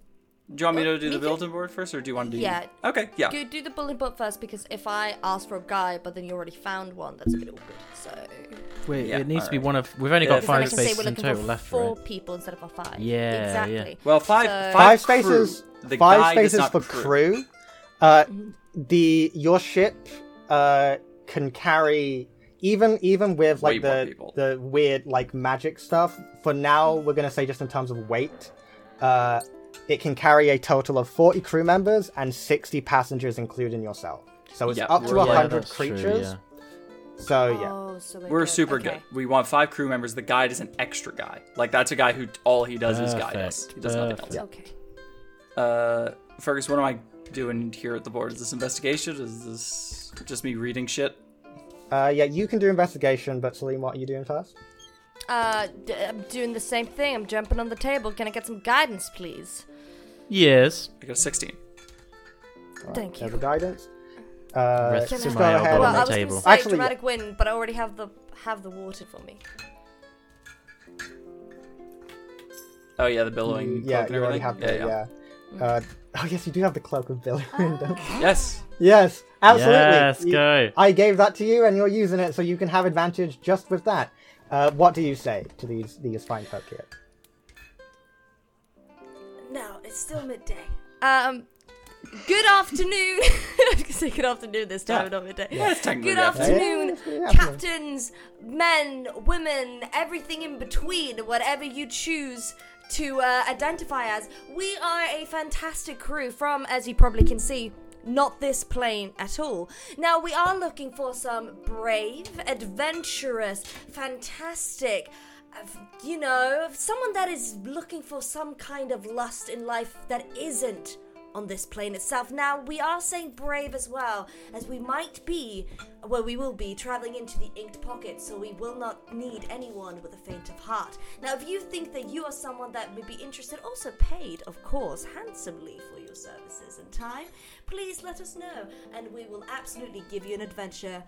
Speaker 1: you want me
Speaker 6: oh,
Speaker 1: to do
Speaker 6: me
Speaker 1: the
Speaker 6: too.
Speaker 1: bulletin board first, or do you want to do?
Speaker 6: Yeah.
Speaker 1: Okay. Yeah.
Speaker 6: Go do the bulletin board first because if I ask for a guy, but then you already found one, that's a bit awkward. So
Speaker 5: Wait,
Speaker 1: Yeah,
Speaker 5: it needs to be
Speaker 1: alright.
Speaker 5: one of. We've only got
Speaker 1: Yeah,
Speaker 6: then I
Speaker 5: five
Speaker 6: can say
Speaker 5: spaces
Speaker 6: we're
Speaker 5: in
Speaker 6: looking
Speaker 5: total
Speaker 6: for
Speaker 5: left.
Speaker 6: four
Speaker 5: Right?
Speaker 6: people instead of our five.
Speaker 5: Yeah, yeah.
Speaker 6: exactly.
Speaker 1: Well, five,
Speaker 6: So-
Speaker 1: five,
Speaker 2: Five
Speaker 1: crew.
Speaker 2: spaces.
Speaker 1: The
Speaker 2: Five
Speaker 1: guide is
Speaker 2: spaces
Speaker 1: not
Speaker 2: for crew. Uh, the your ship uh, can carry even even with like
Speaker 1: Way more
Speaker 2: the
Speaker 1: people.
Speaker 2: the weird like magic stuff. For now, we're gonna say just in terms of weight, uh, it can carry a total of forty crew members and sixty passengers, including yourself. So it's
Speaker 1: Yeah,
Speaker 2: up to
Speaker 1: we're-
Speaker 2: a
Speaker 1: yeah,
Speaker 2: hundred
Speaker 5: that's true,
Speaker 2: creatures.
Speaker 5: yeah.
Speaker 2: So yeah,
Speaker 6: Oh, so we're,
Speaker 1: We're
Speaker 6: good.
Speaker 1: super
Speaker 6: Okay.
Speaker 1: good. We want five crew members. The guide is an extra guy. Like that's a guy who all he does is guide us.
Speaker 5: Perfect,
Speaker 1: He does nothing
Speaker 5: perfect.
Speaker 1: else.
Speaker 6: Okay.
Speaker 1: Uh, Fergus, what am I doing here at the board? Is this investigation? Is this just me reading shit?
Speaker 2: uh, yeah, you can do investigation, but Celine, what are you doing first?
Speaker 6: uh, d- I'm doing the same thing. I'm jumping on the table. Can I get some guidance, please?
Speaker 5: Yes.
Speaker 1: I got a 16.
Speaker 6: Thank
Speaker 2: There's the
Speaker 6: you.
Speaker 2: guidance. Uh,
Speaker 5: Rest
Speaker 6: Can
Speaker 2: just
Speaker 5: my
Speaker 6: I-
Speaker 2: go
Speaker 5: elbow
Speaker 2: ahead.
Speaker 5: on
Speaker 6: Well,
Speaker 5: the
Speaker 6: I was
Speaker 5: table.
Speaker 6: gonna say
Speaker 2: Actually,
Speaker 6: dramatic win, but I already have the have the water for me.
Speaker 1: Oh, yeah, the billowing.
Speaker 2: Mm, Yeah,
Speaker 1: cloak and
Speaker 2: you already
Speaker 1: everything.
Speaker 2: have the, yeah. Uh, oh, yes, you do have the cloak of Billy.
Speaker 1: Yes.
Speaker 2: yes, absolutely.
Speaker 5: Yes,
Speaker 2: You-
Speaker 5: go.
Speaker 2: I gave that to you, and you're using it, so you can have advantage just with that. Uh, what do you say to these these fine folk here?
Speaker 6: No, it's still midday. Um, good afternoon. I was gonna say good afternoon this time,
Speaker 1: Yeah.
Speaker 6: not midday.
Speaker 1: it's technically
Speaker 6: good
Speaker 1: good
Speaker 2: afternoon.
Speaker 6: afternoon,
Speaker 2: Yeah, it's good
Speaker 6: captains, men, women, everything in between, whatever you choose to uh, identify as. We are a fantastic crew from, as you probably can see. Not this plane at all. Now, we are looking for some brave, adventurous, fantastic, of, you know, of someone that is looking for some kind of lust in life that isn't on this plane itself. Now, we are saying brave as well, as we might be, well, we will be traveling into the inked pocket, so we will not need anyone with a faint of heart. Now, if you think that you are someone that would be interested, also paid, of course, handsomely for your services and time, please let us know, and we will absolutely give you an adventure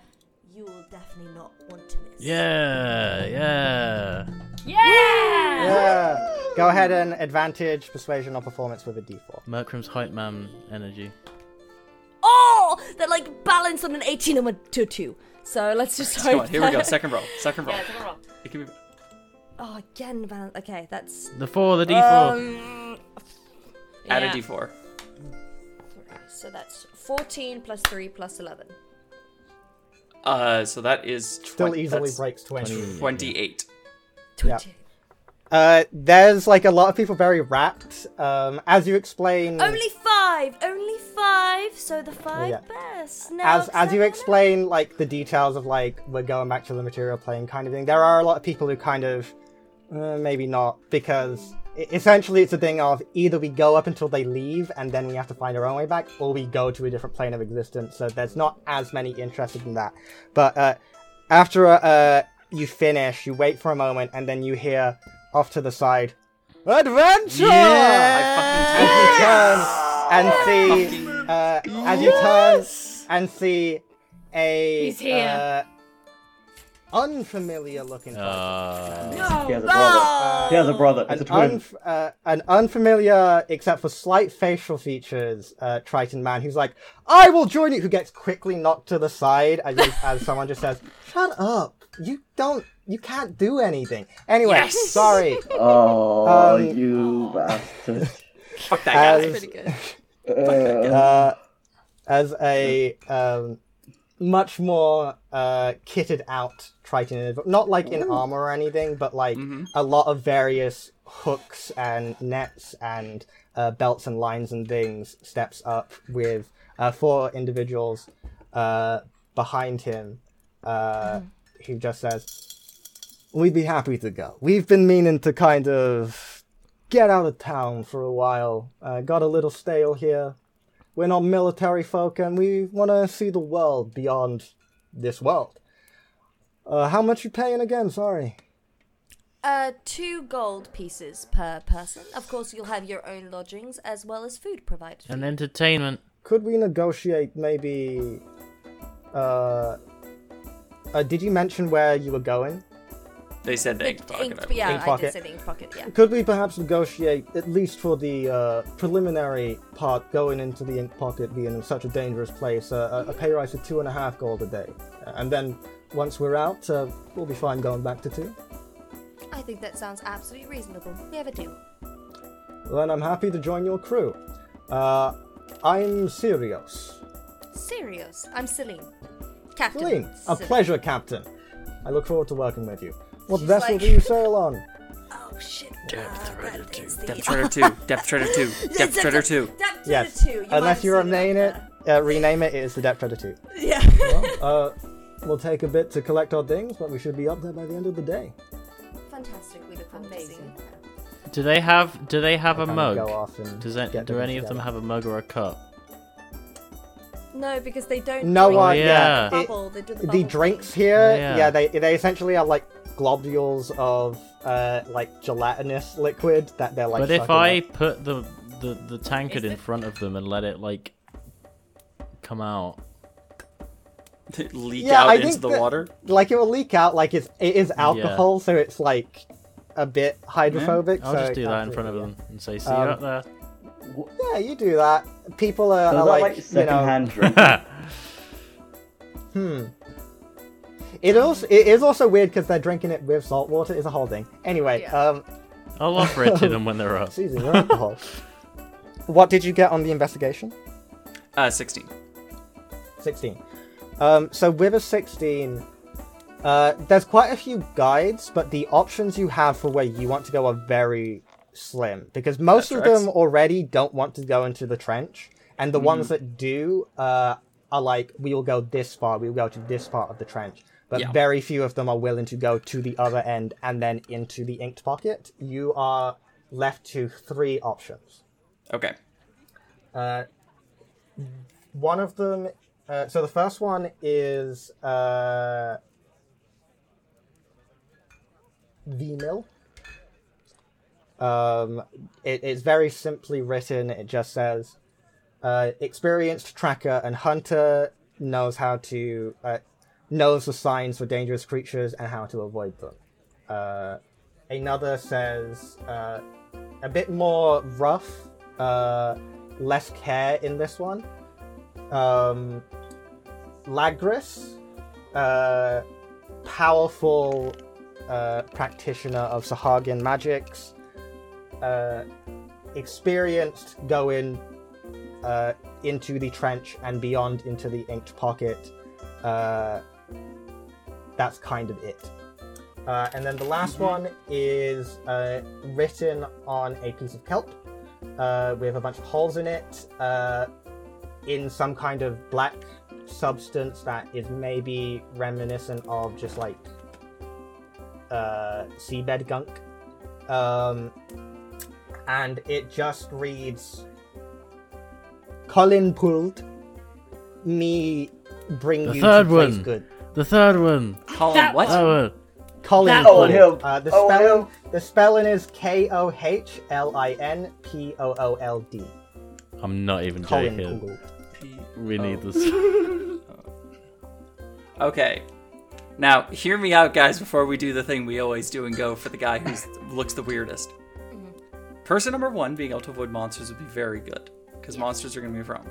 Speaker 6: you will definitely not want to miss.
Speaker 5: Yeah, yeah.
Speaker 4: Yeah!
Speaker 2: Yeah. Uh, Go ahead and advantage persuasion or performance with a d4.
Speaker 5: Merkram's hype man energy.
Speaker 6: Oh, they're like balanced on an 18 and went to a 2. So let's just
Speaker 1: Come
Speaker 6: hope.
Speaker 1: on, here we go.
Speaker 6: that-
Speaker 1: Second roll. Second roll.
Speaker 4: Yeah, it's all wrong.
Speaker 1: It can be...
Speaker 6: Oh, again, balance. Okay, that's.
Speaker 5: The four, the D four.
Speaker 6: Um,
Speaker 1: Add a
Speaker 4: Yeah.
Speaker 1: d4.
Speaker 6: so that's 14 plus 3 plus 11.
Speaker 1: Uh, so that is twen-
Speaker 2: Still easily
Speaker 1: that's
Speaker 2: breaks 20.
Speaker 1: 28.
Speaker 6: 20.
Speaker 2: Uh, there's like a lot of people very wrapped. Um, as you explain,
Speaker 6: Only 5! Only 5! So the 5
Speaker 2: Yeah.
Speaker 6: best. Now
Speaker 2: as as you explain like the details of like we're going back to the material plane kind of thing there are a lot of people who kind of uh, maybe not because e- essentially it's a thing of either we go up until they leave and then we have to find our own way back or we go to a different plane of existence so there's not as many interested in that but uh, after uh, you finish you wait for a moment and then you hear off to the side adventure
Speaker 1: Yeah, I fucking
Speaker 2: you turn and see uh, as you turn and see a
Speaker 4: He's
Speaker 2: Uh,
Speaker 4: here.
Speaker 2: unfamiliar looking
Speaker 5: Uh,
Speaker 6: Oh,
Speaker 4: Oh.
Speaker 3: He has a brother. He has a brother. It's
Speaker 2: an,
Speaker 3: a twin.
Speaker 2: unf- uh, an unfamiliar, except for slight facial features, uh, Triton man who's like, "I will join you." Who gets quickly knocked to the side as, as someone just says, "Shut up! You don't, you can't do anything." Anyway, sorry.
Speaker 3: Oh,
Speaker 2: Um,
Speaker 3: you bastard.
Speaker 1: Fuck that guy.
Speaker 2: As,
Speaker 6: good.
Speaker 2: uh, as a um, much more uh, kitted out Triton, indiv- not like in armor or anything, but like a lot of various hooks and nets and uh, belts and lines and things steps up with uh, four individuals uh, behind him uh, who just says, We'd be happy to go. We've been meaning to kind of get out of town for a while. Uh, got a little stale here. We're not military folk and we want to see the world beyond this world. Uh, how much you paying again? Sorry.
Speaker 6: Uh, two gold pieces per person. Of course, you'll have your own lodgings as well as food provided.
Speaker 5: and entertainment.
Speaker 2: Could we negotiate maybe. Uh, uh, did you mention where you were going?
Speaker 1: They said they
Speaker 6: The
Speaker 1: could talk
Speaker 6: ink-
Speaker 1: about
Speaker 6: yeah,
Speaker 2: Ink
Speaker 6: I
Speaker 2: pocket.
Speaker 6: did say the ink pocket. Yeah.
Speaker 2: Could we perhaps negotiate, at least for the uh, preliminary part, going into the ink pocket being in such a dangerous place, uh, a, a pay rise of two and a half gold a day? And then once we're out, uh, we'll be fine going back to two.
Speaker 6: I think that sounds absolutely reasonable. We have a deal.
Speaker 2: Then I'm happy to join your crew. Uh, I'm Sirius.
Speaker 6: Serious. I'm Celine. Captain.
Speaker 2: Celine, a
Speaker 6: Celine.
Speaker 2: pleasure, Captain. I I look forward to working with you. What
Speaker 6: She's
Speaker 2: vessel
Speaker 6: like-
Speaker 2: do you sail on?
Speaker 6: Oh shit.
Speaker 1: Depth Treader 2. Depth
Speaker 6: Depth
Speaker 1: Treader 2. Depth Treader 2. Depth Treader 2.
Speaker 6: Depth
Speaker 2: Yes,
Speaker 6: Treader 2. You might
Speaker 2: unless
Speaker 6: have
Speaker 2: you
Speaker 6: seen it
Speaker 2: rename it,
Speaker 6: up
Speaker 2: uh, rename it, it is the Depth Predator 2.
Speaker 6: there. Yeah.
Speaker 2: uh, we'll take a bit to collect our things, but we should be up there by the end of the day.
Speaker 6: Fantastic. We look forward to seeing
Speaker 4: Amazing.
Speaker 6: it.
Speaker 5: Do they have? Do they have a
Speaker 2: Kinda
Speaker 5: mug?
Speaker 2: Go off and
Speaker 5: Does that,
Speaker 2: get
Speaker 5: do any of them
Speaker 2: together.
Speaker 5: have a mug or a cup?
Speaker 6: No, because they don't.
Speaker 2: No
Speaker 6: drink
Speaker 2: one.
Speaker 5: Oh,
Speaker 2: Yeah.
Speaker 5: yeah.
Speaker 6: Bubble. They do the
Speaker 2: the
Speaker 6: bubble
Speaker 2: drinks
Speaker 6: thing.
Speaker 2: here, yeah,
Speaker 5: Yeah.
Speaker 2: they they essentially are like globules of uh, like gelatinous liquid that they're like.
Speaker 5: but if
Speaker 2: sucking
Speaker 5: I
Speaker 2: up.
Speaker 5: put the the, the
Speaker 4: Is
Speaker 5: tankard in
Speaker 4: it-
Speaker 5: front of them and let it like come out,
Speaker 1: leak
Speaker 2: Yeah,
Speaker 1: out
Speaker 2: I
Speaker 1: into
Speaker 2: think
Speaker 1: the
Speaker 2: that-
Speaker 1: water.
Speaker 2: like it will leak out, like it's it is alcohol, so it's like a bit hydrophobic.
Speaker 5: I'll
Speaker 2: so
Speaker 5: just
Speaker 2: it
Speaker 5: do that
Speaker 2: can't
Speaker 5: in
Speaker 2: be-
Speaker 5: front of them and say, "See
Speaker 2: Um,
Speaker 5: you up
Speaker 2: Yeah, you do that. People are,
Speaker 3: So
Speaker 2: are
Speaker 3: is that like,
Speaker 2: like, you know.
Speaker 3: secondhand drinking?
Speaker 5: there."
Speaker 2: Hmm. It also it is also weird because they're drinking it with salt water. Is a whole thing. Anyway,
Speaker 4: Yeah.
Speaker 2: um,
Speaker 5: I'll offer it to them when they're up.
Speaker 2: Susan, you're alcohol. what did you get on the investigation?
Speaker 1: Uh, 16.
Speaker 2: 16. Um, so with a 16, uh, there's quite a few guides, but the options you have for where you want to go are very slim because most
Speaker 1: That
Speaker 2: of
Speaker 1: tracks.
Speaker 2: them already don't want to go into the trench, and the ones that do uh, are like, we will go this far, we will go to this part of the trench. But
Speaker 1: Yeah.
Speaker 2: very few of them are willing to go to the other end and then into the inked pocket. You are left to three options.
Speaker 1: Okay.
Speaker 2: Uh, one of them. Uh, so the first one is uh, the mill. Um, it, it's very simply written. It just says, uh, "Experienced tracker and hunter knows how to uh, knows the signs for dangerous creatures and how to avoid them." Uh, another says, uh, "A bit more rough." Uh, less care in this one. Um, Lagris, uh, powerful uh, practitioner of Sahagin magics, uh, experienced going uh, into the trench and beyond into the inked pocket. Uh, that's kind of it. Uh, and then the last
Speaker 5: Mm-hmm.
Speaker 2: one is uh, written on a piece of kelp uh, with a bunch of holes in it, uh, in some kind of black substance that is maybe reminiscent of just like uh, seabed gunk. Um, and it just reads Colin pulled me bring
Speaker 5: The
Speaker 2: you
Speaker 5: third
Speaker 2: to place
Speaker 5: one.
Speaker 2: good.
Speaker 5: The third one.
Speaker 1: Colin,
Speaker 4: That
Speaker 1: what?
Speaker 5: That one.
Speaker 2: Colin
Speaker 4: That
Speaker 2: Pulled.
Speaker 3: one. Owen Oh, Hill.
Speaker 2: Uh, the
Speaker 3: Owen
Speaker 2: spelling
Speaker 3: Hill.
Speaker 2: the spelling is K O H L I N P O O L D.
Speaker 5: I'm not even
Speaker 2: Colin
Speaker 5: joking.
Speaker 2: Pulled.
Speaker 5: We
Speaker 1: Oh.
Speaker 5: need this.
Speaker 1: Okay. Now, hear me out, guys, before we do the thing we always do and go for the guy who looks the weirdest. Person number one, being able to avoid monsters would be very good, because monsters are going to be a problem.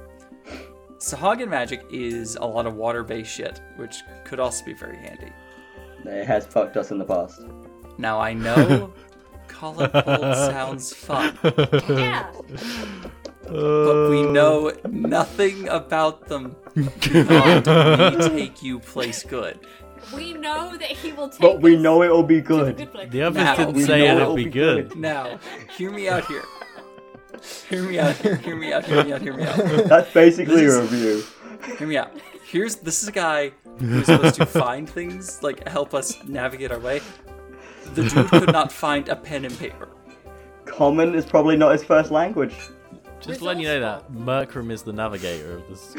Speaker 1: Sahagin magic is a lot of water based shit, which could also be very handy.
Speaker 3: It has fucked us in the past.
Speaker 1: Now, I know Colin Bold sounds fun,
Speaker 4: Yeah.
Speaker 1: but we
Speaker 5: Uh,
Speaker 1: know nothing about them beyond we take you place good.
Speaker 4: We know that he will take.
Speaker 3: But we
Speaker 4: us
Speaker 3: know it'll be
Speaker 4: to
Speaker 3: good.
Speaker 4: good place.
Speaker 5: The others
Speaker 1: Now,
Speaker 5: didn't
Speaker 1: we
Speaker 5: say
Speaker 1: know
Speaker 5: it
Speaker 1: it'll
Speaker 5: would be
Speaker 3: be
Speaker 5: good.
Speaker 1: Now, hear me out here. Hear me out here. Hear me out. Hear me out. Hear me out.
Speaker 3: That's basically
Speaker 1: This
Speaker 3: a
Speaker 1: is-
Speaker 3: review.
Speaker 1: Hear me out. Here's this is a guy who's supposed to find things, like help us navigate our way. The dude could not find a pen and paper.
Speaker 3: Common is probably not his first language.
Speaker 5: Just letting you know that Merkram is the navigator of this.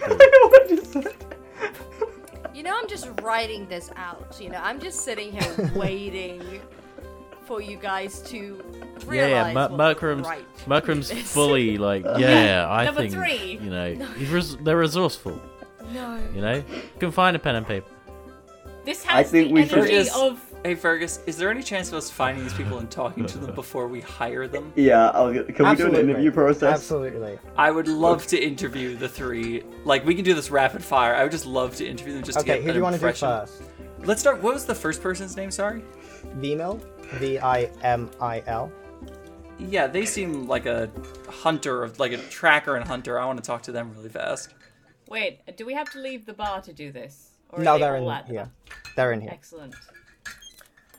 Speaker 7: You know, I'm just writing this out. You know, I'm just sitting here waiting for you guys to
Speaker 5: Yeah,
Speaker 7: realize.
Speaker 5: yeah. Mer-
Speaker 7: what
Speaker 5: Merkram's
Speaker 7: right.
Speaker 5: Merkram's
Speaker 7: is.
Speaker 5: fully like, yeah. I
Speaker 4: Number
Speaker 5: think
Speaker 4: three.
Speaker 5: you know he's res- they're resourceful.
Speaker 7: No.
Speaker 5: You know, can find a pen and paper.
Speaker 4: This
Speaker 3: I
Speaker 4: has
Speaker 3: think
Speaker 4: the
Speaker 3: we should-
Speaker 4: energy
Speaker 1: Fergus,
Speaker 4: of
Speaker 1: hey Fergus, is there any chance of us finding these people and talking to them before we hire them?
Speaker 3: Yeah, I'll get, can we do an interview process?
Speaker 2: Absolutely.
Speaker 1: I would love to interview the three. Like we can do this rapid fire. I would just love to interview them just to
Speaker 2: Okay,
Speaker 1: get
Speaker 2: who
Speaker 1: an
Speaker 2: do you want to do
Speaker 1: impression.
Speaker 2: first?
Speaker 1: Let's start. What was the first person's name? Sorry.
Speaker 2: Vimil? V I M I L.
Speaker 1: Yeah, they seem like a hunter, of like a tracker and hunter. I want to talk to them really fast.
Speaker 4: wait. Do we have to leave the bar to do this? Or are
Speaker 2: No,
Speaker 4: they
Speaker 2: they're
Speaker 4: all
Speaker 2: in
Speaker 4: at the
Speaker 2: here.
Speaker 4: bar?
Speaker 2: They're in here.
Speaker 4: Excellent.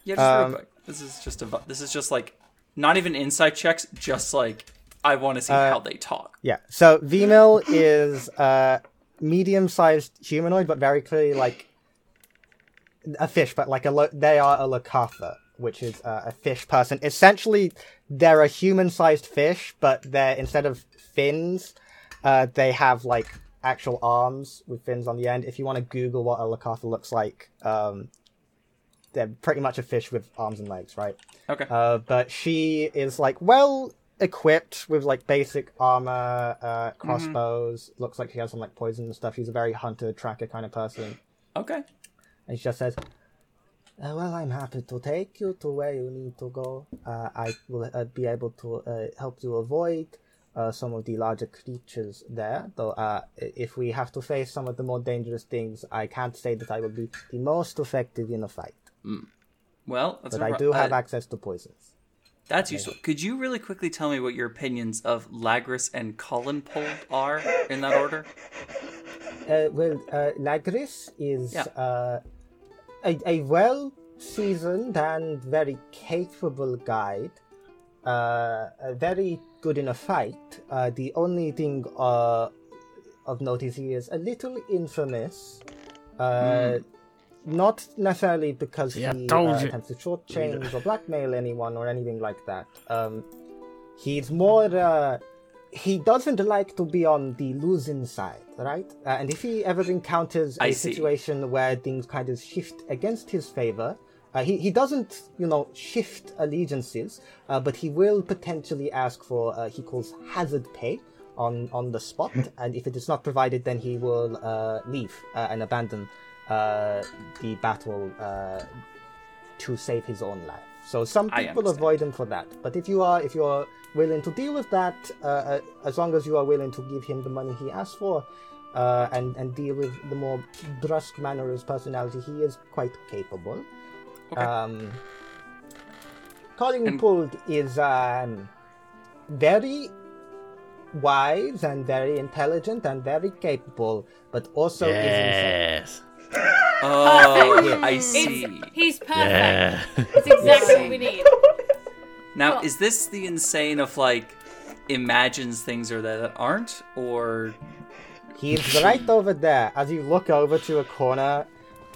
Speaker 1: Yeah, just
Speaker 2: Um,
Speaker 1: real quick. This is just a. This is just like not even insight checks. Just like I want to see
Speaker 2: Uh,
Speaker 1: how they talk.
Speaker 2: Yeah. So Vimil is uh, medium-sized humanoid, but very clearly like a fish, but like a lo- they are a Lakatha, which is uh, a fish person. Essentially, they're a human-sized fish, but they're instead of fins, uh, they have like actual arms with fins on the end. If you want to Google what a Lakatha looks like, um, they're pretty much a fish with arms and legs, right?
Speaker 1: Okay.
Speaker 2: Uh, but she is like well equipped with like basic armor, uh, crossbows. Looks like she has some like poison and stuff. She's a very hunter tracker kind of person,
Speaker 1: okay.
Speaker 2: and she just says, uh, "Well, I'm happy to take you to where you need to go. Uh, I will uh, be able to uh, help you avoid." Uh, some of the larger creatures there, though. Uh, i- if we have to face some of the more dangerous things, I can't say that I will be the most effective in a fight,
Speaker 1: Well, that's
Speaker 2: but
Speaker 1: no
Speaker 2: I
Speaker 1: prob-
Speaker 2: do have
Speaker 1: uh,
Speaker 2: access to poisons.
Speaker 1: That's useful. Could you really quickly tell me what your opinions of Lagris and Collinpold are in that order?
Speaker 2: uh, well, uh, Lagris is
Speaker 1: Yeah.
Speaker 2: uh, a, a well seasoned and very capable guide. Uh, uh, very good in a fight. Uh, the only thing uh, of note is he is a little infamous. Uh, Not necessarily because
Speaker 5: Hmm. Yeah,
Speaker 2: he
Speaker 5: told
Speaker 2: uh,
Speaker 5: you.
Speaker 2: attempts to shortchange or blackmail anyone or anything like that. Um, he's more. Uh, he doesn't like to be on the losing side, right? Uh, and if he ever encounters a
Speaker 1: I see.
Speaker 2: situation where things kind of shift against his favor, uh, he, he doesn't, you know, shift allegiances, uh, but he will potentially ask for, uh, he calls hazard pay on, on the spot, and if it is not provided, then he will uh, leave uh, and abandon uh, the battle uh, to save his own life. So some
Speaker 1: I
Speaker 2: people
Speaker 1: understand.
Speaker 2: avoid him for that. But if you are if you are willing to deal with that, uh, uh, as long as you are willing to give him the money he asks for, uh, and and deal with the more brusque manner of his personality, he is quite capable.
Speaker 1: Okay.
Speaker 2: Um, Colin
Speaker 1: And-
Speaker 2: Pould is um, very wise and very intelligent and very capable, but also is
Speaker 5: yes.
Speaker 1: Oh, I see.
Speaker 4: It's, he's perfect.
Speaker 5: Yeah.
Speaker 4: It's exactly what we need.
Speaker 1: Now, is this the insane of like imagines things or that aren't, or
Speaker 2: He's right over there. As you look over to a corner,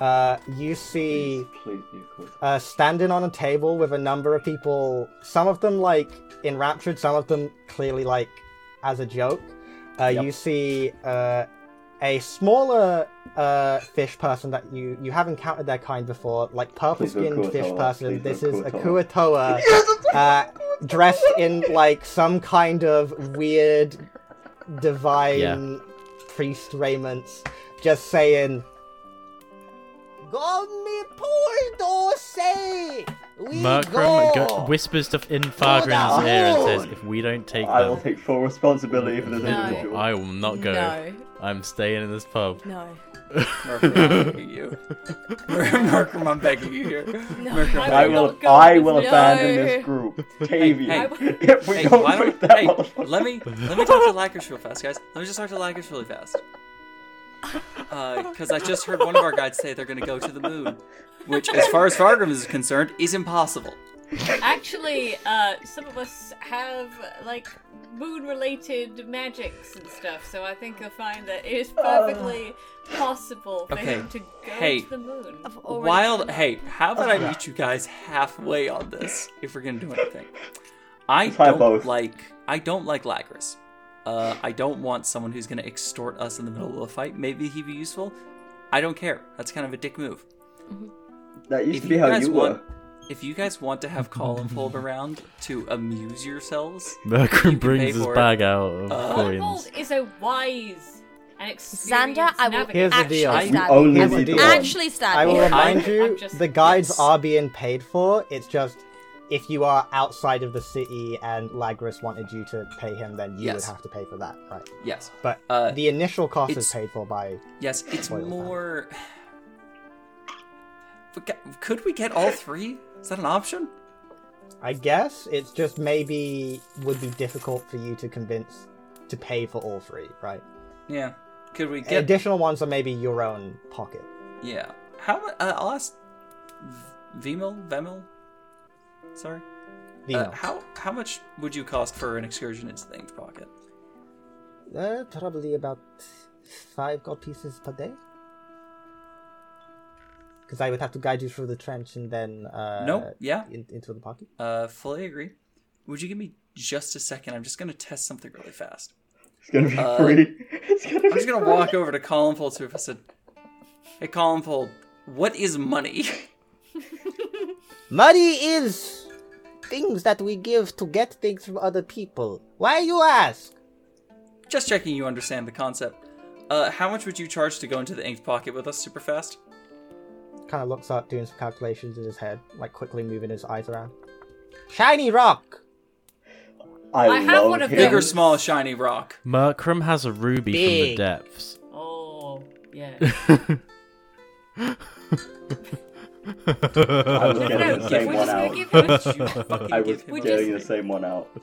Speaker 2: uh, you see
Speaker 3: Please do, please.
Speaker 2: uh, standing on a table with a number of people. Some of them like enraptured, some of them clearly like as a joke. Uh, You see uh, a smaller uh, fish person that you you have encountered their kind before, like purple skinned
Speaker 3: Akuatoa.
Speaker 2: fish person.
Speaker 3: Please
Speaker 2: this
Speaker 3: do
Speaker 2: is a
Speaker 3: Akuatoa.
Speaker 2: Kuatoa, uh, dressed in like some kind of weird divine
Speaker 5: Yeah.
Speaker 2: priest raiments, just saying. Gomi Pordo say we
Speaker 5: Merkram go- whispers to in Fargrim's ear and says, "If we don't take
Speaker 3: I will
Speaker 5: them,
Speaker 3: take full responsibility for this
Speaker 7: No.
Speaker 3: individual.
Speaker 5: I will not go.
Speaker 7: No,
Speaker 5: I'm staying in this pub."
Speaker 7: no.
Speaker 1: Merkram, I'm begging you? Merkram, I'm begging you here. Merkram,
Speaker 3: I
Speaker 4: will
Speaker 3: will.
Speaker 4: not go
Speaker 3: I
Speaker 4: with
Speaker 3: will
Speaker 4: no.
Speaker 3: abandon this group, Tavian.
Speaker 1: hey.
Speaker 3: if we
Speaker 1: Hey,
Speaker 3: don't
Speaker 1: why
Speaker 3: put
Speaker 1: don't,
Speaker 3: that
Speaker 1: hey,
Speaker 3: motherfucker,
Speaker 1: let me let me talk to Lacquers real fast, guys. Let me just talk to Lacquers really fast. Because I just heard one of our guides say they're going to go to the moon, which, as far as Fargrim is concerned, is impossible.
Speaker 4: Actually, uh, some of us have like moon-related magics and stuff, so I think you'll find that it is
Speaker 3: Oh.
Speaker 4: perfectly possible for him
Speaker 1: Okay.
Speaker 4: to go
Speaker 1: Hey.
Speaker 4: to the moon.
Speaker 7: I've already
Speaker 1: Wild. Hey, how about I meet you guys halfway on this if we're going to do anything? I
Speaker 3: try
Speaker 1: don't
Speaker 3: both.
Speaker 1: like. I don't like Lacquers. Uh, I don't want someone who's going to extort us in the middle of a fight. Maybe he'd be useful. I don't care. That's kind of a dick move.
Speaker 3: that used
Speaker 1: if
Speaker 3: to be
Speaker 1: you
Speaker 3: how
Speaker 1: guys
Speaker 3: you were.
Speaker 1: want, if you guys want to have Colin fold around to amuse yourselves,
Speaker 5: Merkram
Speaker 1: pay
Speaker 5: brings his
Speaker 1: for it.
Speaker 5: bag out Oh, of coins.
Speaker 4: Arnold is a wise and experienced
Speaker 7: Xander, I will
Speaker 4: navigator.
Speaker 2: Here's the
Speaker 7: actually
Speaker 2: deal.
Speaker 3: You
Speaker 7: stab
Speaker 3: only
Speaker 7: you.
Speaker 2: As a
Speaker 3: need
Speaker 2: deal.
Speaker 3: the one.
Speaker 7: Actually stab
Speaker 2: I will
Speaker 7: you.
Speaker 2: remind you,
Speaker 4: I'm just-
Speaker 2: the guides
Speaker 1: yes.
Speaker 2: are being paid for. It's just if you are outside of the city and Lagris wanted you to pay him, then you
Speaker 1: Yes.
Speaker 2: would have to pay for that, right?
Speaker 1: yes,
Speaker 2: But
Speaker 1: Uh,
Speaker 2: the initial cost is
Speaker 1: it's-
Speaker 2: paid for by.
Speaker 1: yes, it's
Speaker 2: Spoil that.
Speaker 1: more. But ca- Could we get all three? Is that an option?
Speaker 2: I guess it's just maybe would be difficult for you to convince to pay for all three, right?
Speaker 1: Yeah. Could we get?
Speaker 2: Additional ones are maybe your own pocket.
Speaker 1: yeah. How? mu- Uh, I'll ask. V- Vimil. Vemil. Sorry.
Speaker 2: The
Speaker 1: Uh, how how much would you cost for an excursion into the Inked Pocket?
Speaker 2: Uh, probably about five gold pieces per day. Because I would have to guide you through the trench and then uh,
Speaker 1: No, yeah.
Speaker 2: in- into the pocket.
Speaker 1: Uh, fully agree. Would you give me just a second? I'm just gonna test something really fast.
Speaker 3: It's gonna be
Speaker 1: Uh,
Speaker 3: free. It's gonna be
Speaker 1: I'm just gonna walk over to Colin Fold too if I said, "Hey, Colin Fold, what is money?"
Speaker 2: Money is things that we give to get things from other people. Why you ask?
Speaker 1: Just checking you understand the concept. Uh, how much would you charge to go into the inked pocket with us super fast?
Speaker 2: Kind of looks up, doing some calculations in his head, like quickly moving his eyes around. Shiny rock,
Speaker 3: I,
Speaker 4: I
Speaker 3: love
Speaker 4: have one of
Speaker 3: him.
Speaker 1: Big
Speaker 4: Yeah.
Speaker 1: or small shiny rock?
Speaker 5: Merkram has a ruby from the
Speaker 2: Big.
Speaker 5: depths.
Speaker 4: Oh, yeah.
Speaker 3: I was
Speaker 4: No,
Speaker 3: getting the
Speaker 4: give-
Speaker 3: same
Speaker 4: we're
Speaker 3: one
Speaker 4: just
Speaker 3: out.
Speaker 4: gonna give him a
Speaker 1: You fucking
Speaker 3: I
Speaker 1: give
Speaker 3: was
Speaker 1: him
Speaker 4: We're
Speaker 1: a-
Speaker 3: getting the
Speaker 4: just-
Speaker 3: same one out.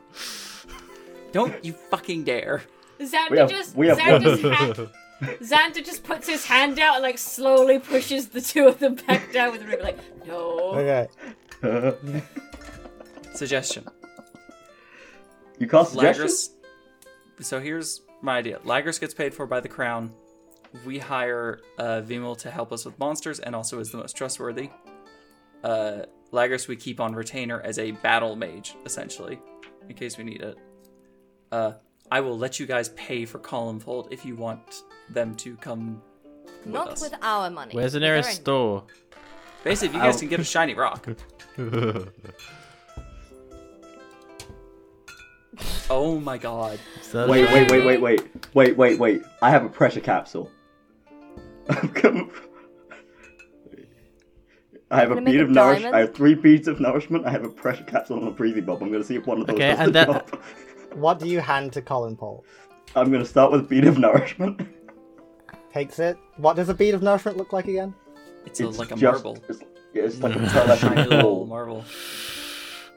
Speaker 1: Don't you fucking dare.
Speaker 4: Xander
Speaker 3: We have-
Speaker 4: just
Speaker 3: we have
Speaker 4: Xander's
Speaker 3: one.
Speaker 4: hand, Xander just puts his hand out and like slowly pushes the two of them back down with a ribbon. Like, no.
Speaker 2: Okay.
Speaker 1: Suggestion.
Speaker 3: you cast suggestions?
Speaker 1: Lagris. So here's my idea. Lagris gets paid for by the crown. We hire uh, Vimal to help us with monsters and also is the most trustworthy. Uh, Lagris we keep on retainer as a battle mage, essentially, in case we need it. Uh, I will let you guys pay for Columnfold if you want them to come.
Speaker 7: Not
Speaker 1: us.
Speaker 7: with our money.
Speaker 5: Where's the
Speaker 7: With
Speaker 5: nearest
Speaker 7: our own.
Speaker 5: store?
Speaker 1: Basically, if you guys can get a shiny rock. oh my god.
Speaker 5: So-
Speaker 3: Wait, wait, wait, wait, wait, wait, wait, wait. I have a pressure capsule. I'm com- I have a
Speaker 7: Gonna make
Speaker 3: bead
Speaker 7: a
Speaker 3: of nourishment.
Speaker 7: diamond?
Speaker 3: I have three beads of nourishment. I have a pressure capsule and a breathing bulb. I'm gonna see if one of those
Speaker 5: Okay,
Speaker 3: does
Speaker 5: and
Speaker 3: the
Speaker 5: that-
Speaker 3: job.
Speaker 2: What do you hand to Colin Paul?
Speaker 3: I'm gonna start with a bead of nourishment.
Speaker 2: Takes it. What does a bead of nourishment look like again?
Speaker 1: It's, a, like a
Speaker 3: just-
Speaker 1: marble.
Speaker 3: It's, it's like a
Speaker 1: Tiny
Speaker 3: telekinetic
Speaker 1: little
Speaker 3: ball.
Speaker 1: marble.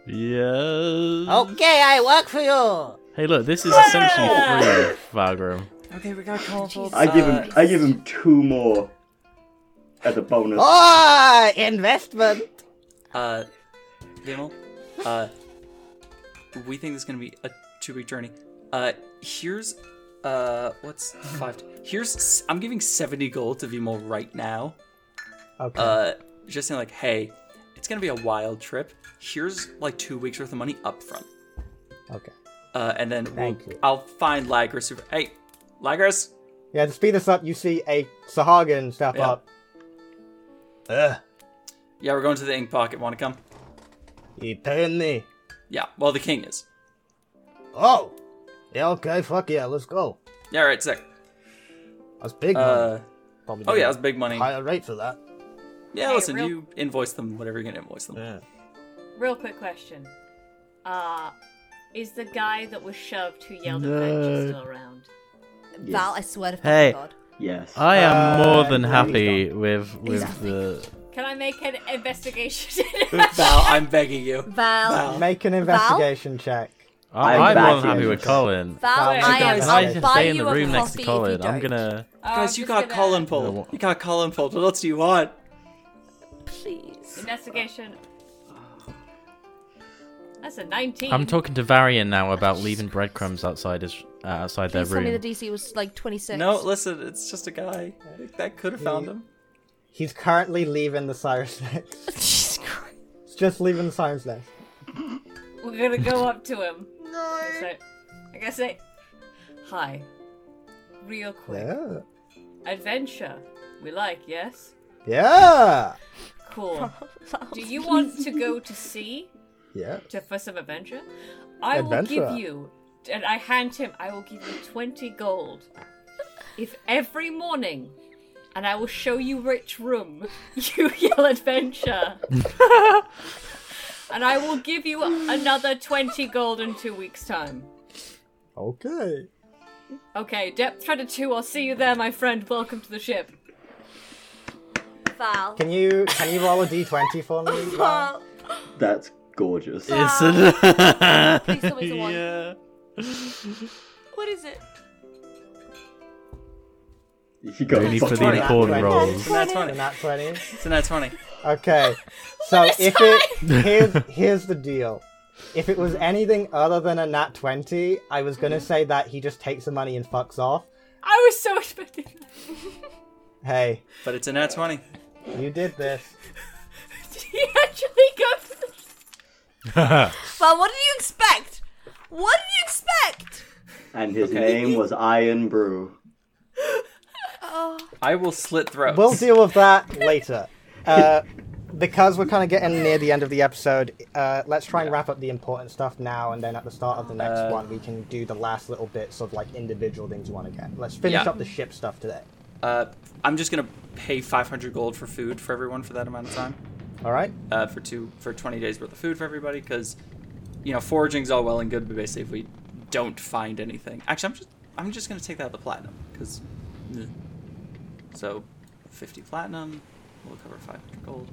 Speaker 5: Yes.
Speaker 2: Okay, I work for you.
Speaker 5: Hey, look, this is essentially free, Valgrim.
Speaker 1: Okay, we got Columnfold.
Speaker 3: I give him.
Speaker 1: Uh,
Speaker 3: I give him two more as a bonus.
Speaker 7: Oh,
Speaker 2: Ah, investment.
Speaker 1: Uh, Vimal, uh, we think this is gonna be a two-week journey. Uh, here's, uh, what's five? Here's, s- I'm giving 70 gold to Vimal right now.
Speaker 2: Okay.
Speaker 1: Uh, just saying like, hey, it's gonna be a wild trip. Here's like two weeks worth of money up front.
Speaker 2: okay.
Speaker 1: Uh, and then we'll,
Speaker 2: Thank you.
Speaker 1: I'll find Lagris. Super- hey, Lagris,
Speaker 2: Yeah, to speed this up, you see a Sahagin step
Speaker 1: Yeah.
Speaker 2: up. Ugh,
Speaker 1: yeah, we're going to the ink pocket. Want to come?
Speaker 2: you paying me?
Speaker 1: Yeah. Well, the king is.
Speaker 2: Oh, yeah, okay, fuck yeah, let's go.
Speaker 1: Yeah. All right. Sick.
Speaker 2: That's big
Speaker 1: Uh,
Speaker 2: money. Probably
Speaker 1: oh yeah, that was
Speaker 2: getting
Speaker 1: big money.
Speaker 2: a higher rate for that.
Speaker 1: Yeah,
Speaker 4: Hey,
Speaker 1: listen,
Speaker 4: real-
Speaker 1: you invoice them whatever you're gonna invoice them.
Speaker 2: Yeah.
Speaker 4: Real quick question. Uh, is the guy that was shoved who yelled
Speaker 5: No.
Speaker 4: at Venture still around?
Speaker 7: Val, I swear to
Speaker 5: Hey.
Speaker 7: fucking God.
Speaker 3: Yes.
Speaker 5: I am
Speaker 2: Uh,
Speaker 5: more than
Speaker 2: no,
Speaker 5: happy with with the.
Speaker 4: Can I make an investigation? Oh,
Speaker 1: Val, I'm begging you.
Speaker 7: Val,
Speaker 2: Make an investigation check.
Speaker 3: I'm
Speaker 5: I, I'm more
Speaker 3: back
Speaker 5: than happy
Speaker 3: in.
Speaker 5: with Colin.
Speaker 7: Val,
Speaker 4: Wait,
Speaker 7: I
Speaker 4: you
Speaker 7: am.
Speaker 1: guys-
Speaker 7: I'll
Speaker 2: I just
Speaker 7: buy
Speaker 5: Stay in
Speaker 7: you
Speaker 5: the room
Speaker 7: a
Speaker 5: next
Speaker 7: coffee
Speaker 5: to
Speaker 7: if
Speaker 5: Colin.
Speaker 7: you
Speaker 5: I'm
Speaker 7: don't.
Speaker 5: gonna.
Speaker 4: Oh, I'm
Speaker 1: Guys, you
Speaker 4: just
Speaker 1: got
Speaker 4: gonna-
Speaker 1: Colin Pold.
Speaker 5: what-
Speaker 1: You got Colin Pold. What else do you want?
Speaker 7: Please.
Speaker 4: Investigation. That's a 19.
Speaker 5: I'm talking to Varian now about leaving breadcrumbs outside his uh, outside their
Speaker 7: Please tell me the
Speaker 5: room.
Speaker 7: DC was like 26.
Speaker 1: No, listen, it's just a guy. That could have found him.
Speaker 2: He's currently leaving the Cyrus Nest.
Speaker 7: Jesus Christ.
Speaker 2: He's just leaving the Cyrus Nest.
Speaker 4: We're gonna go up to him. No. I gotta say, hi. Real quick.
Speaker 2: Yeah.
Speaker 4: Adventure. We like, yes?
Speaker 2: Yeah.
Speaker 4: Cool. Do you want to go to sea
Speaker 2: Yeah.
Speaker 4: to for some adventure? I will
Speaker 2: Adventure.
Speaker 4: give you, and I hand him. I will give you twenty gold if every morning, and I will show you rich room. You yell adventure, and I will give you another twenty gold in two weeks' time.
Speaker 2: Okay.
Speaker 4: Okay, depth treader two. I'll see you there, my friend. Welcome to the ship.
Speaker 7: Val.
Speaker 2: Can you can you roll a d20 for me? Val?
Speaker 7: Val.
Speaker 3: That's gorgeous.
Speaker 5: It's a...
Speaker 7: Please tell me it's a one.
Speaker 5: Yeah.
Speaker 7: What is it?
Speaker 3: He got
Speaker 5: Only for the
Speaker 2: Sorry.
Speaker 5: important
Speaker 2: Sorry.
Speaker 5: roles.
Speaker 1: It's a nat 20.
Speaker 2: A nat 20.
Speaker 1: It's a nat 20.
Speaker 2: Okay. So if it here's here's the deal. If it was anything other than a nat twenty, I was
Speaker 1: Mm-hmm.
Speaker 2: gonna say that he just takes the money and fucks off.
Speaker 4: I was so expecting. that.
Speaker 2: Hey,
Speaker 1: But it's a nat 20.
Speaker 2: you did this.
Speaker 4: Did he actually go to the
Speaker 7: Val, what did you expect? What did you expect?
Speaker 3: And his
Speaker 1: Okay.
Speaker 3: name was Iron Brew.
Speaker 7: Oh,
Speaker 1: I will slit throats.
Speaker 2: We'll deal with that later. Uh, because we're kind of getting near the end of the episode, uh, let's try and wrap up the important stuff now, and then at the start of the next
Speaker 1: Uh,
Speaker 2: one, we can do the last little bits of like individual things you want to get. Let's finish
Speaker 1: Yeah.
Speaker 2: up the ship stuff today.
Speaker 1: Uh, I'm just gonna pay 500 gold for food for everyone for that amount of time.
Speaker 2: All right.
Speaker 1: Uh, for two for 20 days worth of food for everybody, because you know foraging's all well and good, but basically if we don't find anything, actually I'm just I'm just gonna take that out the platinum because so 50 platinum will cover 500 gold.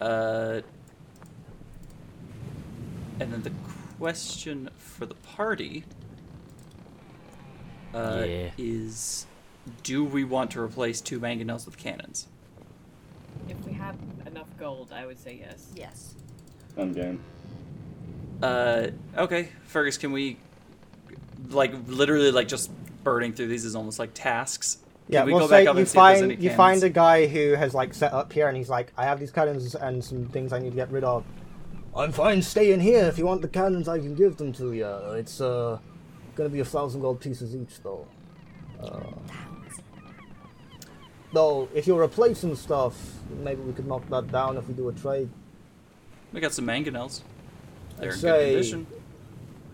Speaker 1: Uh, and then the question for the party uh,
Speaker 5: Yeah.
Speaker 1: is do we want to replace two mangonels with cannons?
Speaker 4: If we have enough gold, I would say yes.
Speaker 7: Yes.
Speaker 3: I'm game.
Speaker 1: Uh, okay, Fergus, can we, like, literally, like, just burning through these is almost like tasks. Can
Speaker 2: Yeah,
Speaker 1: we
Speaker 2: we'll
Speaker 1: go
Speaker 2: say
Speaker 1: back up
Speaker 2: you
Speaker 1: and see if there's
Speaker 2: find
Speaker 1: any
Speaker 2: you find
Speaker 1: cannons?
Speaker 2: a guy who has like set up here, and he's like, "I have these cannons and some things I need to get rid of." I'm fine staying here. If you want the cannons, I can give them to you. It's uh, gonna be a thousand gold pieces each, though. Uh, Though, if you're replacing stuff, maybe we could knock that down if we do a trade.
Speaker 1: We got some mangonels. They're in
Speaker 2: say-
Speaker 1: good condition.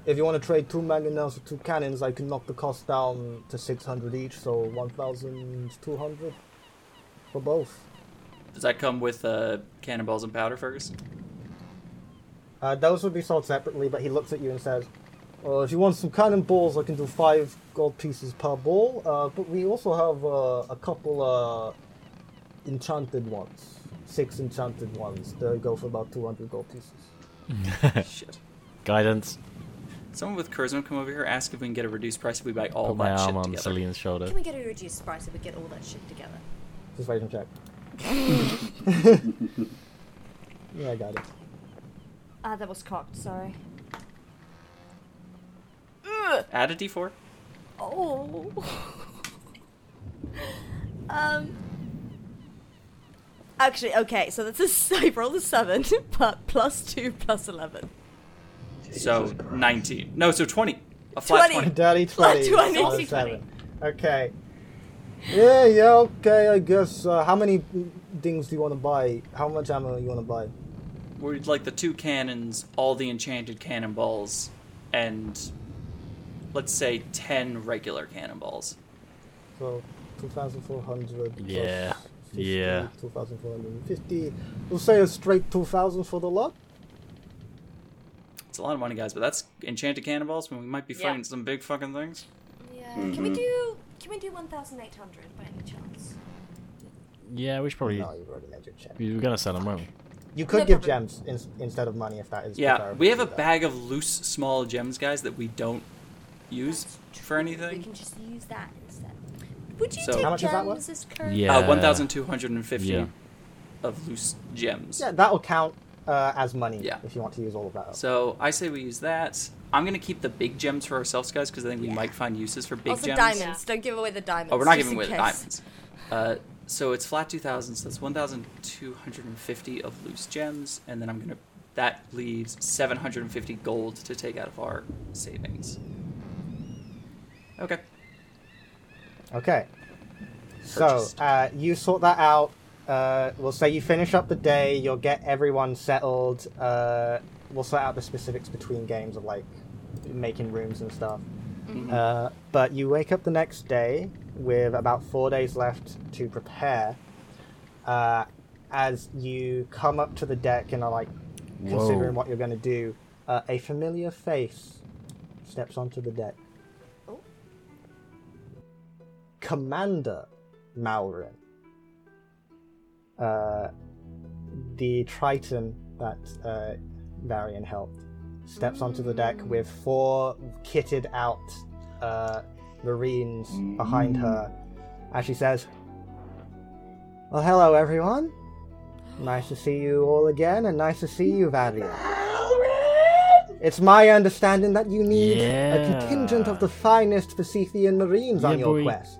Speaker 2: If you want to trade two mangonels for two cannons, I can knock the cost down to 600 each, so 1,200 for both.
Speaker 1: Does that come with uh, cannonballs and powder, Fergus?
Speaker 2: Uh, those would be sold separately, but he looks at you and says, uh, "If you want some cannonballs, I can do five gold pieces per ball. Uh, but we also have uh, a couple uh, enchanted ones, six enchanted ones. They go for about two hundred gold pieces."
Speaker 1: shit.
Speaker 5: Guidance.
Speaker 1: Someone with charisma come over here, ask if we can get a reduced price if we buy all
Speaker 5: Put my
Speaker 1: that shit
Speaker 5: arm on
Speaker 1: together.
Speaker 5: Celine's shoulder.
Speaker 7: Can we get a reduced price if we get all that shit together?
Speaker 2: Just wait and check. yeah, I got it.
Speaker 7: Ah, that was cocked, sorry.
Speaker 1: Add a d4.
Speaker 7: Oh. um. Actually, okay, so that's a s- I rolled a seven, but plus two, plus eleven.
Speaker 1: So, 19. No, so 20. A flat
Speaker 7: 20.
Speaker 1: 20.
Speaker 2: Dirty twenty.
Speaker 7: Dirty
Speaker 2: out of
Speaker 7: 20.
Speaker 2: seven. Okay. Yeah, yeah, okay. I guess. Uh, how many things do you want to buy? How much ammo you want to buy?
Speaker 1: We'd like the two cannons, all the enchanted cannonballs, and let's say 10 regular cannonballs.
Speaker 2: So 2,400. plus
Speaker 5: Yeah,
Speaker 2: 50,
Speaker 5: yeah.
Speaker 2: 2,450. We'll say a straight 2,000 for the lot.
Speaker 1: It's a lot of money, guys, but that's enchanted cannonballs, and we might be
Speaker 4: Yeah.
Speaker 1: fighting some big fucking things.
Speaker 7: Yeah.
Speaker 3: Can
Speaker 1: Mm-hmm.
Speaker 3: we Mhm.
Speaker 7: do? Can we do one thousand eight hundred by any chance?
Speaker 5: Yeah, we should probably.
Speaker 2: No, you've already made your check.
Speaker 5: We were gonna sell them, weren't we?
Speaker 2: You could
Speaker 7: No
Speaker 2: give
Speaker 7: problem.
Speaker 2: gems in, instead of money if that is.
Speaker 1: Yeah,
Speaker 2: preferable
Speaker 1: we have
Speaker 2: to
Speaker 1: a
Speaker 2: do that.
Speaker 1: bag of loose, small gems, guys, that we don't use for
Speaker 7: We
Speaker 1: anything.
Speaker 7: can just use that instead. Would you
Speaker 1: So-
Speaker 7: take
Speaker 1: How
Speaker 2: much is that worth?
Speaker 7: gems as currency?
Speaker 5: Yeah.
Speaker 1: Uh, 1,250
Speaker 5: Yeah.
Speaker 1: of loose gems.
Speaker 2: Yeah, that'll count uh, as money
Speaker 1: Yeah.
Speaker 2: if you want to use all of that. up.
Speaker 1: So I say we use that. I'm going to keep the big gems for ourselves, guys, because I think we
Speaker 7: Yeah.
Speaker 1: might find uses for big
Speaker 7: Also,
Speaker 1: gems.
Speaker 7: diamonds. Don't give away the diamonds.
Speaker 1: Oh, we're not
Speaker 7: just
Speaker 1: giving away
Speaker 7: in
Speaker 1: the
Speaker 7: case.
Speaker 1: diamonds. Uh, so it's flat 2,000, so that's 1,250 of loose gems, and then I'm gonna. That leaves 750 gold to take out of our savings. Okay.
Speaker 2: Okay. So
Speaker 1: Purchased.
Speaker 2: uh, you sort that out. Uh, we'll say you finish up the day. You'll get everyone settled. Uh, we'll sort out the specifics between games of like making rooms and stuff. Uh, but you wake up the next day with about four days left to prepare. Uh, as you come up to the deck and are like considering what you're going to do, uh, a familiar face steps onto the deck. Commander Malrin, uh, the Triton that uh, Varian helped, steps onto the deck with four kitted out uh, Marines behind her as she says, Well, hello, everyone. Nice to see you all again, and nice to see you, Varian. It's my understanding that you need a
Speaker 5: Yeah.
Speaker 2: contingent of the finest Pacifian Marines on
Speaker 5: Yeah,
Speaker 2: your
Speaker 5: boy.
Speaker 2: quest.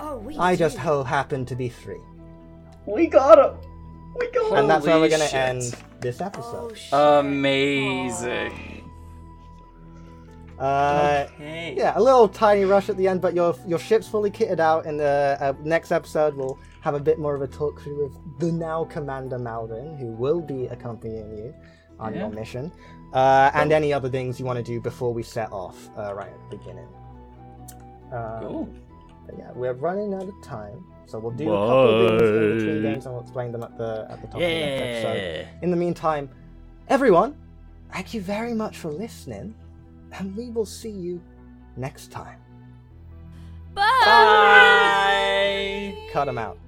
Speaker 7: Oh, we.
Speaker 2: I just
Speaker 7: do.
Speaker 2: ho happen to be free.
Speaker 3: We got him. We got him.
Speaker 2: and that's where
Speaker 1: Holy
Speaker 2: we're going
Speaker 1: shit.
Speaker 2: to end this
Speaker 7: Oh
Speaker 2: episode.
Speaker 7: shit.
Speaker 1: Amazing.
Speaker 2: uh, Uh,
Speaker 1: Okay.
Speaker 2: Yeah, a little tiny rush at the end, but your your ship's fully kitted out. In the uh, next episode, we'll have a bit more of a talk through with the now Commander Malvin, who will be accompanying you on your mission, uh, and any other things you want to do before we set off uh, right at the beginning. Um,
Speaker 1: Cool.
Speaker 2: But yeah, we're running out of time, so we'll do a couple of things in between
Speaker 5: Bye.
Speaker 2: games, and we'll explain them at the at the top of the next episode.
Speaker 5: Yeah.
Speaker 2: In the meantime, everyone, thank you very much for listening, and we will see you next time.
Speaker 7: Bye.
Speaker 2: Cut 'em out.